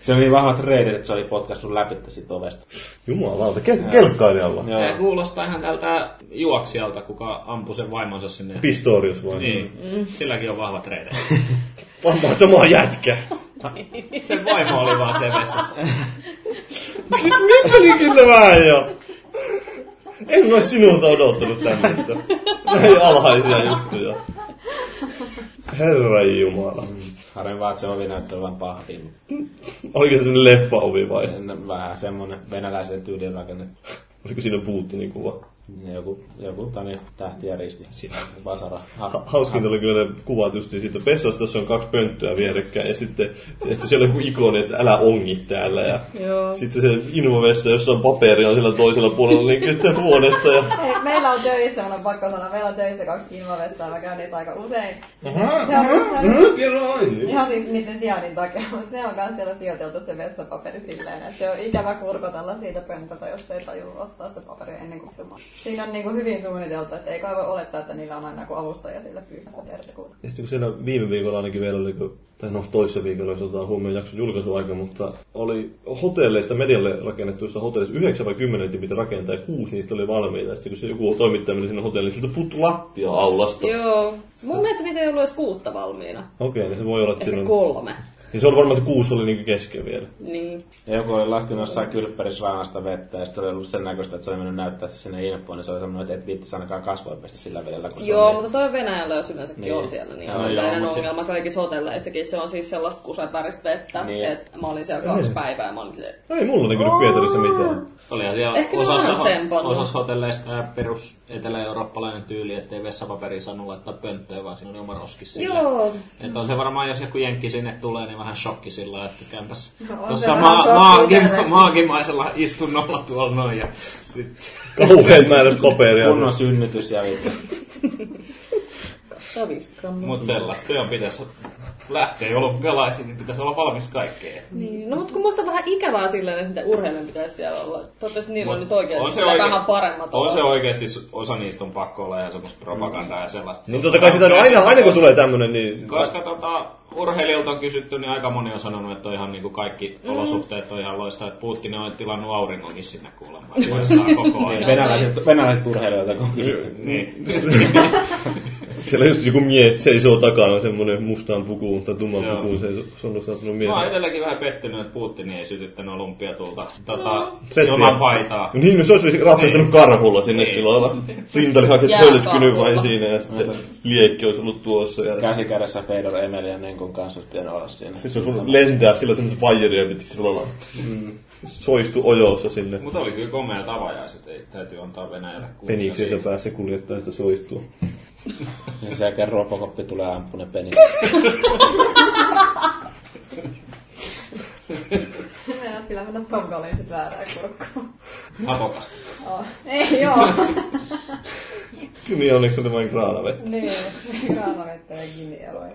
D: Se oli niin vahvat reidet, että se oli potkassut läpi siitä ovesta.
E: Jumalauta, ke- kelkkailijalla.
D: Joo.
B: Tämä kuulostaa ihan tältä juoksijalta, kuka ampui sen vaimonsa sinne.
E: Pistorius vaan.
B: Niin,
D: Mm.
B: silläkin on vahva treide.
E: Varmaan sama jätkä.
B: Sen vaimo oli vaan se vessassa.
E: Mippäsin kyllä vähän jo. En mä sinulta odottanut tämmöistä. Näin alhaisia juttuja. Herra Jumala.
D: Harvoin vaan, että se ovi näyttää vähän pahviin.
E: Oliko se sellainen leffaovi vai?
D: Vähän semmonen venäläiselle tyyliin rakennettu.
E: Oliko siinä Putinin kuva?
D: Joku, joku tani tähti ja risti. Siinä vasara.
E: Ha- Hauskinta oli kyllä ne kuvat just siitä. Pessassa tässä on kaksi pönttöä vierekkäin ja sitten, sitten siellä on joku ikoni, että älä ongi täällä. Ja
G: Joo.
E: sitten se innovessa, jossa on paperia sillä toisella puolella, niin sitten huonetta. Ja...
F: Hei, meillä on töissä, mun on pakko sanoa, meillä on töissä kaksi innovessaa, mä käyn niissä aika usein. Se on, se on ihan siis niiden sijainnin takia, mutta se on kans siellä sijoiteltu se vessapaperi silleen, että se on ikävä kurkotella siitä pöntöltä, jos ei tajua ottaa sitä paperia ennen kuin tumaa. Siinä on niinku hyvin suunniteltu, että ei kai voi olettaa, että niillä on aina joku avustaja siellä pyyhässä persikuuta.
E: Ja sitten kun siellä viime viikolla ainakin vielä oli, kun, tai no toissa viikolla, jos otetaan huomioon jakson julkaisuaika, mutta oli hotelleista, medialle rakennettuista hotelleista, 9 vai 10 niitä piti rakentaa ja kuusi niistä oli valmiita. Ja sitten kun se joku toimittaja meni sinne hotelliin, niin siltä puuttu lattia aulasta. Okei,
G: Joo. Mun mielestä niitä ei ollut edes kuutta valmiina.
E: niin se voi olla, että
G: Ehkä
E: siinä on...
G: kolme.
E: Niin se oli varmaan, että kuusi oli niinku kesken vielä.
G: Niin.
D: Ja joku oli laskenut jossain kylppärissä raanasta vettä ja sitten oli ollut sen näköistä, että se oli mennyt näyttää sitä sinne infoon, niin se oli sanonut, että et viittis ainakaan kasvoja pestä sillä vedellä, kun se
G: Joo,
D: on
G: mutta toi Venäjällä jos yleensäkin
D: Niin.
G: niin. on siellä, niin
D: Joo,
G: on
D: joo,
G: tällainen
D: mut se-
G: ongelma kaikissa hotelleissakin. Se on siis sellaista kusapäristä vettä,
D: Niin.
G: niin. että mä olin siellä kaksi päivää ja mä olin silleen,
E: No ei mulla niinku nyt Pietarissa mitään.
B: Olihan siellä
G: Ehkä ne
B: osassa,
G: on tsempannut.
B: osassa hotelleista tämä perus etelä-eurooppalainen tyyli, ettei vessapaperi saanut laittaa pönttöön, vaan siinä oli oma roskis sillä.
G: Joo.
B: Että on se varmaan, jos joku jenkki sinne tulee, niin vähän shokki sillä, että käympäs
F: No on
B: tuossa
F: se
B: maa,
F: vähän
B: maagi,
F: shokki.
B: maagimaisella istunnolla tuolla noin. Ja sit,
E: Kauheet määrät paperia.
D: kunnon synnytys ja vittu.
G: katsotaan Instagramia.
B: mut sellaista, se on pitäisi lähteä olympialaisiin, niin pitäisi olla valmis kaikkeen.
G: Niin. No mutta kun musta on vähän ikävää silleen, että mitä urheilijan pitäisi siellä olla. Toivottavasti niillä on
B: Mut
G: nyt oikeasti on
B: oike-
G: vähän paremmat
B: On
G: olot.
B: se oikeasti, osa niistä on pakko olla ja semmoista propagandaa ja sellaista.
E: Niin totta kai sitä no aina, aina kun tulee tämmönen, niin...
B: Koska tota, urheilijoilta on kysytty, niin aika moni on sanonut, että on ihan niinku kaikki olosuhteet on ihan loista, että Putin on tilannut auringonkin sinne kuulemma. että Loistaa koko ajan.
D: Niin, Venäläiset, venäläiset urheilijoilta, kun
B: Niin.
E: Siellä just joku mies seisoo takana semmonen mustaan pukuun tai tumman
B: Joo.
E: pukuun seisoo sattunut
B: Mä oon
E: mies.
B: edelleenkin vähän pettynyt, että Putin ei sytyttänyt olympiatulta tota,
E: Settiä.
B: ilman paitaa.
E: No niin, no se olisi ratsastanut karhulla sinne niin. silloin. Rintali haket
G: Jääkarhulla.
E: hölskynyt vain siinä ja sitten liekki olisi ollut tuossa. Ja
D: käsi kädessä Fedor Emelianenko Riikun kanssa olisi pitänyt olla siinä.
E: Siis se on lentää sillä semmoista vajeria pitkin sillä lailla.
B: Mm.
E: Soistu ojossa sinne.
B: Mutta oli kyllä komeat avajaiset, ei täytyy antaa Venäjälle kunnia
E: Peniksissä
B: siitä.
E: päässä kuljettaa sitä soistua.
D: Ja sen jälkeen Robocop tulee ampune peni.
F: Meinas kyllä mennä Tongoliin sit väärään kurkkuun.
B: Apokasta.
F: Oh. Ei joo.
E: Niin onneksi oli vain kraanavettä.
F: niin. Kraanavettä ja Giniä voi.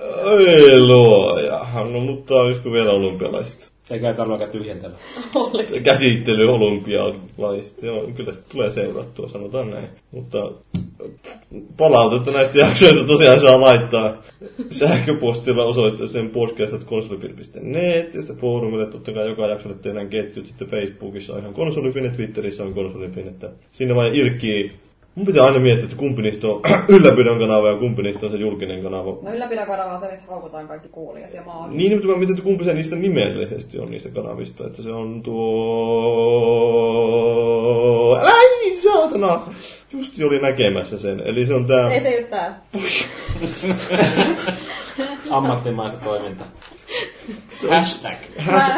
E: Ei luoja. No mutta olisiko vielä olympialaiset?
D: Eikä ei tarvitse alkaa tyhjentellä.
E: Käsittely olympialaisista. Joo, kyllä se tulee seurattua, sanotaan näin. Mutta palautetta näistä jaksoista tosiaan saa laittaa sähköpostilla osoitteeseen podcast.konsolifin.net ja sitten foorumille totta kai joka jaksolle tehdään ketjut sitten Facebookissa on ihan konsolifin ja Twitterissä on konsolifin, että sinne vain irkkii. Mun pitää aina miettiä, että kumpi niistä on ylläpidon kanava ja kumpi niistä on se julkinen kanava.
F: No ylläpidokanava on se, missä haukutaan kaikki kuulijat ja mä oon.
E: Niin, mutta mä mietin, että kumpi se niistä nimellisesti on niistä kanavista, että se on tuo... Älä ei, saatana! Justi oli näkemässä sen, eli se on tää...
F: Ei se just tää.
D: Ammattimaista toiminta.
B: Hashtag.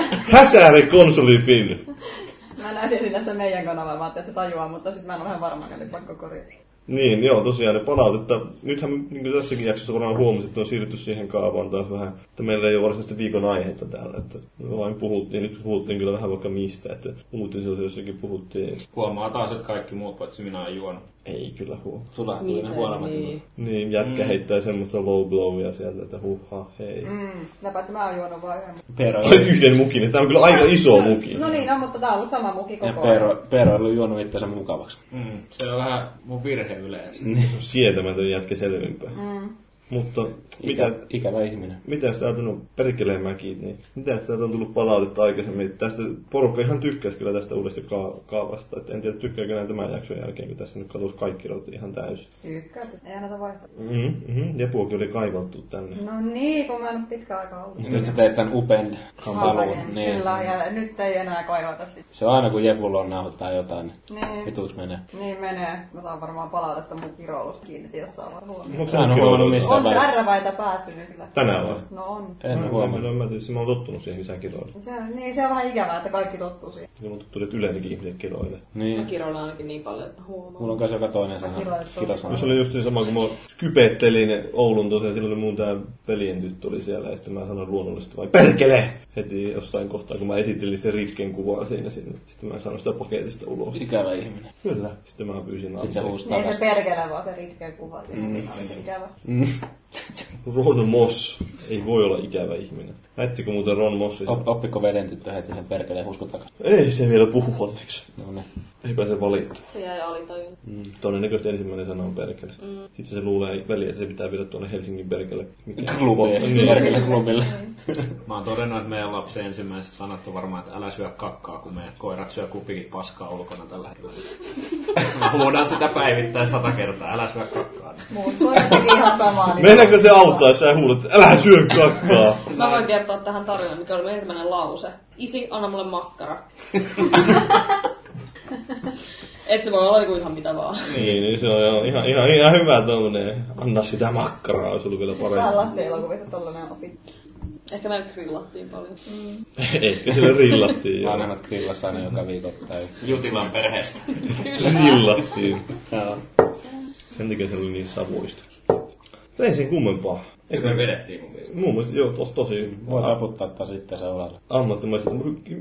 E: Häsääri konsolifin!
F: Mä näytin sinne sitä meidän kanavaa, mä ajattelin, että se tajuaa, mutta sit mä en ole ihan varma, että oli pakko korjata.
E: Niin, joo, tosiaan ne palautetta. Nythän niin kuin tässäkin jaksossa varmaan huomasin, että on siirrytty siihen kaavaan taas vähän, että meillä ei ole varsinaisesti viikon aihetta täällä. Että me vain puhuttiin, nyt puhuttiin kyllä vähän vaikka mistä, että uutisosiossa jossakin puhuttiin.
B: Huomaa taas, että kaikki muut paitsi minä olen juonut.
E: Ei kyllä huomaa.
D: Sulla tuli ne huonommat jutut.
E: Niin, jätkä mm. heittää semmoista low blowia sieltä, että huha, hei. Mm.
F: Mm. Sitä paitsi mä oon juonut vaan yhden.
D: Peero
E: Yhden mukin, niin tää on kyllä aika iso muki.
F: No niin, no, mutta tää on ollut sama muki
D: ja
F: koko ajan.
D: Peero, Peero oli juonut itsensä mukavaksi.
B: Mm. Se on vähän mun virhe yleensä.
E: Se on sietämätön jätkä selvimpää. Mm. Mutta
D: Ikä,
E: mitä,
D: ikävä ihminen.
E: mitä täältä on no, perkeleen mäkin, niin mitä täältä on tullut palautetta aikaisemmin? Tästä porukka ihan tykkäsi kyllä tästä uudesta kaa- kaavasta. Et en tiedä tykkääkö näin tämän jakson jälkeen, kun tässä nyt katosi kaikki rautat ihan täysin.
F: Tykkää, ei anneta vaihtaa.
D: Mm-hmm.
E: Mm, mm, Jepuokin oli kaivattu tänne.
F: No niin, kun mä en oo pitkään aikaa ollut.
E: Niin,
D: Nyt sä teit tämän upean
F: Haavainen,
D: paluun.
F: niin. kyllä, ja nyt ei enää kaivata sit.
D: Se on aina kun Jepulla on nauhoittaa tai jotain, niin
F: Niin.
D: vituiksi menee.
F: Niin menee. Mä saan varmaan palautetta mun kiroulusta kiinni jossain vaiheessa.
E: Onko
D: Mä en huomannut
E: nyt kiroiltu?
D: missään.
F: On
D: välissä.
F: värväitä päässyt nyt kyllä.
E: Tänään vai?
F: No on.
E: Mä-
D: En
E: mä-
D: huomannut.
E: Mä, mä, tietysti mä oon tottunut siihen lisään kiroille.
F: Se on, niin, se on vähän ikävää, että kaikki tottuu siihen.
E: Ja mun tuntuu, että yleensäkin ihmiset kiroilee.
C: Mä
D: Niin.
C: kiroilen ainakin niin paljon, että huomaa.
D: Mulla on kanssa joka toinen sana.
F: kiroilen tosi
D: Kirosana.
E: No se oli just niin sama, kun mä skypettelin Oulun tosiaan, silloin mun tää veljen tyttö oli siellä, ja sitten mä sanoin luonnollisesti vai perkele! Heti jostain kohtaa, kun mä esittelin sitten Ritken kuvaa siinä sinne. Sitten mä sanoin sitä paketista ulos.
D: Ikävä ihminen.
E: Kyllä. Sitten mä pyysin
D: Sit se
E: anteeksi.
D: huusi
F: Niin ei se
D: takas.
F: perkele vaan se ritkeen kuva siinä. Mm. Oli se ikävä.
E: Ron Moss. Ei voi olla ikävä ihminen. Näettekö muuten Ron Mossi?
D: Op- oppiko veden tyttö heti sen perkeleen huskun takas?
E: Ei se vielä puhu onneksi.
D: No niin.
E: Ei pääse valittamaan.
C: Se jäi alitajunta.
E: Niin.
D: Mm.
E: Todennäköisesti ensimmäinen sana on perkele. Mm. Sitten se luulee väliin, että se pitää viedä tuonne Helsingin perkele. Niin. Mikä?
D: Klubiin. Perkele klubille.
B: Mä oon todennut, että meidän lapsen ensimmäiset sanat on varmaan, että älä syö kakkaa, kun meidän koirat syö kupikin paskaa ulkona tällä hetkellä. Mä huudan sitä päivittäin sata kertaa, älä syö kakkaa.
F: Muut koirat teki ihan samaa. niin-
E: Meinaako se auttaa, jos sä huulet, että älä syö kakkaa?
C: Mä voin kertoa tähän tarinan, mikä oli mun ensimmäinen lause. Isi, anna mulle makkara. Et se voi olla joku ihan mitä vaan.
E: Niin, niin se on joo, ihan, ihan, ihan hyvä tommonen. Anna sitä makkaraa, olisi ollut vielä
F: Vähän
E: parempi.
F: lasten elokuvista tollanen opit.
C: Ehkä me grillattiin paljon.
G: Mm.
E: Ehkä sillä rillattiin joo.
D: Vanhemmat grillas aina joka viikko tai...
B: Jutilan perheestä.
E: Rillattiin.
D: Joo.
E: Sen takia se oli niin savuista. Mutta ei sen kummempaa.
B: Eikö me vedettiin mun mielestä?
E: Mun mielestä joo, tos tosi hyvin.
D: Voi raputtaa taas sitten seuraavalle.
E: ammattimaisesti.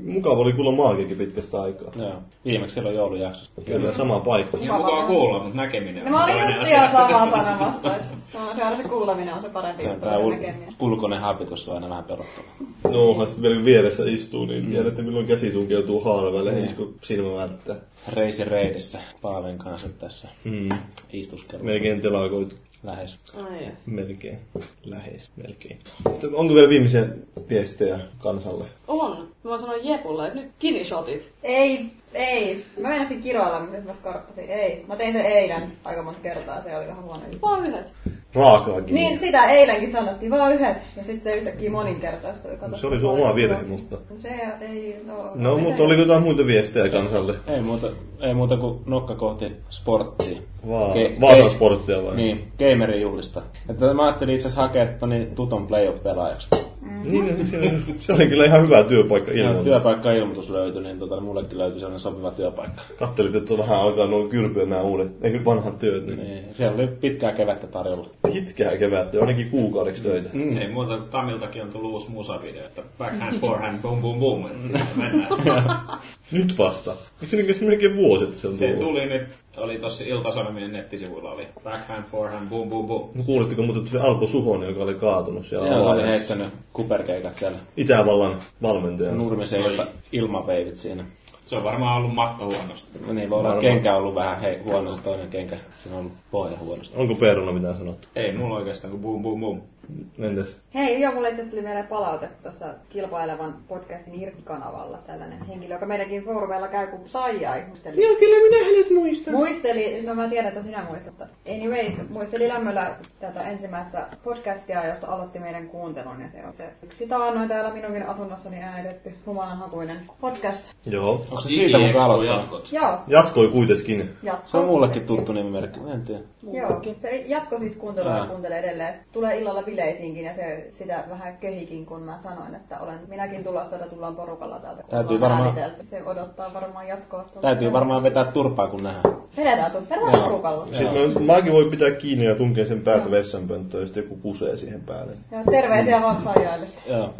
E: Mukava oli kuulla maagiakin pitkästä aikaa.
D: Joo. Viimeksi silloin joulujaksossa.
E: Kyllä, sama paikka.
B: Ihan mukava kuulla, mutta näkeminen
F: No
B: on
F: mä olin
B: toinen
F: just
B: asia.
F: ihan samaa sanomassa. että Se on se, aina se kuuleminen on se parempi juttu
D: Tämä
F: kuin se
D: ul-
F: näkeminen.
D: ulkoinen hapitus on aina vähän pelottava.
E: No onhan sitten vielä kun vieressä istuu, niin tiedätte milloin käsi tunkeutuu haaran välein, mm. kun silmä välttää.
D: Reisi reidessä Paavin kanssa tässä
E: Mm.
D: istuskelu
E: Melkein telakoit.
D: lähes.
C: Ai
E: Melkein. Lähes. Melkein. Mutta Onko vielä viimeisiä viestejä kansalle?
C: On. Mä sanoin Jepulle, että nyt kinishotit.
F: Ei, ei. Mä
E: Niin.
F: meinasin kiroilla, mutta nyt mä skarppasin. Ei. Mä tein sen eilen aika monta kertaa, se oli vähän huono juttu.
C: Vaan yhdet.
E: Raakaakin.
F: Niin, sitä eilenkin sanottiin, vaan yhdet. Ja sitten se yhtäkkiä moninkertaistui. Kato,
E: Se oli sun oma virhe, mutta...
F: Se ei oo...
E: No, mutta oliko jotain muita viestejä kansalle?
D: Ei muuta, ei muuta kuin nokka kohti sporttia.
E: Vaa-
D: Ke-
E: Vaasan
D: ke-
E: sporttia vai?
D: Niin, gamerin julista. Että mä ajattelin itse asiassa hakea toni tuton playoff-pelaajaksi.
E: Niin, se, se oli kyllä ihan hyvä työpaikka
D: Ihan
E: ilman.
D: työpaikka-ilmoitus löytyi, niin tota, mullekin löytyi sellainen sopiva työpaikka.
E: Kattelit, että vähän alkaa nuo kylpyä nämä uudet, eikö vanhat työt, niin
D: Niin, siellä oli pitkää kevättä tarjolla.
E: pitkää kevättä, ainakin kuukaudeksi töitä.
B: Mm. Ei muuta, kuin Tamiltakin on tullut uusi musavideo, että backhand, forehand, boom, boom, boom, että siitä mennään.
E: Nyt vasta. Eikö se niin melkein vuosi, että se on
B: Se
E: tullut?
B: tuli nyt, oli tossa Ilta-Sanomien nettisivuilla, oli backhand, forehand, boom, boom, boom.
E: No, Kuulitteko muuten, että se Alpo Suhonen, joka oli kaatunut siellä
D: Joo, se oli
E: Alaajassa.
D: heittänyt kuperkeikat siellä.
E: Itävallan valmentaja.
D: Nurmisen
B: Noi.
D: jopa ilmapeivit siinä.
B: Se on varmaan ollut matta huonosti.
D: No niin, voi olla, että kenkä on ollut vähän hei, huono, se toinen kenkä. Se on ollut pohja huonosti.
E: Onko Peruna mitään sanottu?
B: Ei mulla oikeastaan kuin boom, boom, boom.
E: Entäs?
F: Hei, joo, mulle itse asiassa tuli meille palaute tuossa kilpailevan podcastin Irkki-kanavalla tällainen henkilö, joka meidänkin foorumeilla käy kuin Saija ihmisten
E: Joo, kyllä minä hänet muistan.
F: Muisteli, no mä tiedän, että sinä muistat. Anyways, muisteli lämmöllä tätä ensimmäistä podcastia, josta aloitti meidän kuuntelun. Ja se on se yksi taannoin täällä minunkin asunnossani äänitetty humalanhakuinen podcast.
E: Joo.
D: Onko se siitä mukaan aloittanut?
B: jatkot.
F: Joo,
E: Jatkoi kuitenkin.
F: jatko.
D: Se on mullekin tuttu nimimerkki, mä en tiedä.
F: Joo, se jatko siis kuuntelua ja
D: Aha.
F: kuuntelee edelleen. Tulee illalla bileisiinkin ja se sitä vähän kehikin, kun mä sanoin, että olen minäkin tulossa, että tullaan porukalla täältä. kun
D: Täytyy
F: ollaan
D: varmaan-
F: äänitelty. Se odottaa varmaan jatkoa. tuolla.
D: Täytyy varmaan vetää turpaa, kun nähdään.
F: Vedetään tuon, vedetään
D: Joo.
F: porukalla.
E: Siis mä, mäkin voi pitää kiinni ja tunkea sen päältä vessanpönttöön ja sitten joku kusee siihen päälle.
F: Joo, terveisiä vaan Saijaille.
D: Joo.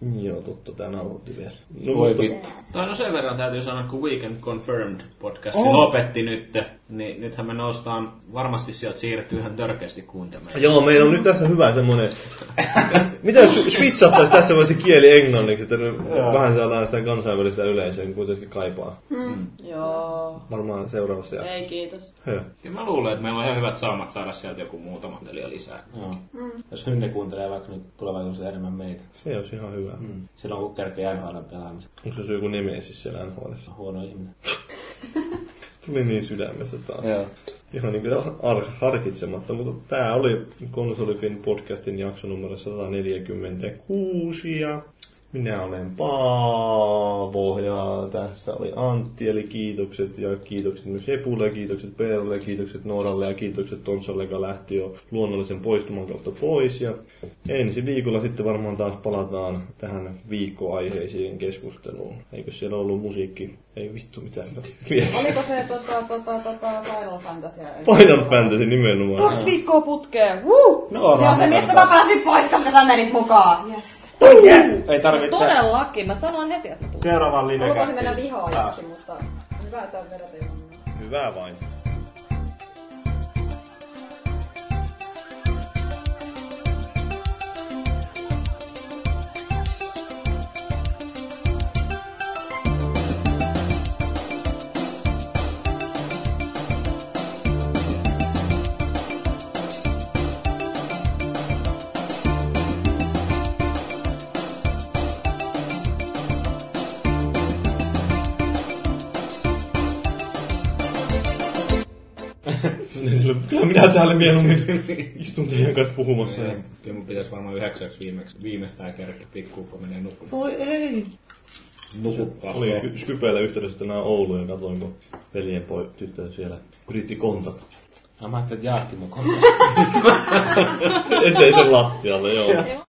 E: Niin Joo, totta, tää nautti vielä. No,
D: Voi
E: mutta-
D: vittu.
B: Tai no sen verran täytyy sanoa, kun Weekend Confirmed podcasti oh. lopetti nyt, niin nythän me noustaan, varmasti sieltä siirtyy ihan törkeästi kuuntelemaan.
E: Joo, meillä on nyt tässä hyvä semmonen... Mitä jos switchattaisi tässä vaiheessa kieli englanniksi, että nyt vähän saadaan sitä kansainvälistä yleisöä, kun kuitenkin kaipaa.
G: Joo.
E: Varmaan seuraavassa jaksossa.
G: Ei kiitos.
E: Hö.
B: Ja mä luulen, että meillä on ihan hyvät saumat saada sieltä joku muutama telija lisää.
D: Joo. Jos Hynne kuuntelee vaikka nyt tulevaisuudessa enemmän meitä. niin
E: Se olisi ihan hyvä. Mm.
D: Silloin kun kerkii NHL pelaamista.
E: Onko se joku nimi siis siellä nhl
D: Huono ihminen.
E: Tuli niin sydämestä taas.
D: Joo.
E: Ihan niin kuin ar- harkitsematta, mutta tämä oli Konsolifin podcastin jakso numero 146 ja minä olen Paavo ja tässä oli Antti, eli kiitokset ja kiitokset myös Epulle ja kiitokset Peerulle ja kiitokset Nooralle ja kiitokset Tonsalle, joka lähti jo luonnollisen poistuman kautta pois ja ensi viikolla sitten varmaan taas palataan tähän viikkoaiheisiin keskusteluun. Eikö siellä ollut musiikki? Ei vittu mitään.
F: Oliko se tota, tota, tota, Final Fantasy?
E: Final Fantasy nimenomaan.
G: Kaksi viikkoa putkeen. Woo!
D: No,
F: Se on se,
D: Raahne
F: mistä mä
D: taas.
F: pääsin pois, kun sä menit mukaan. Yes.
D: Ei tarvitse.
C: Todellakin, mä sanon heti, että
D: Seuraavaan
F: Haluaisin
D: livekästiin.
F: mennä vihoon
D: Taas.
F: joksi, mutta hyvä, että on verraten.
E: Hyvää vain. Niin sillä- Kyllä minä täällä mieluummin istun teidän kanssa puhumassa. Ja...
B: Kyllä mun pitäisi varmaan yhdeksäksi viimeksi, viimeistään kerkeä pikkuuppa menee nukkumaan.
E: Voi ei.
B: Nukuttaa.
E: Oli Sk- Skypeillä yhteydessä tänään Ouluun ja katsoin, kun veljen poi tyttö siellä yritti kontata.
D: Mä ajattelin, että Jaakki mun kohdalla.
E: Eteisen lattialle, joo.